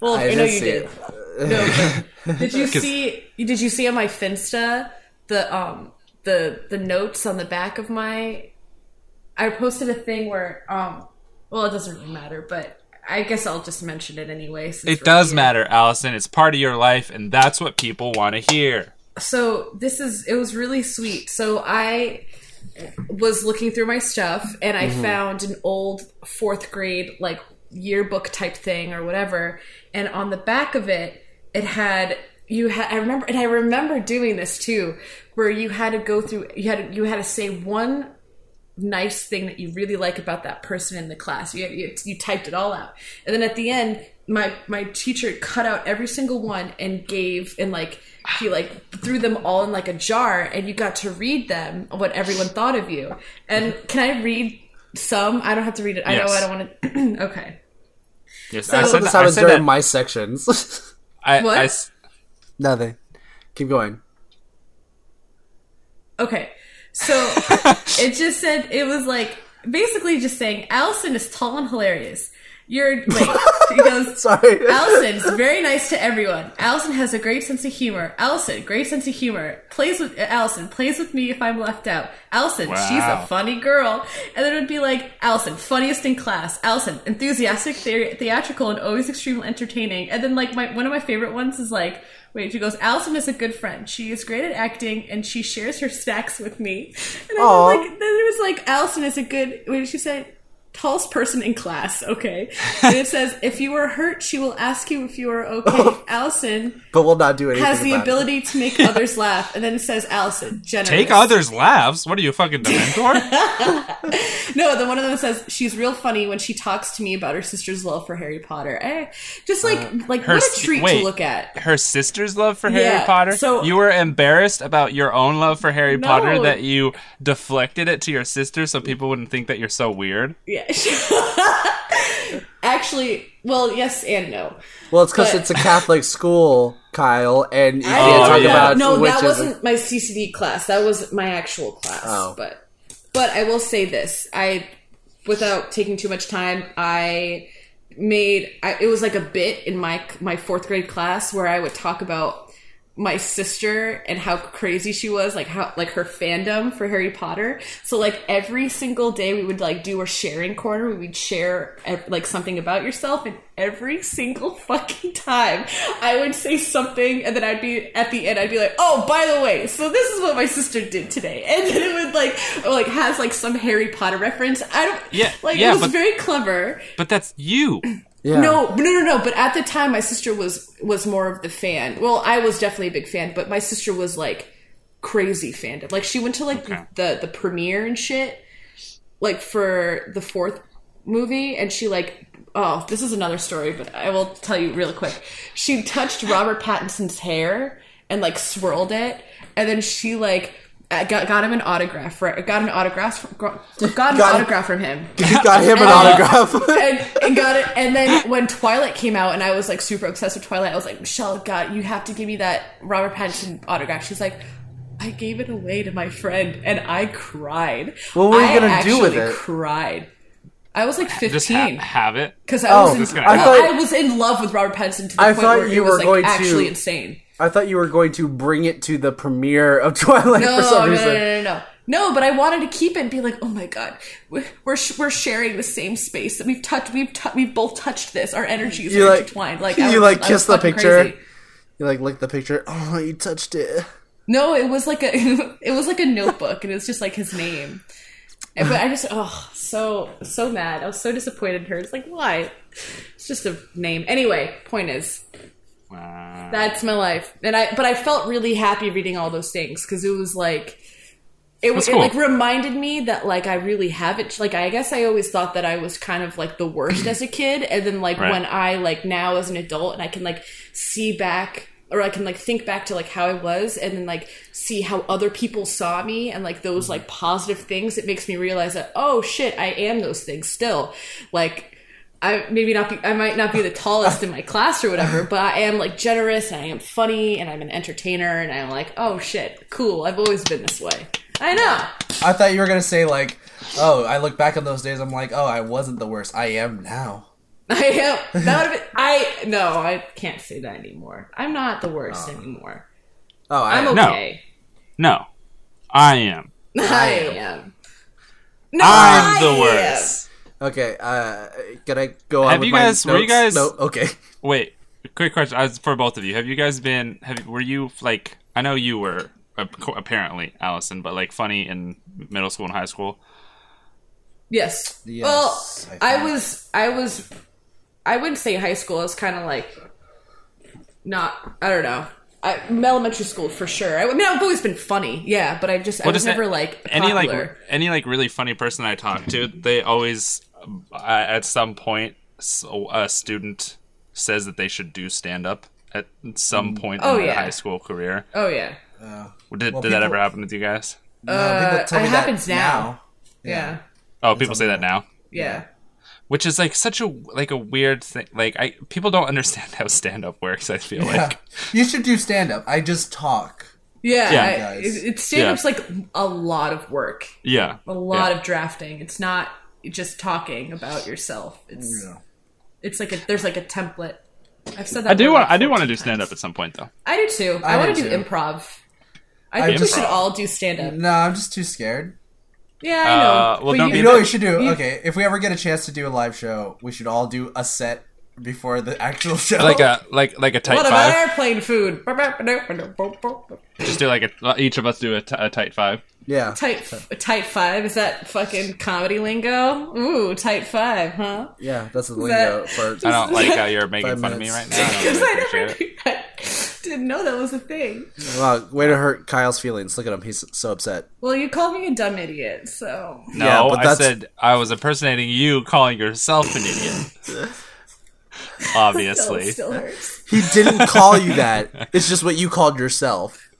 Speaker 8: Well,
Speaker 3: I
Speaker 8: I, know
Speaker 3: didn't
Speaker 8: you
Speaker 3: see
Speaker 8: did.
Speaker 3: it.
Speaker 6: No, but did you see? Did you see on my Finsta the um the the notes on the back of my? I posted a thing where um, well, it doesn't really matter, but I guess I'll just mention it anyway. Since
Speaker 5: It
Speaker 6: we're
Speaker 5: does
Speaker 6: here.
Speaker 5: matter, Allison. It's part of your life, and that's what people want to hear.
Speaker 6: so this is it was really sweet so i was looking through my stuff and i found an old fourth grade like yearbook type thing or whatever and on the back of it it had you had i remember and i remember doing this too where you had to go through you had you had to say one nice thing that you really like about that person in the class. You, you, you typed it all out, and then at the end, my my teacher cut out every single one and gave and like he like threw them all in like a jar, and you got to read them what everyone thought of you. And can I read some? I don't have to read it. I know
Speaker 5: Yes.
Speaker 6: I don't want to. okay.
Speaker 5: Yes,
Speaker 6: So-
Speaker 5: I said,
Speaker 3: This
Speaker 5: I
Speaker 3: happens
Speaker 5: said
Speaker 3: during
Speaker 5: that.
Speaker 3: my sections.
Speaker 5: I,
Speaker 6: What?
Speaker 5: I s-
Speaker 3: Nothing. Keep going.
Speaker 6: Okay. So it just said it was like basically just saying Allison is tall and hilarious. You're wait. She goes.
Speaker 3: Sorry.
Speaker 6: Allison's very nice to everyone. Allison has a great sense of humor. Allison, great sense of humor. Plays with Allison, plays with me if I'm left out. Allison,
Speaker 5: Wow.
Speaker 6: she's a funny girl. And then it would be like Allison, funniest in class. Allison, enthusiastic, the- theatrical, and always extremely entertaining. And then like my one of my favorite ones is like. Wait, she goes. Allison is a good friend. She is great at acting, and she shares her snacks with me. And I
Speaker 3: Aw.
Speaker 6: was like, then it was like, Allison is a good. What did she say? tallest person in class. Okay. And it says, if you are hurt, she will ask you if you are okay. Allison
Speaker 3: But we'll not do anything.
Speaker 6: has the
Speaker 3: about it.
Speaker 6: ability to make others laugh. And then it says, Allison, generous.
Speaker 5: Take others' laughs. What are you fucking the mentor?
Speaker 6: No, then one of them says, she's real funny when she talks to me about her sister's love for Harry Potter. Eh. Just like, like
Speaker 5: Uh, her
Speaker 6: what a
Speaker 5: s-
Speaker 6: treat
Speaker 5: wait.
Speaker 6: to look at.
Speaker 5: Her sister's love for
Speaker 6: Yeah,
Speaker 5: Harry Potter.
Speaker 6: so-
Speaker 5: you were embarrassed about your own love for Harry
Speaker 6: No.
Speaker 5: Potter that you deflected it to your sister so people wouldn't think that you're so weird.
Speaker 6: Yeah. Actually, well, yes and no.
Speaker 3: Well, it's because
Speaker 6: But-
Speaker 3: it's a Catholic school, Kyle, and you
Speaker 6: I
Speaker 3: can't
Speaker 5: didn't
Speaker 3: talk
Speaker 5: know
Speaker 3: about
Speaker 6: no,
Speaker 3: which
Speaker 6: that
Speaker 3: is-
Speaker 6: wasn't my CCD class. That was my actual class.
Speaker 3: Oh.
Speaker 6: But but I will say this: I, without taking too much time, I made I, it was like a bit in my my fourth grade class where I would talk about my sister and how crazy she was like how like her fandom for harry potter so like every single day we would like do a sharing corner we would share eh, like something about yourself and every single fucking time i would say something and then i'd be at the end i'd be like oh by the way so this is what my sister did today and then it would like or, like has like some harry potter reference i don't
Speaker 5: Yeah,
Speaker 6: like
Speaker 5: yeah,
Speaker 6: it was
Speaker 5: but-
Speaker 6: very clever
Speaker 5: But that's you.
Speaker 3: yeah.
Speaker 6: no, no, no, no. But at the time, my sister was was more of the fan. Well, I was definitely a big fan, but my sister was like crazy fandom. Like she went to like the the premiere and shit, like for the fourth movie, and she like. Oh, this is another story, but I will tell you real quick. She touched Robert Pattinson's hair and like swirled it, and then she like got got him an autograph. Right, got an autograph. Got an
Speaker 3: Got it.
Speaker 6: autograph from him
Speaker 3: you got him an autograph.
Speaker 6: Uh, and, and got it. And then when Twilight came out, and I was like super obsessed with Twilight, I was like, Michelle, God, you have to give me that Robert Pattinson autograph. She's like, I gave it away to my friend, and I cried.
Speaker 3: What were you
Speaker 6: I
Speaker 3: gonna do with it?
Speaker 6: actually Cried. I was like
Speaker 5: Just ha-
Speaker 6: fifteen
Speaker 5: have it.
Speaker 6: because I
Speaker 3: Oh,
Speaker 6: was in,
Speaker 5: gonna
Speaker 6: I,
Speaker 3: happen.
Speaker 6: was in love with Robert Pattinson to the
Speaker 3: I
Speaker 6: point
Speaker 3: thought
Speaker 6: where
Speaker 3: you
Speaker 6: it was
Speaker 3: were
Speaker 6: like
Speaker 3: going to-
Speaker 6: actually insane.
Speaker 3: I thought you were going to bring it to the premiere of Twilight
Speaker 6: No,
Speaker 3: for some
Speaker 6: Oh, no,
Speaker 3: reason.
Speaker 6: no, no, no, no. No, but I wanted to keep it and be like, oh my god, we're we're sh- we're sharing the same space that we've touched. We've tou- we've both touched this. Our energies
Speaker 3: You,
Speaker 6: are
Speaker 3: like-
Speaker 6: intertwined. Like
Speaker 3: you,
Speaker 6: I was,
Speaker 3: like,
Speaker 6: I was
Speaker 3: kissed the
Speaker 6: fucking
Speaker 3: picture?
Speaker 6: crazy.
Speaker 3: You like licked the picture. Oh, you touched it.
Speaker 6: No, it was like a it was like a notebook, and it was just like his name. And- But I just oh so so mad. I was so disappointed in her. It's like why? It's just a name. Anyway, point is
Speaker 5: Wow.
Speaker 6: that's my life, and I but I felt really happy reading all those things because it was like it was
Speaker 5: That's cool.
Speaker 6: it like reminded me that like I really haven't like I guess I always thought that I was kind of like the worst as a kid, and then like
Speaker 5: Right.
Speaker 6: when I like now as an adult and I can like see back or I can like think back to like how I was and then like see how other people saw me and like those like positive things, it makes me realize that oh shit, I am those things still, like. I maybe not be I might not be the tallest in my class or whatever, but I am like generous and I am funny and I'm an entertainer and I'm like, oh shit, cool. I've always been this way. I know.
Speaker 3: I thought you were gonna say like, oh, I look back on those days. I'm like, oh, I wasn't the worst. I am now.
Speaker 6: I am. That would have been. I no. I can't say that anymore. I'm not the worst anymore.
Speaker 3: Oh, I
Speaker 6: I'm
Speaker 3: am.
Speaker 5: No.
Speaker 6: okay.
Speaker 5: No, I am.
Speaker 6: I am. No,
Speaker 5: I'm the
Speaker 6: I
Speaker 5: worst.
Speaker 3: okay. Uh, can I go on?
Speaker 5: Have
Speaker 3: with
Speaker 5: you
Speaker 3: my
Speaker 5: guys- were you
Speaker 3: notes?
Speaker 5: guys-
Speaker 3: No. Okay.
Speaker 5: Wait, quick question as for both of you. Have you guys been? Have were you like? I know you were ap- apparently Allison, but like funny in middle school and high school.
Speaker 6: Yes.
Speaker 3: Yes,
Speaker 6: well,
Speaker 3: I
Speaker 6: I,
Speaker 3: think.
Speaker 6: was. I was. I wouldn't say high school. I was kind of like not. I don't know. I, elementary school for sure. I, mean, I've always been funny. Yeah, but I just I
Speaker 5: Well,
Speaker 6: was
Speaker 5: just a-
Speaker 6: never like
Speaker 5: any like
Speaker 6: popular.
Speaker 5: r- any like really funny person I talk to, they always um, uh, at some point s- a student says that they should do stand up at some point
Speaker 6: Oh,
Speaker 5: in their
Speaker 6: yeah.
Speaker 5: high school career.
Speaker 6: oh yeah.
Speaker 5: Did,
Speaker 3: Well,
Speaker 5: did that
Speaker 3: people-
Speaker 5: ever happen with you guys?
Speaker 3: No,
Speaker 6: Uh,
Speaker 3: people tell
Speaker 6: it
Speaker 3: me that
Speaker 6: happens now. Yeah.
Speaker 5: Oh, people say that now.
Speaker 6: Yeah.
Speaker 5: Which is like such a like a weird thing. Like I people don't understand how stand up works. I feel
Speaker 3: Yeah.
Speaker 5: like
Speaker 3: You should do stand up. I just talk.
Speaker 6: Yeah,
Speaker 5: Yeah.
Speaker 6: I-
Speaker 3: Guys.
Speaker 6: it, it stand up's like a lot of work,
Speaker 5: Yeah.
Speaker 6: a lot of drafting. It's not just talking about yourself. It's
Speaker 3: Yeah.
Speaker 6: it's like a there's like a template. I've said that.
Speaker 5: I do
Speaker 6: word
Speaker 5: want. I
Speaker 6: like
Speaker 5: do want to
Speaker 6: 14
Speaker 5: do stand up
Speaker 6: times.
Speaker 5: at some point though.
Speaker 6: I do too. I,
Speaker 3: I
Speaker 6: want to
Speaker 3: do
Speaker 6: do
Speaker 3: too. Mm-hmm.
Speaker 6: improv. I think we
Speaker 5: Improv.
Speaker 6: should all do stand up.
Speaker 3: No, I'm just too scared.
Speaker 6: Yeah, I know.
Speaker 5: Uh, well,
Speaker 6: But
Speaker 5: don't
Speaker 6: you-
Speaker 5: be-
Speaker 3: You know what we should do?
Speaker 6: You-
Speaker 3: Okay, if we ever get a chance to do a live show, we should all do a set before the actual show.
Speaker 5: Like a like like a tight
Speaker 6: What about
Speaker 5: five.
Speaker 6: airplane food?
Speaker 5: Just do like a, uh, each of us do a, t- a tight five.
Speaker 3: yeah,
Speaker 6: Type type five is that fucking comedy lingo? Ooh, type five, huh?
Speaker 3: yeah, that's the lingo
Speaker 6: that-
Speaker 3: for.
Speaker 5: I don't like how you're making
Speaker 3: Five
Speaker 5: fun of me right
Speaker 3: minutes.
Speaker 5: now. I don't
Speaker 6: Because I
Speaker 5: appreciate
Speaker 6: never
Speaker 5: it.
Speaker 6: knew that. didn't know that was a thing.
Speaker 3: Wow, way to hurt Kyle's feelings. Look at him; he's so upset.
Speaker 6: Well, you called me a dumb idiot, so
Speaker 5: No,
Speaker 3: Yeah, but
Speaker 5: I
Speaker 3: that's-
Speaker 5: said I was impersonating you, calling yourself an idiot.
Speaker 6: still,
Speaker 5: Obviously,
Speaker 6: still hurts.
Speaker 3: He didn't call you that. It's just what you called yourself.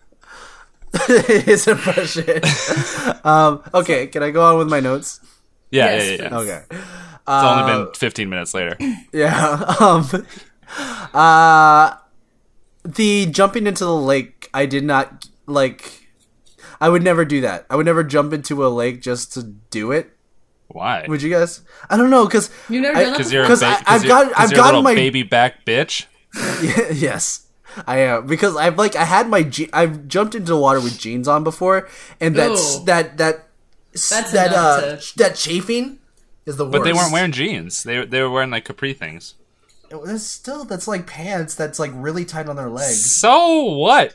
Speaker 3: His impression. um, okay, can I go on with my notes?
Speaker 5: yeah,
Speaker 6: Yes,
Speaker 5: yeah, yeah. yeah.
Speaker 3: Okay.
Speaker 5: It's only
Speaker 3: uh,
Speaker 5: been 15 minutes later.
Speaker 3: Yeah. Um, uh, the jumping into the lake, I did not like. I would never do that. I would never jump into a lake just to do it.
Speaker 5: Why?
Speaker 3: Would you guys? I don't know, cause
Speaker 6: You never
Speaker 3: I-
Speaker 6: done that.
Speaker 5: Because you're a
Speaker 3: 'Cause I-
Speaker 5: ba-
Speaker 3: I've
Speaker 5: 'cause you're-
Speaker 3: got-
Speaker 5: 'cause
Speaker 3: I've
Speaker 5: you're a
Speaker 3: gotten
Speaker 5: little
Speaker 3: my-
Speaker 5: baby back bitch.
Speaker 3: yes, I am because I've like I had my je- I've jumped into the water with jeans on before, and that's
Speaker 6: Ooh.
Speaker 3: that that s-
Speaker 6: That's
Speaker 3: that
Speaker 6: enough
Speaker 3: uh
Speaker 6: to-
Speaker 3: that chafing is the worst.
Speaker 5: But they weren't wearing jeans. They they were wearing like capri things.
Speaker 3: That's still that's like pants that's like really tight on their legs.
Speaker 5: So what?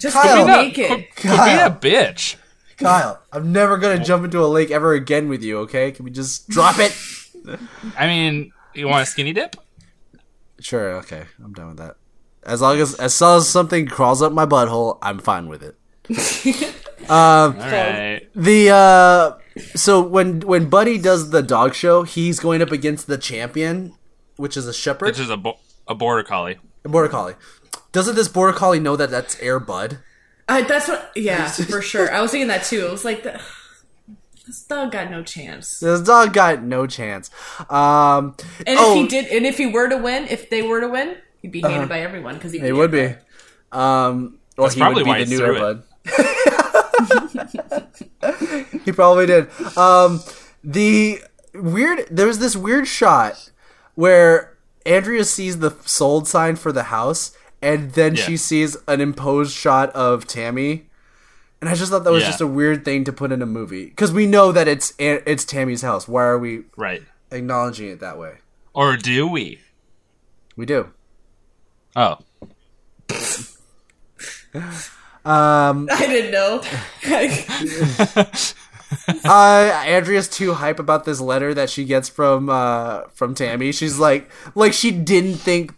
Speaker 6: Just
Speaker 3: Kyle.
Speaker 6: get
Speaker 3: You're not-
Speaker 6: naked.
Speaker 5: Be a bitch.
Speaker 3: Kyle, I'm never gonna jump into a lake ever again with you. Okay? Can we just drop it?
Speaker 5: I mean, you want a skinny dip?
Speaker 3: Sure. Okay, I'm done with that. As long as as long as something crawls up my butthole, I'm fine with it.
Speaker 5: All right.
Speaker 3: The uh, so when when Buddy does the dog show, he's going up against the champion, which is a shepherd,
Speaker 5: Which is a bo- a border collie.
Speaker 3: a border collie. Doesn't this border collie know that that's Air Bud?
Speaker 6: Uh, that's what. Yeah, for sure. I was thinking that too. It was like the, this dog got no chance.
Speaker 3: This dog got no chance. Um,
Speaker 6: And
Speaker 3: Oh.
Speaker 6: if he did, and if he were to win, if they were to win, he'd
Speaker 5: Uh-huh.
Speaker 6: be hated by everyone because he
Speaker 3: it would be. Um, well, he
Speaker 5: probably
Speaker 3: would be
Speaker 5: why
Speaker 3: the
Speaker 5: he
Speaker 3: new
Speaker 5: threw
Speaker 3: Air Bud. he probably did. Um, the weird there was this weird shot where Andrea sees the sold sign for the house, and then she
Speaker 5: Yeah.
Speaker 3: sees an imposed shot of Tammy. And I just thought that was
Speaker 5: Yeah.
Speaker 3: just a weird thing to put in a movie because we know that it's it's Tammy's house. Why are we
Speaker 5: Right.
Speaker 3: acknowledging it that way?
Speaker 5: Or do we?
Speaker 3: We do.
Speaker 5: Oh.
Speaker 6: I didn't know.
Speaker 3: uh, Andrea's too hype about this letter that she gets from uh, from Tammy. She's like, like she didn't think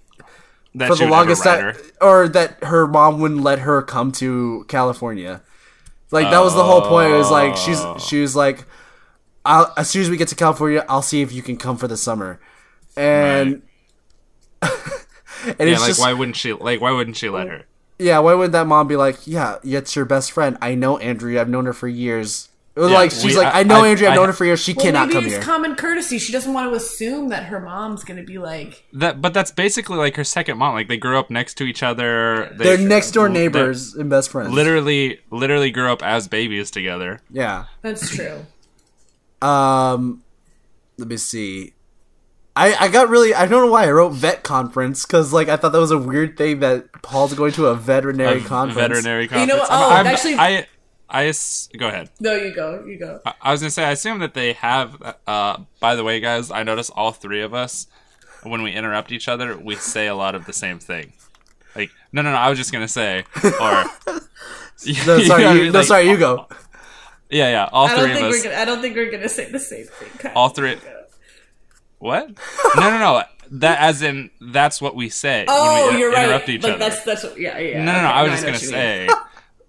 Speaker 5: That
Speaker 3: for
Speaker 5: she
Speaker 3: the
Speaker 5: would ever
Speaker 3: longest
Speaker 5: write
Speaker 3: time,
Speaker 5: her.
Speaker 3: or that her mom wouldn't let her come to California. Like that was the whole point. It was like she's
Speaker 5: Oh.
Speaker 3: she was like, I'll, as soon as we get to California, I'll see if you can come for the summer, and and
Speaker 5: Yeah,
Speaker 3: it's
Speaker 5: like
Speaker 3: just
Speaker 5: why wouldn't she? Like why wouldn't she let her?
Speaker 3: yeah. Why would that mom be like, yeah, it's your best friend? I know Andrea. I've known her for years. It was
Speaker 5: Yeah,
Speaker 3: like she's
Speaker 5: we-
Speaker 3: like,
Speaker 5: I-
Speaker 3: I, know
Speaker 5: I-
Speaker 3: Andrea. I've
Speaker 5: I-
Speaker 3: known her for years. She
Speaker 6: Well,
Speaker 3: cannot
Speaker 6: maybe
Speaker 3: come
Speaker 6: it's
Speaker 3: here.
Speaker 6: common courtesy. She doesn't want to assume that her mom's gonna be like,
Speaker 5: That, but that's basically like her second mom. Like they grew up next to each other. They,
Speaker 3: They're next door
Speaker 5: they're
Speaker 3: neighbors and best friends.
Speaker 5: Literally, literally grew up as babies together.
Speaker 3: Yeah.
Speaker 6: "That's true."
Speaker 3: Um, let me see. I, I got really I don't know why I wrote vet conference because like I thought that was a weird thing that Paul's going to a veterinary
Speaker 5: A
Speaker 3: conference.
Speaker 5: Veterinary
Speaker 6: know
Speaker 5: conference.
Speaker 6: what? Oh,
Speaker 5: I'm-
Speaker 6: actually-
Speaker 5: I, I, ass- go ahead.
Speaker 6: No, you go. You go.
Speaker 5: I- I was gonna say, I assume that they have. Uh, by the way, guys, I notice all three of us when we interrupt each other, we say a lot of the same thing. Like, no, no, no. I was just gonna say, or
Speaker 3: No,
Speaker 5: You
Speaker 3: sorry,
Speaker 5: know what I
Speaker 3: you,
Speaker 5: mean?
Speaker 3: no,
Speaker 5: Like, oh,
Speaker 3: sorry, you go.
Speaker 5: Yeah, yeah. All
Speaker 6: I
Speaker 5: three
Speaker 6: don't
Speaker 5: of
Speaker 6: think
Speaker 5: us.
Speaker 6: we're. Gonna, I don't think we're gonna say the same thing. Kyle.
Speaker 5: all three. What? No, no, no. That as in that's what we say
Speaker 6: Oh,
Speaker 5: when we inter-
Speaker 6: you're right.
Speaker 5: interrupt each
Speaker 6: like,
Speaker 5: other.
Speaker 6: That's that's what, yeah yeah.
Speaker 5: No, no,
Speaker 6: okay,
Speaker 5: no. I was just
Speaker 6: know
Speaker 5: gonna
Speaker 6: what
Speaker 5: say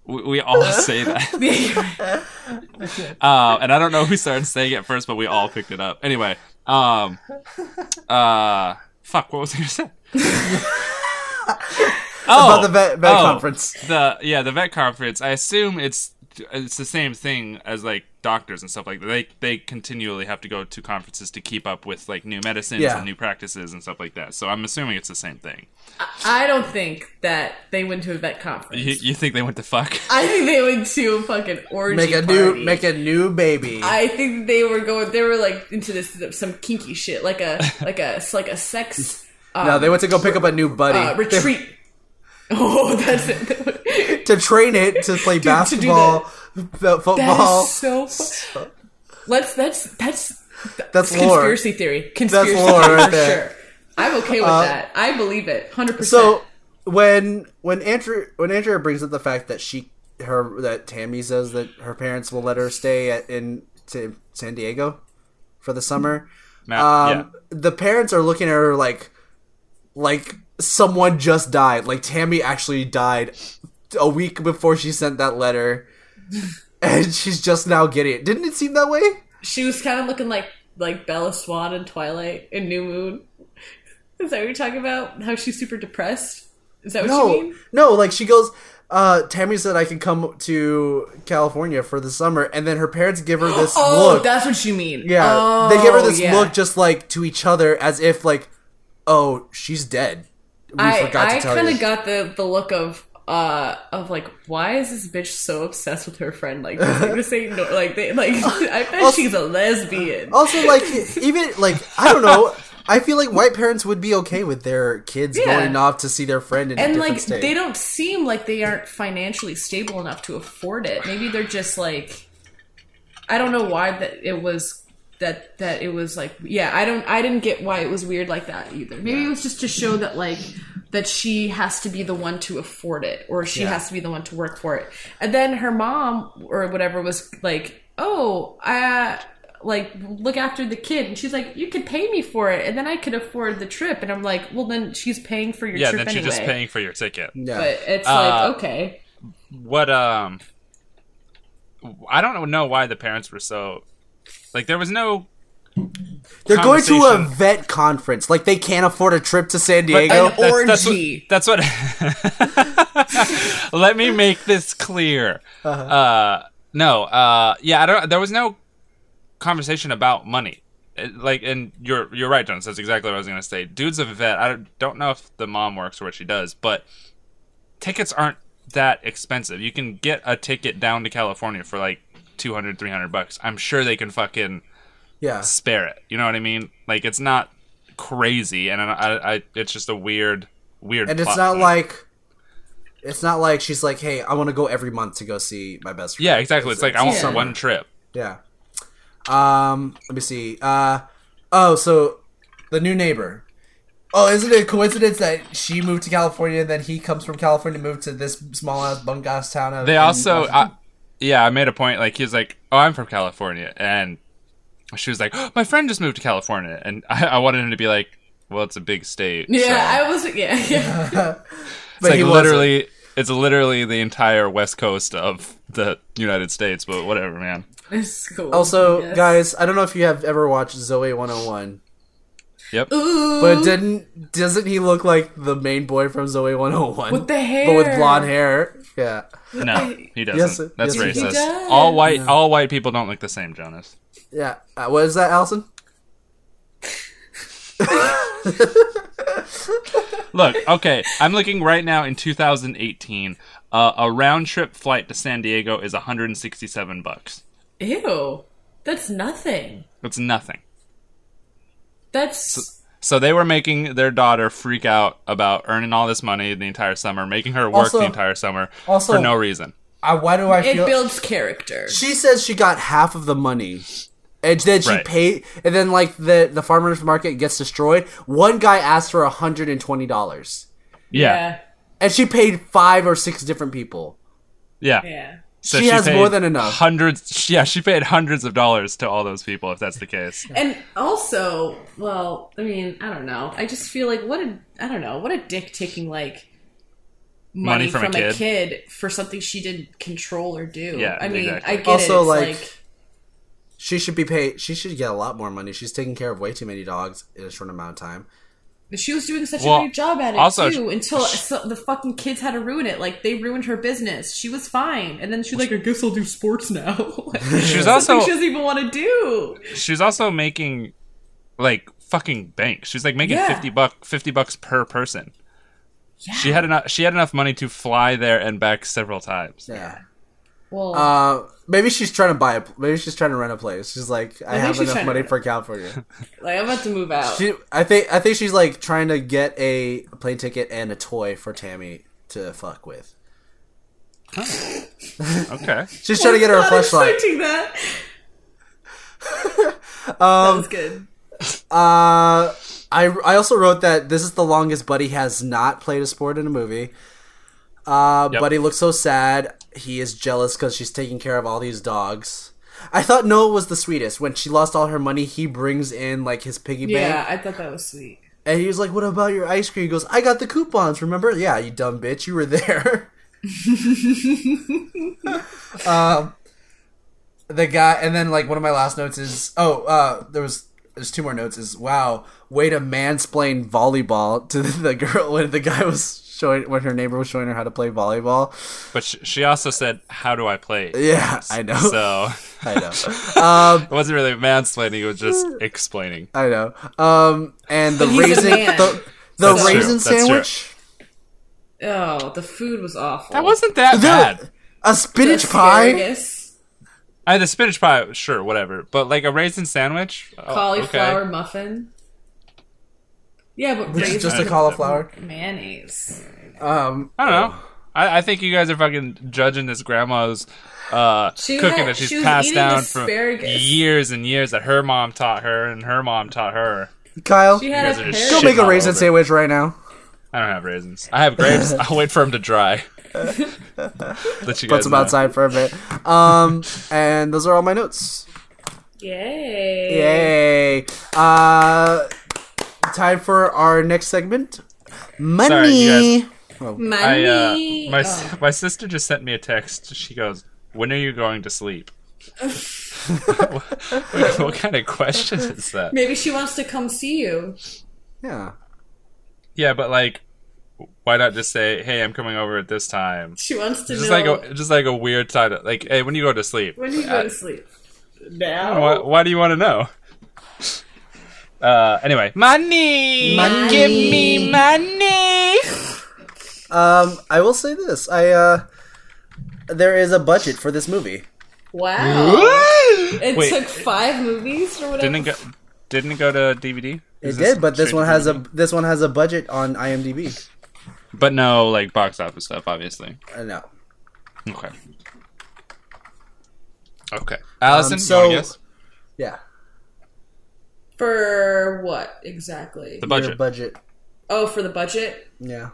Speaker 5: we, we all say that,
Speaker 6: you mean. Yeah, you're right.
Speaker 5: uh, and I don't know who started saying it first, but we all picked it up anyway. Um, uh, fuck. What was I gonna say? oh,
Speaker 3: About the vet, vet
Speaker 5: oh,
Speaker 3: conference.
Speaker 5: The yeah, the vet conference. I assume it's it's the same thing as like doctors and stuff like that. They they continually have to go to conferences to keep up with like new medicines
Speaker 3: Yeah.
Speaker 5: and new practices and stuff like that. So I'm assuming it's the same thing.
Speaker 6: I don't think that they went to a vet conference.
Speaker 5: You, you think they went to fuck?
Speaker 6: I think they went to a fucking orgy
Speaker 3: Make a
Speaker 6: party.
Speaker 3: new make a new baby.
Speaker 6: I think they were going. They were like into this some kinky shit, like a like a like a sex um,
Speaker 3: no, they went to go pick up a new buddy
Speaker 6: uh, retreat. Oh, that's it.
Speaker 3: to train it to play
Speaker 6: to do
Speaker 3: basketball, f-
Speaker 6: That
Speaker 3: football.
Speaker 6: is so. Fu- Let's. That's that's
Speaker 3: That's lore.
Speaker 6: conspiracy theory. Conspiracy
Speaker 3: lore
Speaker 6: theory
Speaker 3: right
Speaker 6: for
Speaker 3: there. Uh,
Speaker 6: sure. I'm okay with that. I believe it, hundred percent.
Speaker 3: So when when Andrew when Andrea brings up the fact that she her that Tammy says that her parents will let her stay at, in to San Diego for the summer,
Speaker 5: Matt,
Speaker 3: um,
Speaker 5: yeah.
Speaker 3: the parents are looking at her like like someone just died. Like Tammy actually died a week before she sent that letter. And she's just now getting it. Didn't it seem that way?
Speaker 6: She was kind of looking like like Bella Swan in Twilight in New Moon. Is that what you're talking about? How she's super depressed? Is that what you
Speaker 3: No,
Speaker 6: mean?
Speaker 3: no. Like she goes, uh, Tammy said I can come to California for the summer, and then her parents give her this
Speaker 6: Oh,
Speaker 3: look.
Speaker 6: that's what you mean.
Speaker 3: Yeah,
Speaker 6: Oh,
Speaker 3: they give her this
Speaker 6: yeah.
Speaker 3: look just like to each other, as if like, oh, she's dead. We
Speaker 6: I,
Speaker 3: forgot
Speaker 6: I
Speaker 3: to tell
Speaker 6: kind
Speaker 3: you.
Speaker 6: of got the the look of uh of like why is this bitch so obsessed with her friend like this, like, this ain't no, like they like I bet
Speaker 3: Also-
Speaker 6: she's a lesbian.
Speaker 3: also, like, e-, even like I don't know. I feel like white parents would be okay with their kids
Speaker 6: Yeah.
Speaker 3: going off to see their friend in a
Speaker 6: and
Speaker 3: different
Speaker 6: like
Speaker 3: state.
Speaker 6: they don't seem like they aren't financially stable enough to afford it. Maybe they're just like I don't know why that it was that that it was like yeah, I don't I didn't get why it was weird like that either. Maybe it was just to show that like that she has to be the one to afford it or she has to be the one to work for it. And then her mom or whatever was like, "Oh, I like look after the kid." And she's like, "You could pay me for it and then I could afford the trip." And I'm like, "Well, then she's paying for your
Speaker 5: yeah,
Speaker 6: trip
Speaker 5: then you're
Speaker 6: anyway."
Speaker 5: just paying for your ticket.
Speaker 3: yeah.
Speaker 6: but it's
Speaker 5: Uh,
Speaker 6: like okay
Speaker 5: What um, I don't know why the parents were so like there was no
Speaker 3: They're going to a
Speaker 5: conversation-
Speaker 3: vet conference. Like they can't afford a trip to San Diego.
Speaker 6: an orgy.
Speaker 5: That's what. That's what let me make this clear. uh no. Uh, yeah. I don't. There was no conversation about money. It- like, and you're you're right, Jonas. That's exactly what I was gonna say. Dude's a vet. I don't- don't know if the mom works or what she does, but tickets aren't that expensive. You can get a ticket down to California for like 200, 300 bucks. I'm sure they can fucking
Speaker 3: yeah.
Speaker 5: spare it. You know what I mean? Like it's not crazy, and I, I, I it's just a weird, weird.
Speaker 3: And it's
Speaker 5: plot
Speaker 3: not
Speaker 5: point.
Speaker 3: like it's not like she's like, hey, I want to go every month to go see my best friend.
Speaker 5: yeah, exactly. It's like I want
Speaker 6: Yeah.
Speaker 5: one trip.
Speaker 3: Yeah. Um, let me see. Uh, oh, so the new neighbor. Oh, isn't it a coincidence that she moved to California and then he comes from California to move to this small ass bunk ass town? Out
Speaker 5: They
Speaker 3: in
Speaker 5: also,
Speaker 3: Washington?
Speaker 5: I, yeah, I made a point. Like he was like, "Oh, I'm from California," and she was like, oh, "My friend just moved to California," and I, I wanted him to be like, "Well, it's a big state."
Speaker 6: yeah
Speaker 5: so.
Speaker 6: i was yeah, yeah.
Speaker 3: but
Speaker 5: it's like
Speaker 3: he wasn't.
Speaker 5: literally. It's literally the entire west coast of the United States, but whatever, man.
Speaker 6: it's cool
Speaker 3: Also,
Speaker 6: I guess.
Speaker 3: guys, I don't know if you have ever watched Zoe 101,
Speaker 5: Yep.
Speaker 6: Ooh,
Speaker 3: but didn't doesn't he look like the main boy from Zoe 101
Speaker 6: with the hair
Speaker 3: but with blonde hair? Yeah.
Speaker 5: No, he doesn't.
Speaker 3: Yes,
Speaker 5: That's
Speaker 3: yes, he
Speaker 5: racist.
Speaker 6: does.
Speaker 5: All white, all white people don't look the same, Jonas.
Speaker 3: Yeah. Uh, what is that, Allison?
Speaker 5: Look, okay, I'm looking right now in 2018. Uh, a round trip flight to San Diego is 167 bucks.
Speaker 6: ew that's nothing
Speaker 5: It's nothing.
Speaker 6: that's
Speaker 5: So they were making their daughter freak out about earning all this money the entire summer, making her work
Speaker 3: Also-
Speaker 5: the entire summer
Speaker 3: also-
Speaker 5: for no reason.
Speaker 3: Uh, why do I
Speaker 6: it
Speaker 3: feel
Speaker 6: builds character
Speaker 3: she says she got half of the money and then she
Speaker 5: Right.
Speaker 3: paid and then like the the farmers market gets destroyed one guy asked for $120
Speaker 5: Yeah,
Speaker 3: and she paid five or six different people
Speaker 5: yeah.
Speaker 6: yeah
Speaker 5: So
Speaker 3: She has more
Speaker 5: paid
Speaker 3: than enough.
Speaker 5: Hundreds. Yeah, she paid hundreds of dollars to all those people. If that's the case,
Speaker 6: and also well i mean i don't know i just feel like what a i don't know what a dick taking like money, from, a, kid. for something she didn't control or do
Speaker 5: Yeah,
Speaker 6: i mean
Speaker 5: exactly.
Speaker 6: i get
Speaker 3: Also,
Speaker 6: it it's
Speaker 3: like-
Speaker 6: like,
Speaker 3: she should be paid she should get a lot more money she's taking care of way too many dogs in a short amount of time
Speaker 6: She was doing such
Speaker 5: Well,
Speaker 6: a great job at it
Speaker 5: also-
Speaker 6: too until so the fucking kids had to ruin it. Like they ruined her business. She was fine, and then she's like, "I guess I'll do sports now." Like,
Speaker 5: She's
Speaker 6: something
Speaker 5: also
Speaker 6: she doesn't even want to do.
Speaker 5: she's also making like fucking bank. She's like making
Speaker 6: Yeah.
Speaker 5: fifty buck fifty bucks per person. She had enough. She had enough money to fly there and back several times.
Speaker 3: Yeah.
Speaker 6: Well,
Speaker 3: Uh, maybe she's trying to buy a. Maybe she's trying to rent a place. She's like, I,
Speaker 6: think
Speaker 3: have
Speaker 6: she's
Speaker 3: enough
Speaker 6: trying to
Speaker 3: money
Speaker 6: rent-
Speaker 3: for California.
Speaker 6: like I'm about to move out.
Speaker 3: She, I think, I think she's like trying to get a plane ticket and a toy for Tammy to fuck with.
Speaker 5: Okay.
Speaker 3: She's trying to get her a
Speaker 6: Not
Speaker 3: flashlight.
Speaker 6: expecting that.
Speaker 3: Um,
Speaker 6: that was good.
Speaker 3: Uh, I I also wrote that this is the longest Buddy has not played a sport in a movie. Uh,
Speaker 5: Yep.
Speaker 3: Buddy looks so sad. He is jealous because she's taking care of all these dogs. I thought Noah was the sweetest. When she lost all her money, he brings in like his piggy
Speaker 6: Yeah,
Speaker 3: bank,
Speaker 6: I thought that was sweet.
Speaker 3: and he was like, "What about your ice cream?" He goes, "I got the coupons. Remember? Yeah, you dumb bitch, you were there." um, the guy, and then like one of my last notes is, oh, uh, there was there's two more notes. Is wow, way to mansplain volleyball to the girl when the guy was showing when her neighbor was showing her how to play volleyball.
Speaker 5: But she, she also said, "How do I play?"
Speaker 3: Yeah, I know,
Speaker 5: So
Speaker 3: I know. Um,
Speaker 5: it wasn't really mansplaining; it was just explaining.
Speaker 3: I know. Um, and the
Speaker 6: he's a
Speaker 3: raisin,
Speaker 6: man.
Speaker 3: the, the
Speaker 5: That's true,
Speaker 3: raisin
Speaker 5: that's true.
Speaker 3: sandwich.
Speaker 6: Oh, the food was awful.
Speaker 5: That wasn't that
Speaker 3: The-
Speaker 5: bad.
Speaker 3: A spinach pie.
Speaker 6: Asparagus,
Speaker 5: I the spinach pie, sure, whatever. But like a raisin sandwich, Oh,
Speaker 6: cauliflower
Speaker 5: okay.
Speaker 6: muffin. Yeah, but
Speaker 3: Which is
Speaker 6: raisin
Speaker 3: just a cauliflower.
Speaker 6: mayonnaise.
Speaker 3: Um,
Speaker 5: I don't know. I, I think you guys are fucking judging this grandma's uh,
Speaker 6: She
Speaker 5: cooking
Speaker 6: had-
Speaker 5: that she's
Speaker 6: she was
Speaker 5: passed
Speaker 6: eating
Speaker 5: down
Speaker 6: asparagus.
Speaker 5: from years and years that her mom taught her and her mom taught her.
Speaker 3: Kyle,
Speaker 6: She
Speaker 3: go
Speaker 6: had
Speaker 5: guys
Speaker 6: a
Speaker 5: are just
Speaker 6: pear.
Speaker 5: shit.
Speaker 3: make a
Speaker 5: all
Speaker 3: raisin
Speaker 5: over.
Speaker 3: sandwich right now.
Speaker 5: I don't have raisins. I have grapes. I'll wait for them to dry. Let you
Speaker 3: Put
Speaker 5: guys
Speaker 3: some
Speaker 5: know.
Speaker 3: outside for a bit. Um, and those are all my notes.
Speaker 6: Yay!
Speaker 3: Yay! Uh, time for our next segment. Money.
Speaker 5: you I,
Speaker 6: Money.
Speaker 5: uh, my s-
Speaker 6: Oh.
Speaker 5: my sister just sent me a text. She goes, "When are you going to sleep?" what, what kind of question is that?
Speaker 6: Maybe she wants to come see you.
Speaker 3: Yeah.
Speaker 5: Yeah, but like, why not just say, "Hey, I'm coming over at this time."
Speaker 6: She wants to
Speaker 5: Just
Speaker 6: know
Speaker 5: like a just like a weird time. to- Like, hey, when do you go to sleep?
Speaker 6: when do you go to sleep. Now.
Speaker 5: Why, why do you want to know? Uh, anyway, money. Give me money.
Speaker 3: Um, I will say this. I uh, there is a budget for this movie.
Speaker 6: Wow. It
Speaker 5: Wait.
Speaker 6: took five movies or whatever.
Speaker 5: Didn't it go. Didn't it go to DVD.
Speaker 3: It
Speaker 5: Is
Speaker 3: did, but this
Speaker 5: straight
Speaker 3: one
Speaker 5: to
Speaker 3: has a
Speaker 5: DVD?
Speaker 3: this one has a budget on IMDb.
Speaker 5: But no, like box office stuff, obviously.
Speaker 3: Uh, no.
Speaker 5: Okay. Okay. Allison,
Speaker 3: Um, so-
Speaker 5: so guess?
Speaker 3: Yeah.
Speaker 6: For what exactly?
Speaker 5: the
Speaker 3: Your
Speaker 5: budget.
Speaker 3: budget.
Speaker 6: Oh, for the budget?
Speaker 3: Yeah.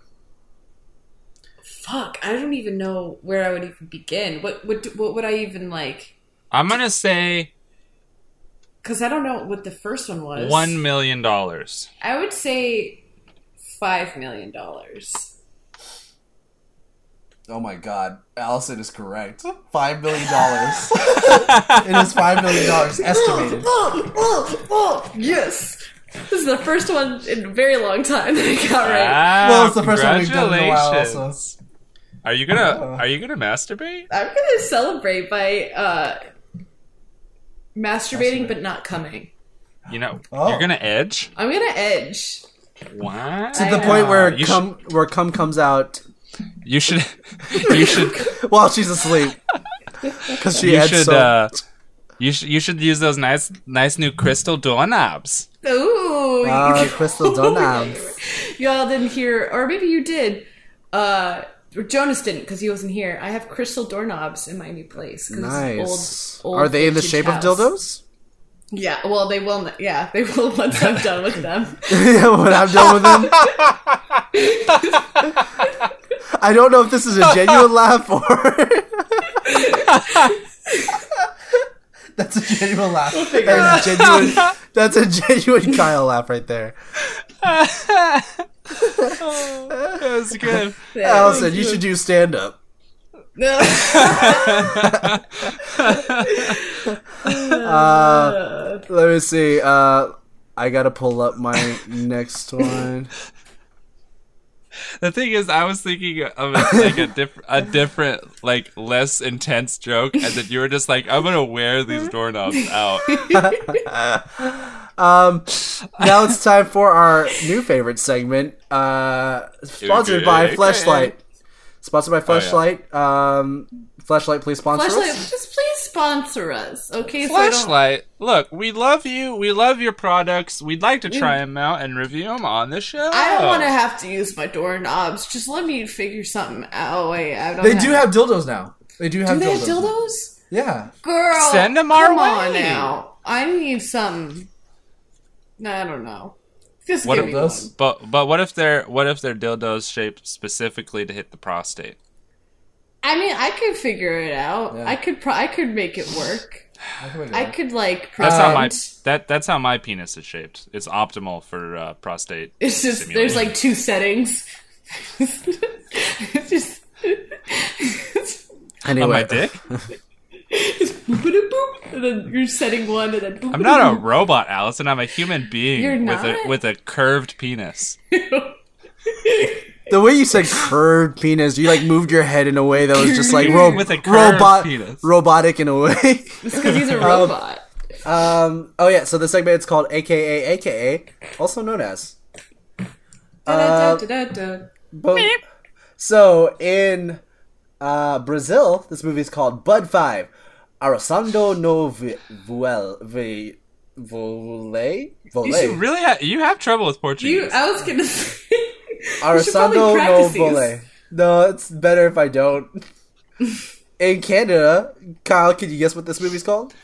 Speaker 6: Fuck, I don't even know where I would even begin. What what do- what would I even like?
Speaker 5: I'm gonna say
Speaker 6: Because I don't know what the first one was.
Speaker 5: one million dollars.
Speaker 6: I would say five million dollars.
Speaker 3: Oh my god. Allison is correct. Five million dollars. it is five million dollars estimated.
Speaker 6: Oh, oh, oh, yes. This is the first one in a very long time that I got right.
Speaker 5: Ah,
Speaker 3: Well, it's the Oh. first one we've done in a while,
Speaker 5: congratulations. Are you gonna Are you gonna masturbate?
Speaker 6: I'm gonna celebrate by uh, masturbating but not coming.
Speaker 5: You know,
Speaker 3: Oh.
Speaker 5: you're gonna edge.
Speaker 6: I'm gonna edge.
Speaker 5: Wow.
Speaker 3: To the
Speaker 6: I
Speaker 3: point
Speaker 6: know.
Speaker 3: where
Speaker 5: You
Speaker 3: cum where cum comes out
Speaker 5: You should. You should.
Speaker 3: while she's asleep. Because she
Speaker 5: you
Speaker 3: had
Speaker 5: should.
Speaker 3: so
Speaker 5: Uh, you should. You should use those nice, nice new crystal doorknobs.
Speaker 6: Ooh,
Speaker 3: uh, crystal doorknobs.
Speaker 6: y'all didn't hear, or maybe you did. Uh, or Jonas didn't because he wasn't here. I have crystal doorknobs in my new place. 'cause it's an
Speaker 3: Nice.
Speaker 6: old- old
Speaker 3: Are they in the
Speaker 6: vintage
Speaker 3: shape
Speaker 6: house.
Speaker 3: of dildos?
Speaker 6: Yeah, well, they will. n- Yeah, they will once I'm done with them.
Speaker 3: yeah, when I'm done with them. I don't know if this is a genuine laugh or. That's a genuine laugh. That is genuine, that's a genuine Kyle laugh right there.
Speaker 5: That was good.
Speaker 3: Allison, you should do stand up. Let me see. Uh, I gotta pull up my next one.
Speaker 5: The thing is, I was thinking of it like a different, a different, like less intense joke, and then you were just like, "I'm gonna wear these doorknobs out."
Speaker 3: Now it's time for our new favorite segment, uh, sponsored by
Speaker 5: Okay.
Speaker 3: Fleshlight. Sponsored by Fleshlight. Um, Fleshlight, please sponsor
Speaker 6: Flashlight,
Speaker 3: us.
Speaker 6: just please sponsor us, okay? So I don't-
Speaker 5: Flashlight. Look, we love you. We love your products. We'd like to try them out and review them on the show.
Speaker 6: I don't want to have to use my doorknobs. Just let me figure something out. Oh, wait, I don't.
Speaker 3: They do have dildos now. They do have
Speaker 6: Do they have
Speaker 3: dildos.
Speaker 6: dildos?
Speaker 3: Yeah.
Speaker 6: Girl,
Speaker 5: Send 'em our
Speaker 6: come on
Speaker 5: way.
Speaker 6: now. I need some. I don't know. Just
Speaker 5: What
Speaker 6: give
Speaker 5: are
Speaker 6: me
Speaker 3: those?
Speaker 6: one.
Speaker 5: But but what if they're what if they're dildos shaped specifically to hit the prostate?
Speaker 6: I mean, I could figure it out.
Speaker 3: Yeah.
Speaker 6: I could. Pro- I could make it work. I could like.
Speaker 5: That's how my
Speaker 6: pretend.
Speaker 5: that that's how my penis is shaped. It's optimal for uh, prostate.
Speaker 6: It's just
Speaker 5: stimulation.
Speaker 6: there's like two settings. it's just. it's-
Speaker 5: on my
Speaker 3: Anyway,
Speaker 5: dick.
Speaker 6: it's boop boop boop, and then you're setting one, and then boop.
Speaker 5: I'm not a robot, Allison. I'm a human being
Speaker 6: You're
Speaker 5: with a
Speaker 6: not?
Speaker 5: with a curved penis.
Speaker 3: the way you said curved penis, you like moved your head in a way that was just like ro-
Speaker 5: With a curved
Speaker 3: robot,
Speaker 5: penis.
Speaker 3: robotic in a way.
Speaker 6: because he's a robot.
Speaker 3: um. Oh yeah. So the segment it's called AKA AKA, also known as
Speaker 6: Da, da, da, da, da.
Speaker 3: But- so in uh, Brazil, this movie is called Bud Five, Arasando no Vi- Vuel Vi- Vole
Speaker 5: You
Speaker 3: Vole
Speaker 5: really ha- you have trouble with
Speaker 6: You, uh,
Speaker 5: Portuguese.
Speaker 6: I was gonna say. we should probably
Speaker 3: Arasando no
Speaker 6: practice these.
Speaker 3: Vole. No, it's better if I don't. In Canada, Kyle, can you guess what this movie's called?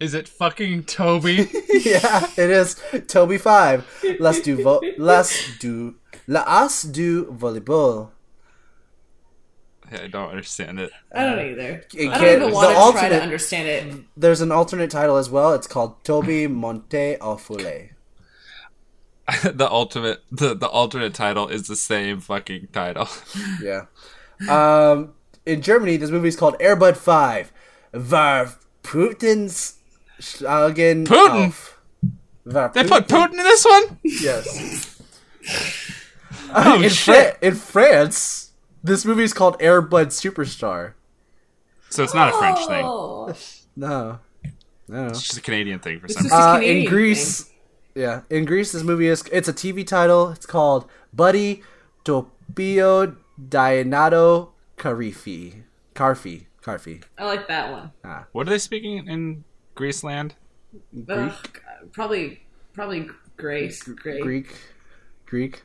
Speaker 5: Is it fucking Toby?
Speaker 3: yeah, it is Toby Five. Let's do vo- let's do let's do volleyball.
Speaker 5: I don't understand it.
Speaker 6: I don't either.
Speaker 3: It
Speaker 6: I
Speaker 3: can't-
Speaker 6: don't even
Speaker 3: the
Speaker 6: want to try to
Speaker 3: alternate-
Speaker 6: understand it.
Speaker 3: There's an alternate title as well. It's called Toby Monte au Foulée.
Speaker 5: the ultimate the, the alternate title is the same fucking title.
Speaker 3: Yeah. Um, in Germany, this movie is called Airbud 5. Var Putin's Schlagen
Speaker 5: Putin?
Speaker 3: auf. Var
Speaker 5: They put Putin in this one?
Speaker 3: Yes.
Speaker 5: Oh
Speaker 3: in, Fra-
Speaker 5: shit.
Speaker 3: in France, this movie is called Airbud Superstar.
Speaker 5: So it's not a French thing.
Speaker 6: Oh, it's
Speaker 3: No. No.
Speaker 5: It's just a Canadian thing for some
Speaker 6: just
Speaker 5: reason.
Speaker 3: Uh, in
Speaker 6: Canadian
Speaker 3: Greece, yeah, in Greece, this movie is it's a TV title. It's called Buddy Topio Dianato Carifi. Carfi. Carfi.
Speaker 6: thing. I like that one.
Speaker 5: What are they speaking in Greeceland?
Speaker 6: Ugh, God, probably, probably Grace. Grace.
Speaker 3: Greek. Greek.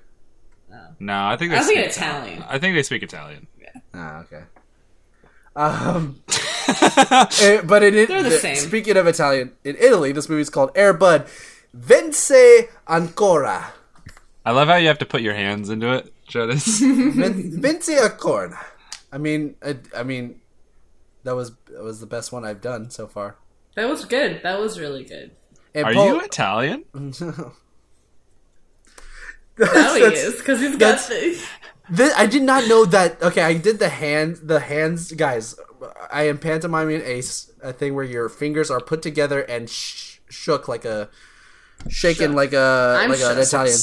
Speaker 5: No, I think they
Speaker 6: I was
Speaker 5: speak
Speaker 6: thinking Italian.
Speaker 5: I think they speak Italian.
Speaker 3: Ah, okay. Um, eh, but it,
Speaker 6: They're the
Speaker 3: th-
Speaker 6: same.
Speaker 3: Speaking of Italian, in Italy, this movie's called Air Bud. Vence ancora.
Speaker 5: I love how you have to put your hands into it, Jonas.
Speaker 3: Vin- Vince ancora. I mean, I, I mean, that was that was the best one I've done so far. Eh,
Speaker 6: That was good. That was really good.
Speaker 3: And
Speaker 5: Are
Speaker 3: Pol-
Speaker 5: you Italian?
Speaker 6: Now he
Speaker 3: That's-
Speaker 6: is because he's got
Speaker 3: that's-
Speaker 6: the.
Speaker 3: Th- I did not know that. Okay, I did the hand, the hands, guys. I am pantomiming a, s- a thing where your fingers are put together and sh- shook like a, shaken like a
Speaker 6: I'm
Speaker 3: like an
Speaker 6: shook.
Speaker 3: Italian.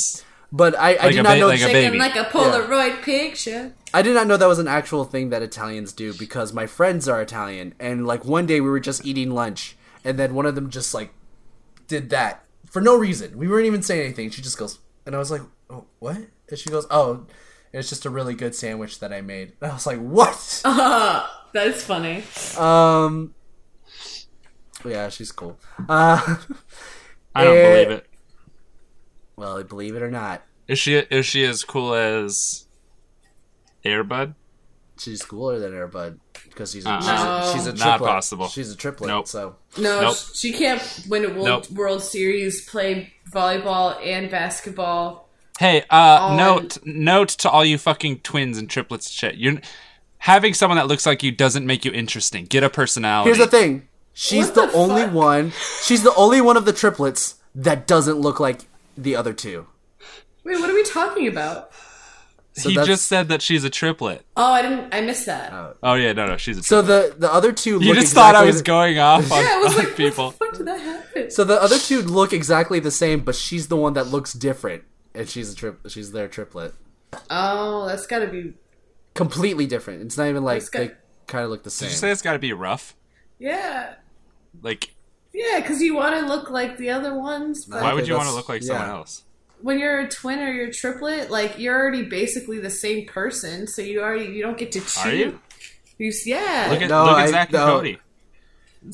Speaker 3: But I, I
Speaker 5: a
Speaker 3: did not
Speaker 5: ba-
Speaker 3: know.
Speaker 5: like a ba-
Speaker 6: Taking
Speaker 5: baby.
Speaker 6: like a Polaroid picture.
Speaker 3: I did not know that was an actual thing that Italians do because my friends are Italian, and like one day we were just eating lunch, and then one of them just like did that for no reason. We weren't even saying anything. She just goes, and I was like, oh, "What?" And she goes, "Oh, it's just a really good sandwich that I made." And I was like, "What?"
Speaker 6: That's funny.
Speaker 3: Um. Yeah, she's cool. Uh,
Speaker 5: I don't
Speaker 3: Eh.
Speaker 5: believe it.
Speaker 3: well, believe it or not,
Speaker 5: Is she is she as cool as Airbud?
Speaker 3: she's cooler than her, bud, because she's a,
Speaker 5: Uh-uh.
Speaker 6: No.
Speaker 3: she's, a, she's a triplet.
Speaker 5: Not possible.
Speaker 3: She's a triplet.
Speaker 5: Nope.
Speaker 3: So
Speaker 6: No,
Speaker 5: Nope.
Speaker 6: sh- she can't win a World,
Speaker 5: Nope.
Speaker 6: World Series, play volleyball and basketball.
Speaker 5: Hey,
Speaker 3: Oh,
Speaker 5: uh, note note to all you fucking twins and triplets and shit. You're having someone that looks like you doesn't make you interesting. Get a personality.
Speaker 3: here's the thing: she's
Speaker 6: What
Speaker 3: the,
Speaker 6: the
Speaker 3: only
Speaker 6: fuck?
Speaker 3: one. She's the only one of the triplets that doesn't look like the other two.
Speaker 6: Wait, what are we talking about?
Speaker 3: So
Speaker 5: he
Speaker 3: that's-
Speaker 5: just said that she's a triplet.
Speaker 6: Oh, I didn't. I missed that.
Speaker 5: Oh yeah, no, no, she's a.
Speaker 3: So
Speaker 5: Triplet.
Speaker 3: the the other two.
Speaker 5: you
Speaker 3: look
Speaker 5: just thought
Speaker 3: exactly
Speaker 5: I was
Speaker 3: the-
Speaker 5: going off on,
Speaker 6: yeah, I was
Speaker 5: on
Speaker 6: like,
Speaker 5: people.
Speaker 6: What the fuck did that happen?
Speaker 3: So the other two look exactly the same, but she's the one that looks different, and she's a trip. She's their triplet,
Speaker 6: Oh, that's gotta be.
Speaker 3: completely different. It's not even like
Speaker 6: It's
Speaker 3: they
Speaker 6: got-
Speaker 3: kind of look the
Speaker 5: Did
Speaker 3: same.
Speaker 5: you say it's got to be rough?
Speaker 6: Yeah.
Speaker 5: Like,
Speaker 6: Yeah, because you want to look like the other ones, but
Speaker 5: why
Speaker 3: Okay,
Speaker 5: would you want to
Speaker 3: that's-
Speaker 5: look like
Speaker 3: yeah.
Speaker 5: someone else?
Speaker 6: when you're a twin or you're a triplet, like you're already basically the same person, so you already you don't get to choose.
Speaker 5: Are you?
Speaker 6: You s- yeah.
Speaker 5: Look at
Speaker 3: No,
Speaker 5: look at
Speaker 3: I-
Speaker 5: Zach and
Speaker 3: no.
Speaker 5: Cody.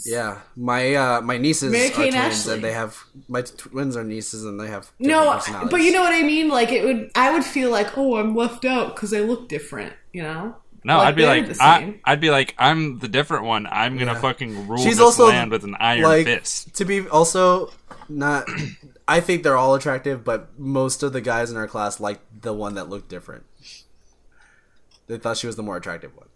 Speaker 3: yeah, my uh, my nieces
Speaker 6: Mary
Speaker 3: are
Speaker 6: Kay and
Speaker 3: twins,
Speaker 6: Ashley.
Speaker 3: and they have my t- twins are nieces, and they have different
Speaker 6: no,
Speaker 3: personalities.
Speaker 6: but you know what I mean. Like it would, I would feel like, oh, I'm left out because I look different. You know.
Speaker 5: No,
Speaker 6: Like,
Speaker 5: I'd be
Speaker 6: they're
Speaker 5: like,
Speaker 6: the
Speaker 5: I,
Speaker 6: same.
Speaker 5: I'd be like, I'm the different one. I'm gonna fucking rule
Speaker 3: She's
Speaker 5: this
Speaker 3: also,
Speaker 5: land with an iron
Speaker 3: like-
Speaker 5: fist.
Speaker 3: to be also not. I think they're all attractive, but most of the guys in our class liked the one that looked different. They thought she was the more attractive one.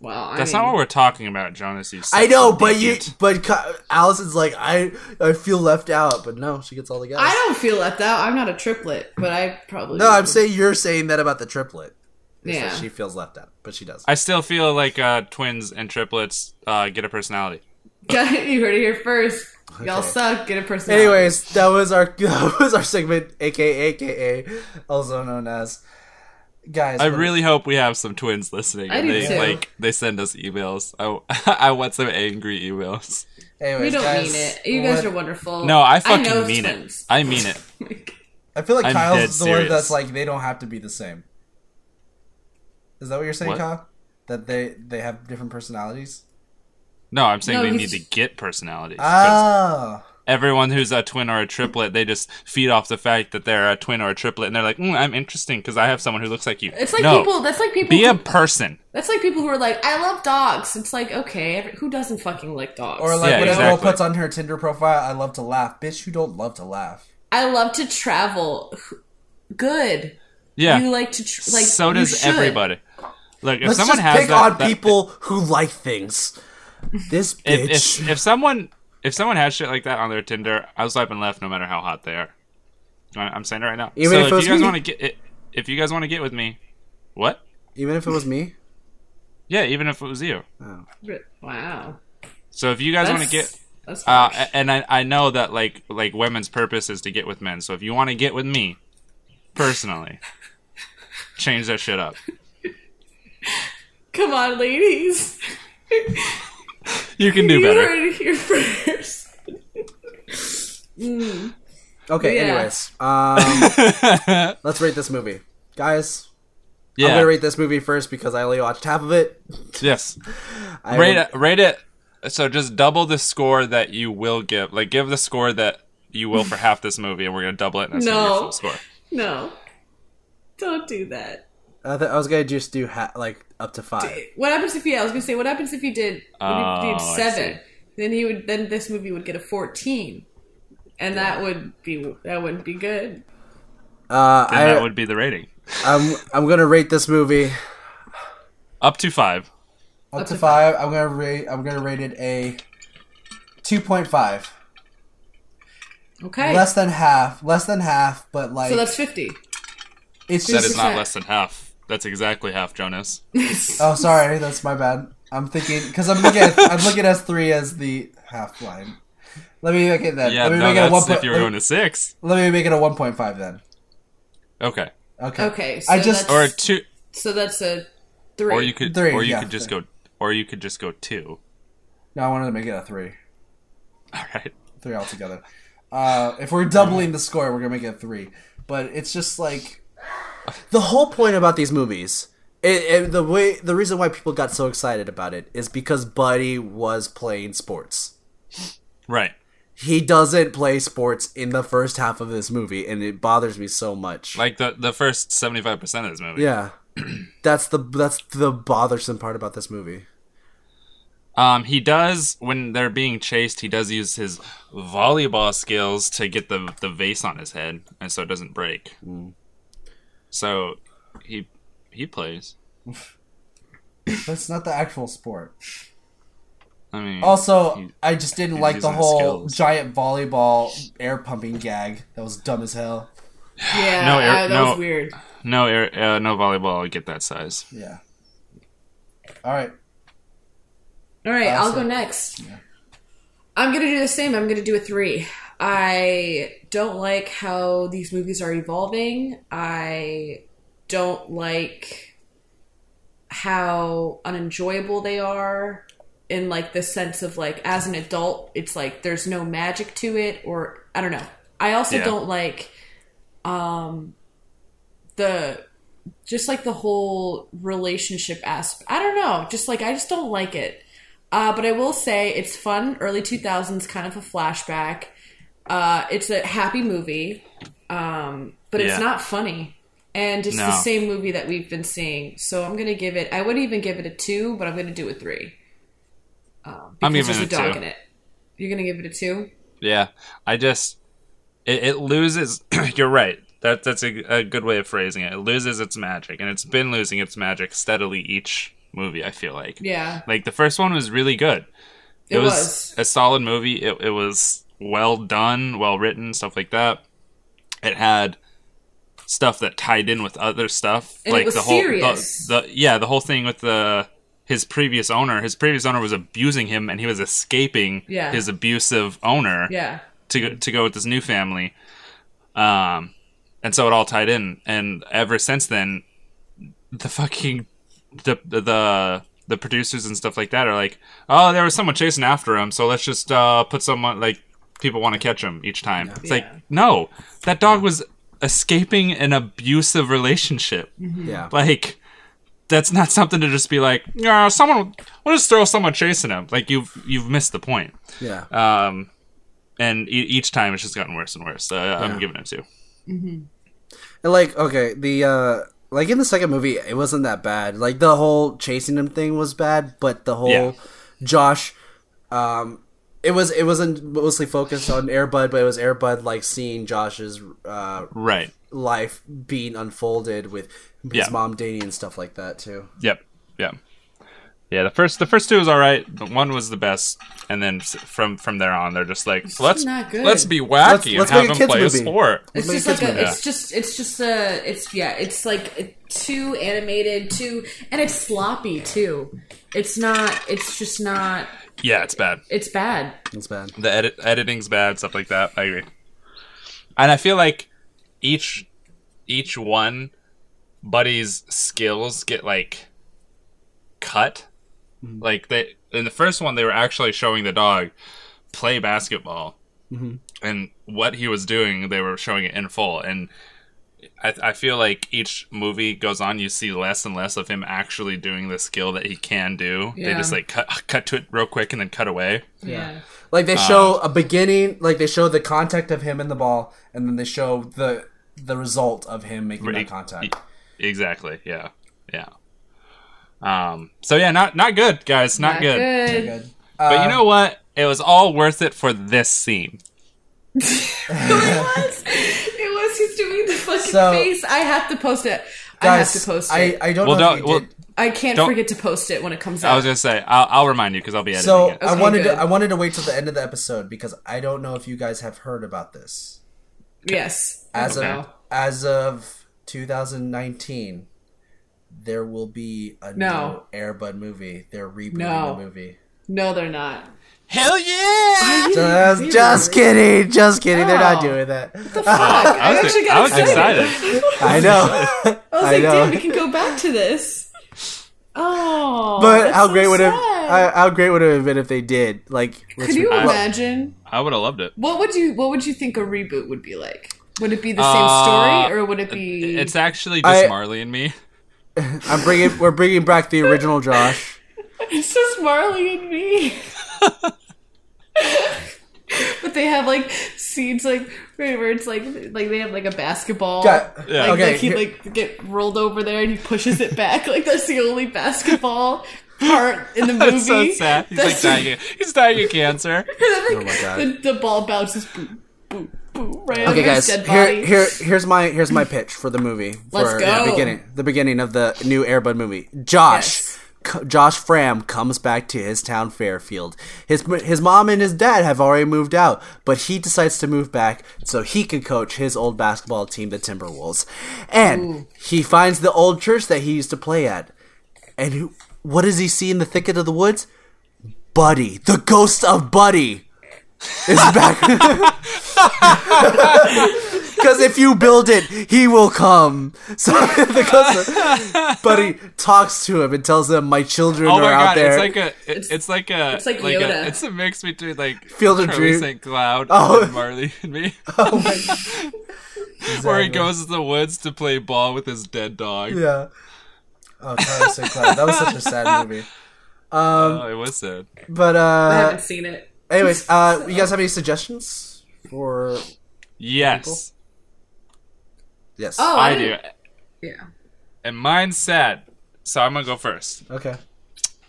Speaker 6: Well, I
Speaker 5: That's
Speaker 6: mean,
Speaker 5: not what we're talking about, Jonas. You
Speaker 3: I know, but you,
Speaker 5: sexy
Speaker 3: but Ka- Allison's like, I, I feel left out, but no, she gets all the guys.
Speaker 6: I don't feel left out. I'm not a triplet, but I probably
Speaker 3: no, I'm saying you're saying that about the triplet. It's
Speaker 6: yeah.
Speaker 3: that she feels left out, but she does.
Speaker 5: I still feel like uh, twins and triplets uh, get a personality.
Speaker 6: you heard it here first. Y'all
Speaker 3: Okay.
Speaker 6: suck. Get a person.
Speaker 3: Anyways, that was our that was our segment, aka aka, also known as guys.
Speaker 5: I
Speaker 3: but-
Speaker 5: really hope we have some twins listening.
Speaker 6: I
Speaker 5: and
Speaker 6: do
Speaker 5: they
Speaker 6: too.
Speaker 5: like they send us emails. I, I want some angry emails.
Speaker 3: anyways,
Speaker 6: we don't
Speaker 3: guys,
Speaker 6: mean it. You guys
Speaker 3: what-
Speaker 6: are wonderful.
Speaker 5: No, I fucking
Speaker 6: know
Speaker 5: mean
Speaker 6: twins.
Speaker 5: it. I mean it.
Speaker 3: I feel like
Speaker 5: I'm dead
Speaker 3: Kyle's the one
Speaker 5: serious.
Speaker 3: that's like they don't have to be the same. Is that what you're saying,
Speaker 5: What?
Speaker 3: Kyle? That they they have different personalities.
Speaker 5: No, I'm saying
Speaker 6: No,
Speaker 5: they
Speaker 6: he's-
Speaker 5: need to get personalities. 'Cause
Speaker 3: Oh,
Speaker 5: Everyone who's a twin or a triplet, they just feed off the fact that they're a twin or a triplet, and they're like, mm, "I'm interesting because I have someone who looks like you."
Speaker 6: It's like
Speaker 5: No.
Speaker 6: people. That's like people.
Speaker 5: Be a
Speaker 6: who-
Speaker 5: person.
Speaker 6: That's like people who are like, I love dogs. It's like, okay, every, who doesn't fucking like dogs?
Speaker 3: or like
Speaker 5: Yeah,
Speaker 3: when a girl
Speaker 5: exactly.
Speaker 3: puts on her Tinder profile, I love to laugh. Bitch, you don't love to laugh.
Speaker 6: I love to travel. Good.
Speaker 5: Yeah.
Speaker 6: You like to tr- like.
Speaker 5: so
Speaker 6: you
Speaker 5: does
Speaker 6: should.
Speaker 5: everybody. Look, if
Speaker 3: Let's
Speaker 5: someone
Speaker 3: just
Speaker 5: has
Speaker 3: pick
Speaker 5: that,
Speaker 3: on
Speaker 5: that-
Speaker 3: people who like things. This
Speaker 5: if,
Speaker 3: bitch.
Speaker 5: if, if someone if someone has shit like that on their Tinder, I'll swipe and left no matter how hot they are. I- I'm saying it right now.
Speaker 3: Even
Speaker 5: so
Speaker 3: if it
Speaker 5: if,
Speaker 3: was
Speaker 5: you guys
Speaker 3: me?
Speaker 5: want to get it, if you guys want to get with me, what?
Speaker 3: Even if it was me,
Speaker 5: Yeah, even if it was you.
Speaker 6: Wow.
Speaker 5: So if you guys want to
Speaker 6: That's-
Speaker 5: get
Speaker 6: That's
Speaker 5: uh,
Speaker 6: harsh.
Speaker 5: a- and I, I know that like like women's purpose is to get with men. So if you want to get with me personally, change that shit up.
Speaker 6: Come on, ladies.
Speaker 5: You can do
Speaker 6: you
Speaker 5: better.
Speaker 6: heard it here first.
Speaker 3: okay.
Speaker 6: Yeah.
Speaker 3: Anyways, um, let's rate this movie, guys. I'm
Speaker 5: Yeah.
Speaker 3: gonna rate this movie first because I only watched half of it.
Speaker 5: yes.
Speaker 3: I
Speaker 5: rate
Speaker 3: would-
Speaker 5: it, rate it so just double the score that you will give like give the score that you will for half this movie and we're gonna double it and that's gonna be your
Speaker 6: No.
Speaker 5: full score
Speaker 6: No. Don't do that.
Speaker 3: I, th- I was gonna just do ha- like up to five.
Speaker 6: What happens if? Yeah, I was gonna say, what happens if you did? What if you did
Speaker 5: Oh, I
Speaker 6: seven?
Speaker 5: see.
Speaker 6: Then he would. Then this movie would get a fourteen, and that would be that wouldn't be good.
Speaker 3: Uh,
Speaker 5: and that
Speaker 3: I,
Speaker 5: would be the rating
Speaker 3: I'm I'm gonna rate this movie
Speaker 5: up to five
Speaker 3: up, to
Speaker 6: to
Speaker 3: five. I'm gonna rate. I'm gonna rate it a two point five.
Speaker 6: Okay.
Speaker 3: Less than half. Less than half, but like
Speaker 6: so that's fifty.
Speaker 3: it's
Speaker 5: that
Speaker 3: just.
Speaker 5: is not
Speaker 6: that-
Speaker 5: less than half that's exactly half jonas
Speaker 3: Oh, sorry, that's my bad. I'm thinking because I'm looking. At, I'm looking at three as the half line. Let me make it then.
Speaker 5: yeah
Speaker 3: let me
Speaker 5: no,
Speaker 3: make it a
Speaker 5: that's
Speaker 3: one
Speaker 5: if
Speaker 3: point.
Speaker 5: you were going
Speaker 3: Let,
Speaker 5: to six
Speaker 3: let me make it a one point five then.
Speaker 5: okay
Speaker 3: Okay.
Speaker 6: Okay. So
Speaker 3: I just-
Speaker 5: or
Speaker 6: that's,
Speaker 5: a two
Speaker 6: so that's a three.
Speaker 5: or you could
Speaker 3: Three,
Speaker 5: or you
Speaker 3: yeah,
Speaker 5: could just
Speaker 3: three.
Speaker 5: go or you could just go two
Speaker 3: No, I wanted to make it a three.
Speaker 5: all right
Speaker 3: Three altogether. Uh, if we're doubling the score, we're gonna make it a three. But it's just like the whole point about these movies. It, it, the way the reason why people got so excited about it is because Buddy was playing sports.
Speaker 5: right
Speaker 3: he doesn't play sports in the first half of this movie, and it bothers me so much.
Speaker 5: like the the first 75 percent of this movie
Speaker 3: yeah, that's the that's the bothersome part about this movie.
Speaker 5: Um, he does when they're being chased. He does use his volleyball skills to get the the vase on his head, and so it doesn't break.
Speaker 3: Mm.
Speaker 5: So he he plays.
Speaker 3: That's not the actual sport.
Speaker 5: I mean,
Speaker 3: Oh. Also, I just didn't like the
Speaker 5: using his
Speaker 3: whole
Speaker 5: skills.
Speaker 3: giant volleyball air pumping gag. That was dumb as hell.
Speaker 6: Yeah.
Speaker 5: No, Eric,
Speaker 6: I- that
Speaker 5: no.
Speaker 6: was weird.
Speaker 5: No air, uh, no volleyball. I'll get that size.
Speaker 3: Yeah. All right.
Speaker 6: All right, I'll go
Speaker 3: Awesome.
Speaker 6: next. I'm going to do the same. I'm going to do a three. I don't like how these movies are evolving. I don't like how unenjoyable they are in like the sense of like as an adult it's like there's no magic to it or I don't know. I also
Speaker 5: Yeah.
Speaker 6: don't like um the just like the whole relationship aspect. I don't know. Just like I just don't like it. Uh, but I will say it's fun. Early two thousands, kind of a flashback. Uh, it's a happy movie, um, but it's
Speaker 5: Yeah.
Speaker 6: not funny, and it's
Speaker 5: No.
Speaker 6: the same movie that we've been seeing. So I'm gonna give it. I would even give it a two, but I'm gonna do a three. Um,
Speaker 5: I'm
Speaker 6: because
Speaker 5: giving
Speaker 6: there's
Speaker 5: it a
Speaker 6: dog
Speaker 5: two.
Speaker 6: in it. You're gonna give it a two.
Speaker 5: Yeah, I just it, it loses. you're right. That that's a, a good way of phrasing it. It loses its magic, and it's been losing its magic steadily each movie. I feel like.
Speaker 6: Yeah,
Speaker 5: Like the first one was really good. It,
Speaker 6: It
Speaker 5: was,
Speaker 6: was.
Speaker 5: a solid movie. It it was well done, well written, stuff like that. It had stuff that tied in with other stuff,
Speaker 6: And it
Speaker 5: like
Speaker 6: was
Speaker 5: the whole
Speaker 6: serious.
Speaker 5: The, the yeah, the whole thing with the his previous owner. His previous owner was abusing him, and he was escaping
Speaker 6: Yeah.
Speaker 5: his abusive owner
Speaker 6: yeah,
Speaker 5: to go, to go with this new family. Um, and so it all tied in, and ever since then, the fucking the the the producers and stuff like that are like, oh, there was someone chasing after him, so let's just uh, put someone like people want to catch him each time. It's like no, that dog was escaping an abusive relationship.
Speaker 3: Yeah.
Speaker 5: Like that's not something to just be like, yeah, someone. We'll just throw someone chasing him. Like you've you've missed the point.
Speaker 3: Yeah.
Speaker 5: Um, and e- each time it's just gotten worse and worse. Uh, I'm giving it two.
Speaker 3: And like, okay, the uh like in the second movie, it wasn't that bad. Like the whole chasing him thing was bad, but the whole
Speaker 5: Yeah.
Speaker 3: Josh um it was it wasn't mostly focused on Airbud, but it was Airbud like seeing Josh's uh
Speaker 5: Right.
Speaker 3: life being unfolded with his
Speaker 5: Yeah.
Speaker 3: mom dating and stuff like that too.
Speaker 5: Yep. Yep. Yeah. The first the first two was all right. But one was the best, and then s- from from there on, they're just like let's
Speaker 6: not good.
Speaker 5: let's be wacky
Speaker 3: Let's-
Speaker 5: and
Speaker 3: let's
Speaker 5: have
Speaker 3: make a
Speaker 5: them
Speaker 3: kids
Speaker 5: play
Speaker 3: movie.
Speaker 5: a sport.
Speaker 6: it's
Speaker 3: Make
Speaker 6: just
Speaker 3: a
Speaker 6: like
Speaker 3: kids
Speaker 6: a.
Speaker 3: movie.
Speaker 6: It's just. It's just a. It's yeah. It's like too animated, too, and it's sloppy too. It's not. It's just not.
Speaker 5: Yeah, it's bad.
Speaker 6: It's bad.
Speaker 3: It's bad.
Speaker 5: The edit editing's bad, stuff like that. I agree. And I feel like each each one, Buddy's skills get like cut. Like they in the first one, they were actually showing the dog play basketball, and what he was doing, they were showing it in full. And I, I feel like each movie goes on, you see less and less of him actually doing the skill that he can do. They
Speaker 6: Yeah.
Speaker 5: just like cut cut to it real quick and then cut away.
Speaker 6: Yeah.
Speaker 3: Like
Speaker 5: Um,
Speaker 3: they show a beginning, like they show the contact of him and the ball, and then they show the the result of him making
Speaker 5: Right.
Speaker 3: that contact.
Speaker 5: Exactly. Yeah. Yeah. Um. So yeah, not not good, guys. Not, good.
Speaker 3: Good.
Speaker 5: But
Speaker 3: Uh,
Speaker 5: you know what? It was all worth it for this scene.
Speaker 6: It was just doing the fucking
Speaker 3: So-
Speaker 6: face. I have to post it. I have
Speaker 3: Guys,
Speaker 6: to post
Speaker 3: I,
Speaker 6: it.
Speaker 3: I don't
Speaker 5: Well,
Speaker 3: know
Speaker 5: don't-
Speaker 3: if you
Speaker 5: well,
Speaker 3: did.
Speaker 6: I, can't
Speaker 5: don't-
Speaker 6: forget to post it when it comes out.
Speaker 5: I was gonna say I'll, I'll remind you because I'll be editing
Speaker 3: So
Speaker 5: it.
Speaker 3: I
Speaker 6: Okay,
Speaker 3: wanted
Speaker 6: good.
Speaker 3: to I wanted to wait till the end of the episode because I don't know if you guys have heard about this.
Speaker 6: yes.
Speaker 3: As
Speaker 5: Okay.
Speaker 3: of as of 2019, there will be a
Speaker 6: No.
Speaker 3: new Airbud movie. They're rebooting
Speaker 6: No.
Speaker 3: the movie.
Speaker 6: No, they're not.
Speaker 5: Hell yeah!
Speaker 3: Just, just kidding, just kidding. They're not
Speaker 6: No.
Speaker 3: doing that.
Speaker 5: I was,
Speaker 6: actually got
Speaker 5: I was
Speaker 6: excited.
Speaker 5: excited.
Speaker 3: I know,
Speaker 8: I was
Speaker 3: I
Speaker 8: like,
Speaker 3: know.
Speaker 8: damn, we can go back to this.
Speaker 6: Oh.
Speaker 3: but
Speaker 6: that's
Speaker 3: how
Speaker 6: so
Speaker 3: great would it
Speaker 6: sad.
Speaker 3: I- how great would it have been if they did? Like,
Speaker 6: Could you
Speaker 5: I-
Speaker 6: imagine?
Speaker 5: I would have loved it.
Speaker 6: What would you What would you think a reboot would be like? Would it be the same
Speaker 5: Uh,
Speaker 6: story, or would it be?
Speaker 5: It's actually just
Speaker 3: I-
Speaker 5: Marley and me.
Speaker 3: I'm bringing we're bringing back the original Josh.
Speaker 6: It's just Marley and me. but they have like scenes like right, where it's like like they have like a basketball.
Speaker 3: Yeah.
Speaker 5: Yeah.
Speaker 6: Like,
Speaker 3: Okay,
Speaker 6: like he
Speaker 3: here-
Speaker 6: like get rolled over there and he pushes it back. like that's the only basketball part in the movie.
Speaker 5: That's so sad. He's like
Speaker 6: That's-
Speaker 5: dying. He's dying of cancer.
Speaker 6: and then,
Speaker 3: my God.
Speaker 6: The, the ball bounces boop boop boop right over
Speaker 3: Okay, guys.
Speaker 6: his dead
Speaker 3: Here,
Speaker 6: body.
Speaker 3: here, here's my here's my pitch for the movie.
Speaker 6: Let's
Speaker 3: for
Speaker 6: go.
Speaker 3: The beginning, the beginning of the new Airbud movie. Josh
Speaker 6: Yes.
Speaker 3: C- Josh Fram comes back to his town, Fairfield. His his mom and his dad have already moved out, but he decides to move back so he can coach his old basketball team, the Timberwolves. And he finds the old church that he used to play at. And who, what does he see in the thicket of the woods? Buddy, the ghost of Buddy, is back. Because if you build it, he will come. So the ghost of Buddy talks to him and tells him, "My children
Speaker 5: Oh
Speaker 3: are
Speaker 5: my
Speaker 3: out
Speaker 5: god,
Speaker 3: there."
Speaker 5: it's like a it- it's, like a
Speaker 6: it's like
Speaker 5: A,
Speaker 6: Yoda.
Speaker 5: it's a mix between like
Speaker 3: Field of
Speaker 5: Charlie
Speaker 3: Dream-
Speaker 5: St. Cloud
Speaker 3: Oh.
Speaker 5: and Marley and me. Where he goes to the woods to play ball with his dead dog.
Speaker 3: Yeah. Oh, Tyler St. Cloud. That was such a sad movie.
Speaker 5: Oh, it was sad.
Speaker 3: But
Speaker 6: I
Speaker 3: uh
Speaker 6: haven't seen it.
Speaker 3: anyways, uh you guys have any suggestions for
Speaker 5: Yes.
Speaker 3: Yes.
Speaker 6: Oh,
Speaker 5: I do.
Speaker 6: didn't- Yeah.
Speaker 5: And mine's sad. So I'm gonna go first.
Speaker 3: Okay.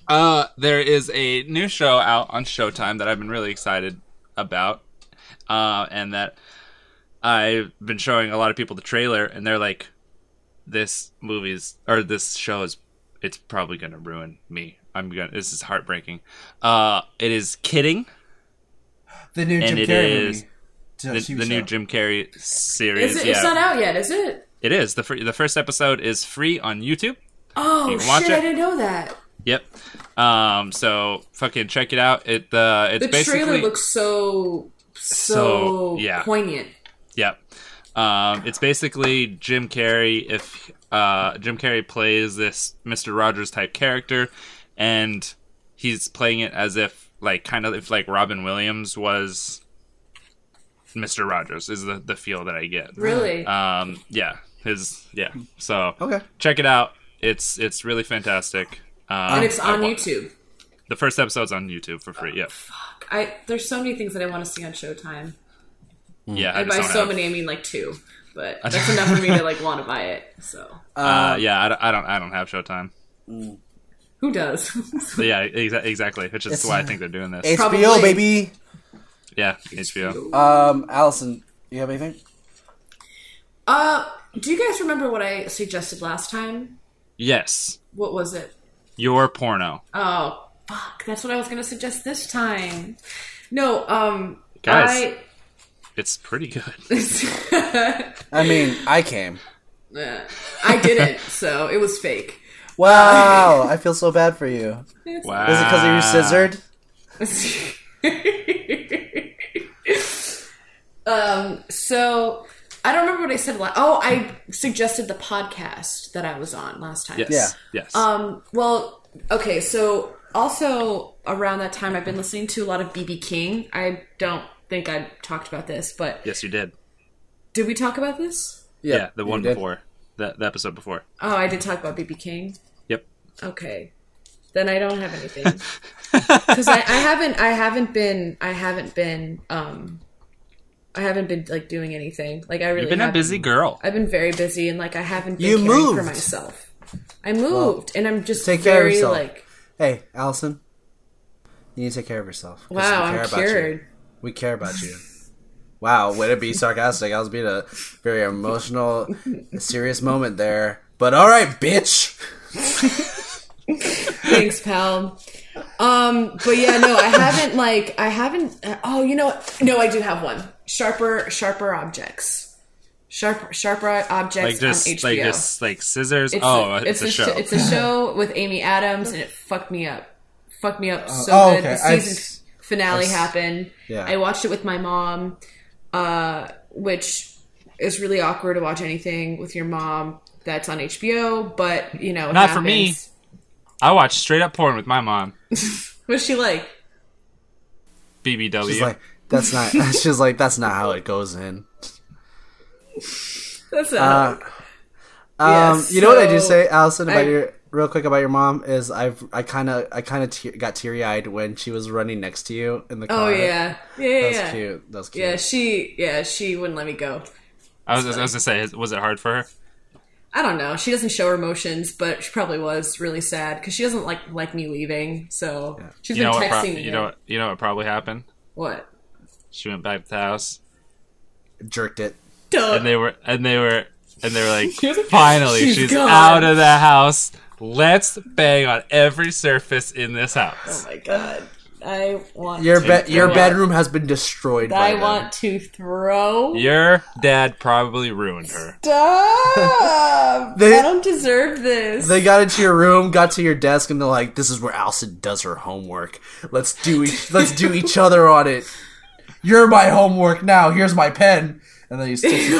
Speaker 5: Uh, there is a new show out on Showtime that I've been really excited about, uh, and that I've been showing a lot of people the trailer, and they're like, "This movie's or this show is, it's probably gonna ruin me. I'm gonna. This is heartbreaking." Uh, it is kidding.
Speaker 3: The new
Speaker 5: And
Speaker 3: Jim
Speaker 5: it
Speaker 3: Carrey
Speaker 5: is
Speaker 3: movie.
Speaker 5: The,
Speaker 3: It's a TV
Speaker 5: the new
Speaker 3: show.
Speaker 5: Jim Carrey series.
Speaker 6: Is it,
Speaker 5: yeah,
Speaker 6: It's not out yet, is it?
Speaker 5: it is. the fir- The first episode is free on YouTube.
Speaker 6: Oh
Speaker 5: You can
Speaker 6: shit!
Speaker 5: watch it.
Speaker 6: I didn't know that.
Speaker 5: Yep. Um. So fucking check it out. It uh. It's
Speaker 6: The
Speaker 5: basically
Speaker 6: trailer looks so so,
Speaker 5: So, yeah.
Speaker 6: poignant.
Speaker 5: Yep. Um, it's basically Jim Carrey if uh, Jim Carrey plays this Mr. Rogers type character, and he's playing it as if like kind of if like Robin Williams was Mr. Rogers is the the feel that I get.
Speaker 6: Really?
Speaker 5: Um, yeah, his yeah. So
Speaker 3: Okay.
Speaker 5: check it out. It's it's really fantastic. Um,
Speaker 6: and it's
Speaker 5: I
Speaker 6: on
Speaker 5: wa-
Speaker 6: YouTube.
Speaker 5: The first episode's on YouTube for free. Yeah,
Speaker 6: I there's so many things that I want to see on Showtime.
Speaker 5: yeah. I
Speaker 6: And
Speaker 5: just
Speaker 6: by
Speaker 5: don't
Speaker 6: so
Speaker 5: have-
Speaker 6: many, I mean like two. But that's enough for me to like want to buy it. So
Speaker 5: Uh, yeah, I don't, I don't. I don't have Showtime.
Speaker 6: who does?
Speaker 5: But yeah, exa- exactly. Which is why I think they're doing this.
Speaker 3: HBO
Speaker 6: Probably-
Speaker 3: baby.
Speaker 5: Yeah, HBO.
Speaker 3: Um Allison, you have anything?
Speaker 6: uh, do you guys remember what I suggested last time?
Speaker 5: Yes,
Speaker 6: What was it?
Speaker 5: your porno,
Speaker 6: Oh fuck! That's what I was gonna suggest this time. No, um,
Speaker 5: guys. It's pretty good.
Speaker 6: I
Speaker 3: I mean, I came.
Speaker 6: Eh, I didn't, so it was fake.
Speaker 3: Wow, I feel so bad for you.
Speaker 5: Wow.
Speaker 3: Is it because
Speaker 5: Ah.
Speaker 3: you scissored?
Speaker 6: um, so I don't remember what I said. La- oh, I suggested the podcast that I was on last time.
Speaker 5: Yes.
Speaker 3: Yeah.
Speaker 5: Yes.
Speaker 6: Um, well, okay, so also around that time, I've been listening to a lot of BB King. I don't think I talked about this, but
Speaker 5: yes, you did.
Speaker 6: did we talk about this?
Speaker 5: Yeah, the
Speaker 3: you
Speaker 5: one
Speaker 3: did.
Speaker 5: before. The, the episode before.
Speaker 6: Oh, I did talk about BB King.
Speaker 5: Yep.
Speaker 6: Okay. Then I don't have anything because I, I haven't I haven't been I haven't been um I haven't been like doing anything like I really
Speaker 5: You've been a
Speaker 6: haven't.
Speaker 5: busy girl.
Speaker 6: I've been very busy and like I haven't been
Speaker 3: You
Speaker 6: caring for
Speaker 3: moved.
Speaker 6: myself. I moved and I'm just
Speaker 3: take care of
Speaker 6: very
Speaker 3: yourself.
Speaker 6: like
Speaker 3: Hey, Allison. You need to take care of yourself. 'cause
Speaker 6: wow
Speaker 3: we care
Speaker 6: I'm
Speaker 3: about you.
Speaker 6: cured.
Speaker 3: We care about you. Wow, would it be sarcastic? I was being a very emotional, serious moment there. But all right, bitch.
Speaker 6: Thanks, pal. Um, but yeah, no, I haven't like I haven't. Oh, you know, what? no, I do have one. Sharper, sharper objects. Sharp, sharper objects
Speaker 5: Like just
Speaker 6: on HBO.
Speaker 5: like just like scissors.
Speaker 6: It's
Speaker 5: oh,
Speaker 6: a,
Speaker 5: it's, a, show.
Speaker 6: sh- It's a show with Amy Adams, and it fucked me up. Fucked me up so
Speaker 3: oh,
Speaker 6: good.
Speaker 3: okay.
Speaker 6: The
Speaker 3: I
Speaker 6: season
Speaker 3: s-
Speaker 6: finale
Speaker 3: I s-
Speaker 6: happened.
Speaker 3: Yeah.
Speaker 6: I watched it with my mom, uh, which is really awkward to watch anything with your mom that's on HBO. But you know, it
Speaker 5: Not for me.
Speaker 6: happens.
Speaker 5: I watched straight up porn with my mom.
Speaker 6: What's she like?
Speaker 5: BBW.
Speaker 3: She's like, that's not. She's like, that's not how it goes in.
Speaker 6: That's
Speaker 3: Uh,
Speaker 6: not.
Speaker 3: Um,
Speaker 6: Yes,
Speaker 3: you know what I do
Speaker 6: so
Speaker 3: say, Allison, about
Speaker 6: I-
Speaker 3: your real quick about your mom is I've I kind of I kind of te- got teary eyed when she was running next to you in the
Speaker 6: oh
Speaker 3: car.
Speaker 6: yeah, yeah, yeah.
Speaker 3: uh, that's
Speaker 6: yeah.
Speaker 3: cute. That's cute.
Speaker 6: Yeah, she, yeah, she wouldn't let me go.
Speaker 5: I was I was gonna say, was it hard for her?
Speaker 6: I don't know. She doesn't show her emotions, but she probably was really sad because she doesn't like like me leaving. So she's
Speaker 5: You know
Speaker 6: been texting
Speaker 5: what? Pro-
Speaker 6: me.
Speaker 5: you know what? You know what probably happened.
Speaker 6: What?
Speaker 5: She went back to the house,
Speaker 3: Jerked it.
Speaker 6: Duh.
Speaker 5: and they were and they were and they were like, finally, she's,
Speaker 6: gone."
Speaker 5: out of the house. Let's bang on every surface in this
Speaker 8: Oh
Speaker 5: house.
Speaker 8: my god. I want
Speaker 3: Your
Speaker 8: to
Speaker 3: be- your
Speaker 8: throw up.
Speaker 3: bedroom has been destroyed. by
Speaker 8: I
Speaker 3: them.
Speaker 8: want to throw
Speaker 5: Your dad probably ruined her.
Speaker 8: Stop!
Speaker 3: They-
Speaker 8: I don't deserve this.
Speaker 3: They got into your room, got to your desk, and they're like, "This is where Alcid does her homework. Let's do each, let's do each other on it. You're my homework now. Here's my pen." And then you stick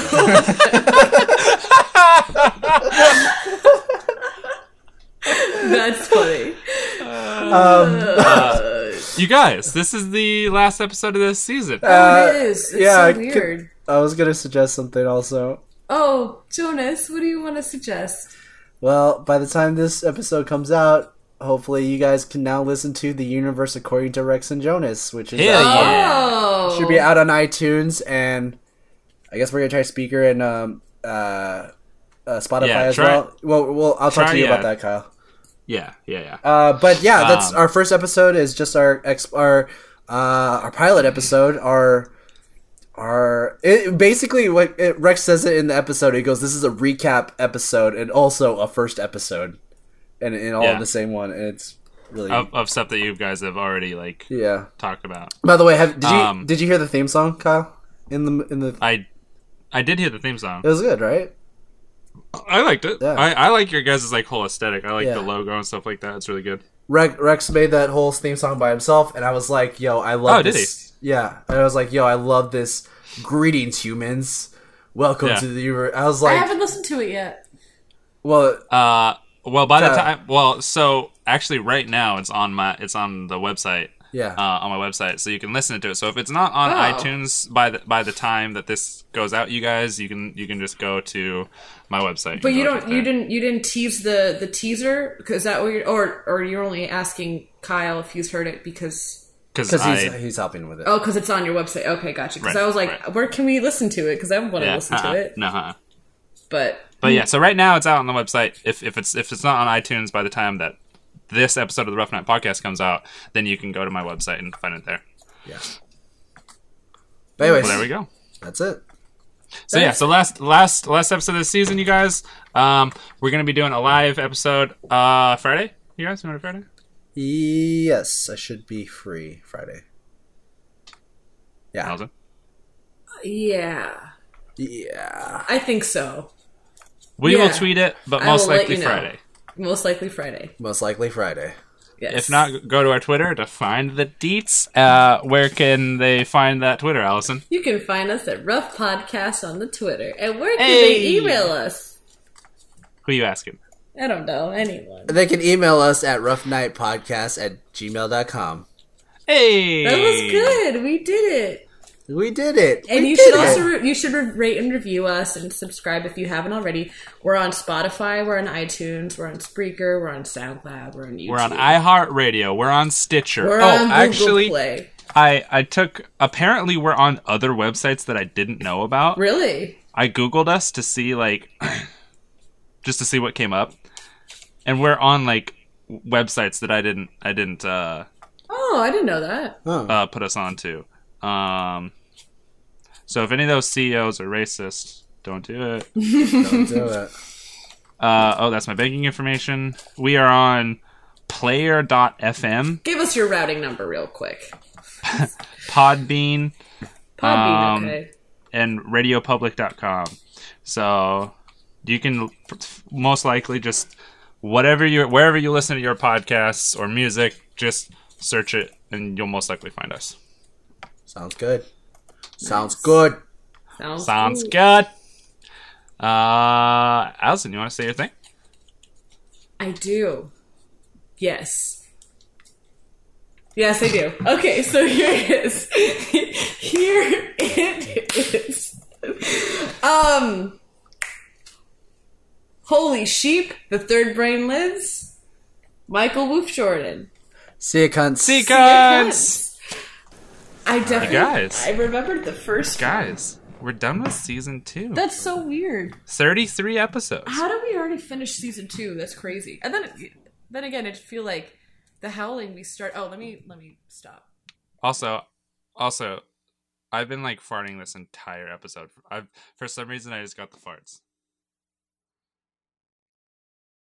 Speaker 6: That's funny.
Speaker 3: um,
Speaker 5: You guys, this is the last episode of this season.
Speaker 3: uh,
Speaker 6: it is. It's
Speaker 3: yeah, I
Speaker 6: so
Speaker 3: could-
Speaker 6: weird.
Speaker 3: I was gonna suggest something also.
Speaker 6: Oh, Jonas, what do you want to suggest?
Speaker 3: Well, by the time this episode comes out, hopefully you guys can now listen to the universe according to Rex and Jonas, which is
Speaker 5: Hell
Speaker 3: out-
Speaker 5: yeah.
Speaker 6: Oh,
Speaker 3: should be out on iTunes, and I guess we're gonna try Speaker and um uh, uh Spotify
Speaker 5: Yeah,
Speaker 3: as
Speaker 5: try-
Speaker 3: well. Well, well, I'll talk
Speaker 5: try,
Speaker 3: to you
Speaker 5: yeah.
Speaker 3: about that, Kyle.
Speaker 5: Yeah, yeah, yeah.
Speaker 3: Uh, but yeah, that's
Speaker 5: Um,
Speaker 3: our first episode. Is just our ex our uh, our pilot episode. Our our it, basically what it, Rex says it in the episode. He goes, "This is a recap episode and also a first episode, and in all
Speaker 5: Yeah. Oh.
Speaker 3: in the same one." And it's really
Speaker 5: Of, of stuff that you guys have already like
Speaker 3: yeah.
Speaker 5: talked about.
Speaker 3: By the way, have did you
Speaker 5: Um,
Speaker 3: did you hear the theme song, Kyle? In the in the
Speaker 5: I I did hear the theme song.
Speaker 3: it was good, right?
Speaker 5: I liked it.
Speaker 3: Yeah.
Speaker 5: I, I like your guys' like whole aesthetic. I like
Speaker 3: Yeah.
Speaker 5: the logo and stuff like that. It's really good.
Speaker 3: Rex, Rex made that whole theme song by himself, and I was like, "Yo, I love
Speaker 5: Oh, did
Speaker 3: this." Yeah, and I was like, "Yo, I love this." Greetings, humans. Welcome
Speaker 5: Yeah.
Speaker 3: to the. universe." I was
Speaker 6: I
Speaker 3: like,
Speaker 6: haven't listened to it yet.
Speaker 3: "Well,
Speaker 5: Uh, well, by the
Speaker 3: Uh,
Speaker 5: time, well, so actually, right now it's on my it's on the website.
Speaker 3: yeah,
Speaker 5: uh, on my website, so you can listen to it. So if it's not on
Speaker 6: Oh.
Speaker 5: iTunes by the by the time that this goes out, you guys, you can you can just go to my website.
Speaker 6: But
Speaker 5: and
Speaker 6: you
Speaker 5: go
Speaker 6: don't.
Speaker 5: right
Speaker 6: You
Speaker 5: there.
Speaker 6: didn't. You didn't tease the the teaser. 'Cause Is that what you're? Or or you're only asking Kyle if he's heard it because
Speaker 5: because
Speaker 3: because
Speaker 5: I
Speaker 3: he's he's helping with it."
Speaker 6: oh, because it's on your website. Okay, gotcha. Because
Speaker 5: Right,
Speaker 6: I was like,
Speaker 5: right.
Speaker 6: where can we listen to it? Because I want to
Speaker 5: yeah,
Speaker 6: listen
Speaker 5: uh-uh,
Speaker 6: to it.
Speaker 5: no. Uh-uh.
Speaker 6: But
Speaker 5: But yeah, so right now it's out on the website. If if it's if it's not on iTunes by the time that this episode of the Rough Night podcast comes out, then you can go to my website and find it there.
Speaker 3: But anyways,
Speaker 5: Well, there we go.
Speaker 3: that's it.
Speaker 5: So yeah, so last last last episode of the season, you guys, um, we're gonna be doing a live episode uh Friday. You guys, you want to Friday?
Speaker 3: Yes, I should be free Friday.
Speaker 6: Uh,
Speaker 3: Yeah,
Speaker 5: Allison?
Speaker 6: yeah,
Speaker 3: yeah.
Speaker 6: I think so.
Speaker 5: We
Speaker 6: Yeah.
Speaker 5: will tweet it, but
Speaker 6: I will
Speaker 5: most
Speaker 6: let
Speaker 5: likely
Speaker 6: you know.
Speaker 5: Friday.
Speaker 6: Most likely Friday.
Speaker 3: Most likely Friday.
Speaker 6: Yes.
Speaker 5: If not, go to our Twitter to find the deets. Uh, where can they find that Twitter, Allison?
Speaker 6: You can find us at Rough Podcast on the Twitter. And where can
Speaker 5: Hey!
Speaker 6: they email us?
Speaker 5: Who you asking?
Speaker 6: I don't know, anyone.
Speaker 3: They can email us at roughnightpodcast at gmail.com.
Speaker 5: Hey,
Speaker 6: That was good. We did it.
Speaker 3: We did it.
Speaker 6: And
Speaker 3: We
Speaker 6: you
Speaker 3: did
Speaker 6: should
Speaker 3: it.
Speaker 6: also re- you should re- rate and review us and subscribe if you haven't already. We're on Spotify, we're on iTunes, we're on Spreaker, we're on SoundCloud, we're on YouTube.
Speaker 5: We're on iHeartRadio. We're on Stitcher.
Speaker 6: We're
Speaker 5: oh,
Speaker 6: on Google
Speaker 5: actually,
Speaker 6: Play.
Speaker 5: I I took. Apparently, we're on other websites that I didn't know about.
Speaker 6: Really?
Speaker 5: I googled us to see like, just to see what came up, and we're on like websites that I didn't I didn't uh,
Speaker 6: Oh, I didn't know that.
Speaker 5: uh, put us on to. Um, so if any of those CEOs are racist, don't do it.
Speaker 3: Don't do it.
Speaker 5: Uh, oh, that's my banking information. We are on player.fm,
Speaker 6: Give us your routing number real quick.
Speaker 5: Podbean,
Speaker 6: Podbean,
Speaker 5: Um,
Speaker 6: okay.
Speaker 5: and radiopublic.com. So you can most likely just whatever you wherever you listen to your podcasts or music, just search it and you'll most likely find us.
Speaker 3: Sounds good. Sounds good.
Speaker 6: Sounds,
Speaker 5: Sounds good. Uh, Allison, you want to say your thing?
Speaker 6: I do. Yes. Yes, I do. Okay, so here it is. here it is. Um Holy Sheep, The Third Brain Lives, Michael Wolf Jordan.
Speaker 3: See you, cunts.
Speaker 5: Sequence.
Speaker 6: I definitely
Speaker 5: guys.
Speaker 6: I remembered the first one.
Speaker 5: Guys, we're done with season two.
Speaker 6: That's so weird.
Speaker 5: 33 episodes.
Speaker 6: How did we already finish season two? That's crazy. And then then again it feel like the howling we start oh let me let me stop.
Speaker 5: Also, also, I've been like farting this entire episode. I've for some reason I just got the farts.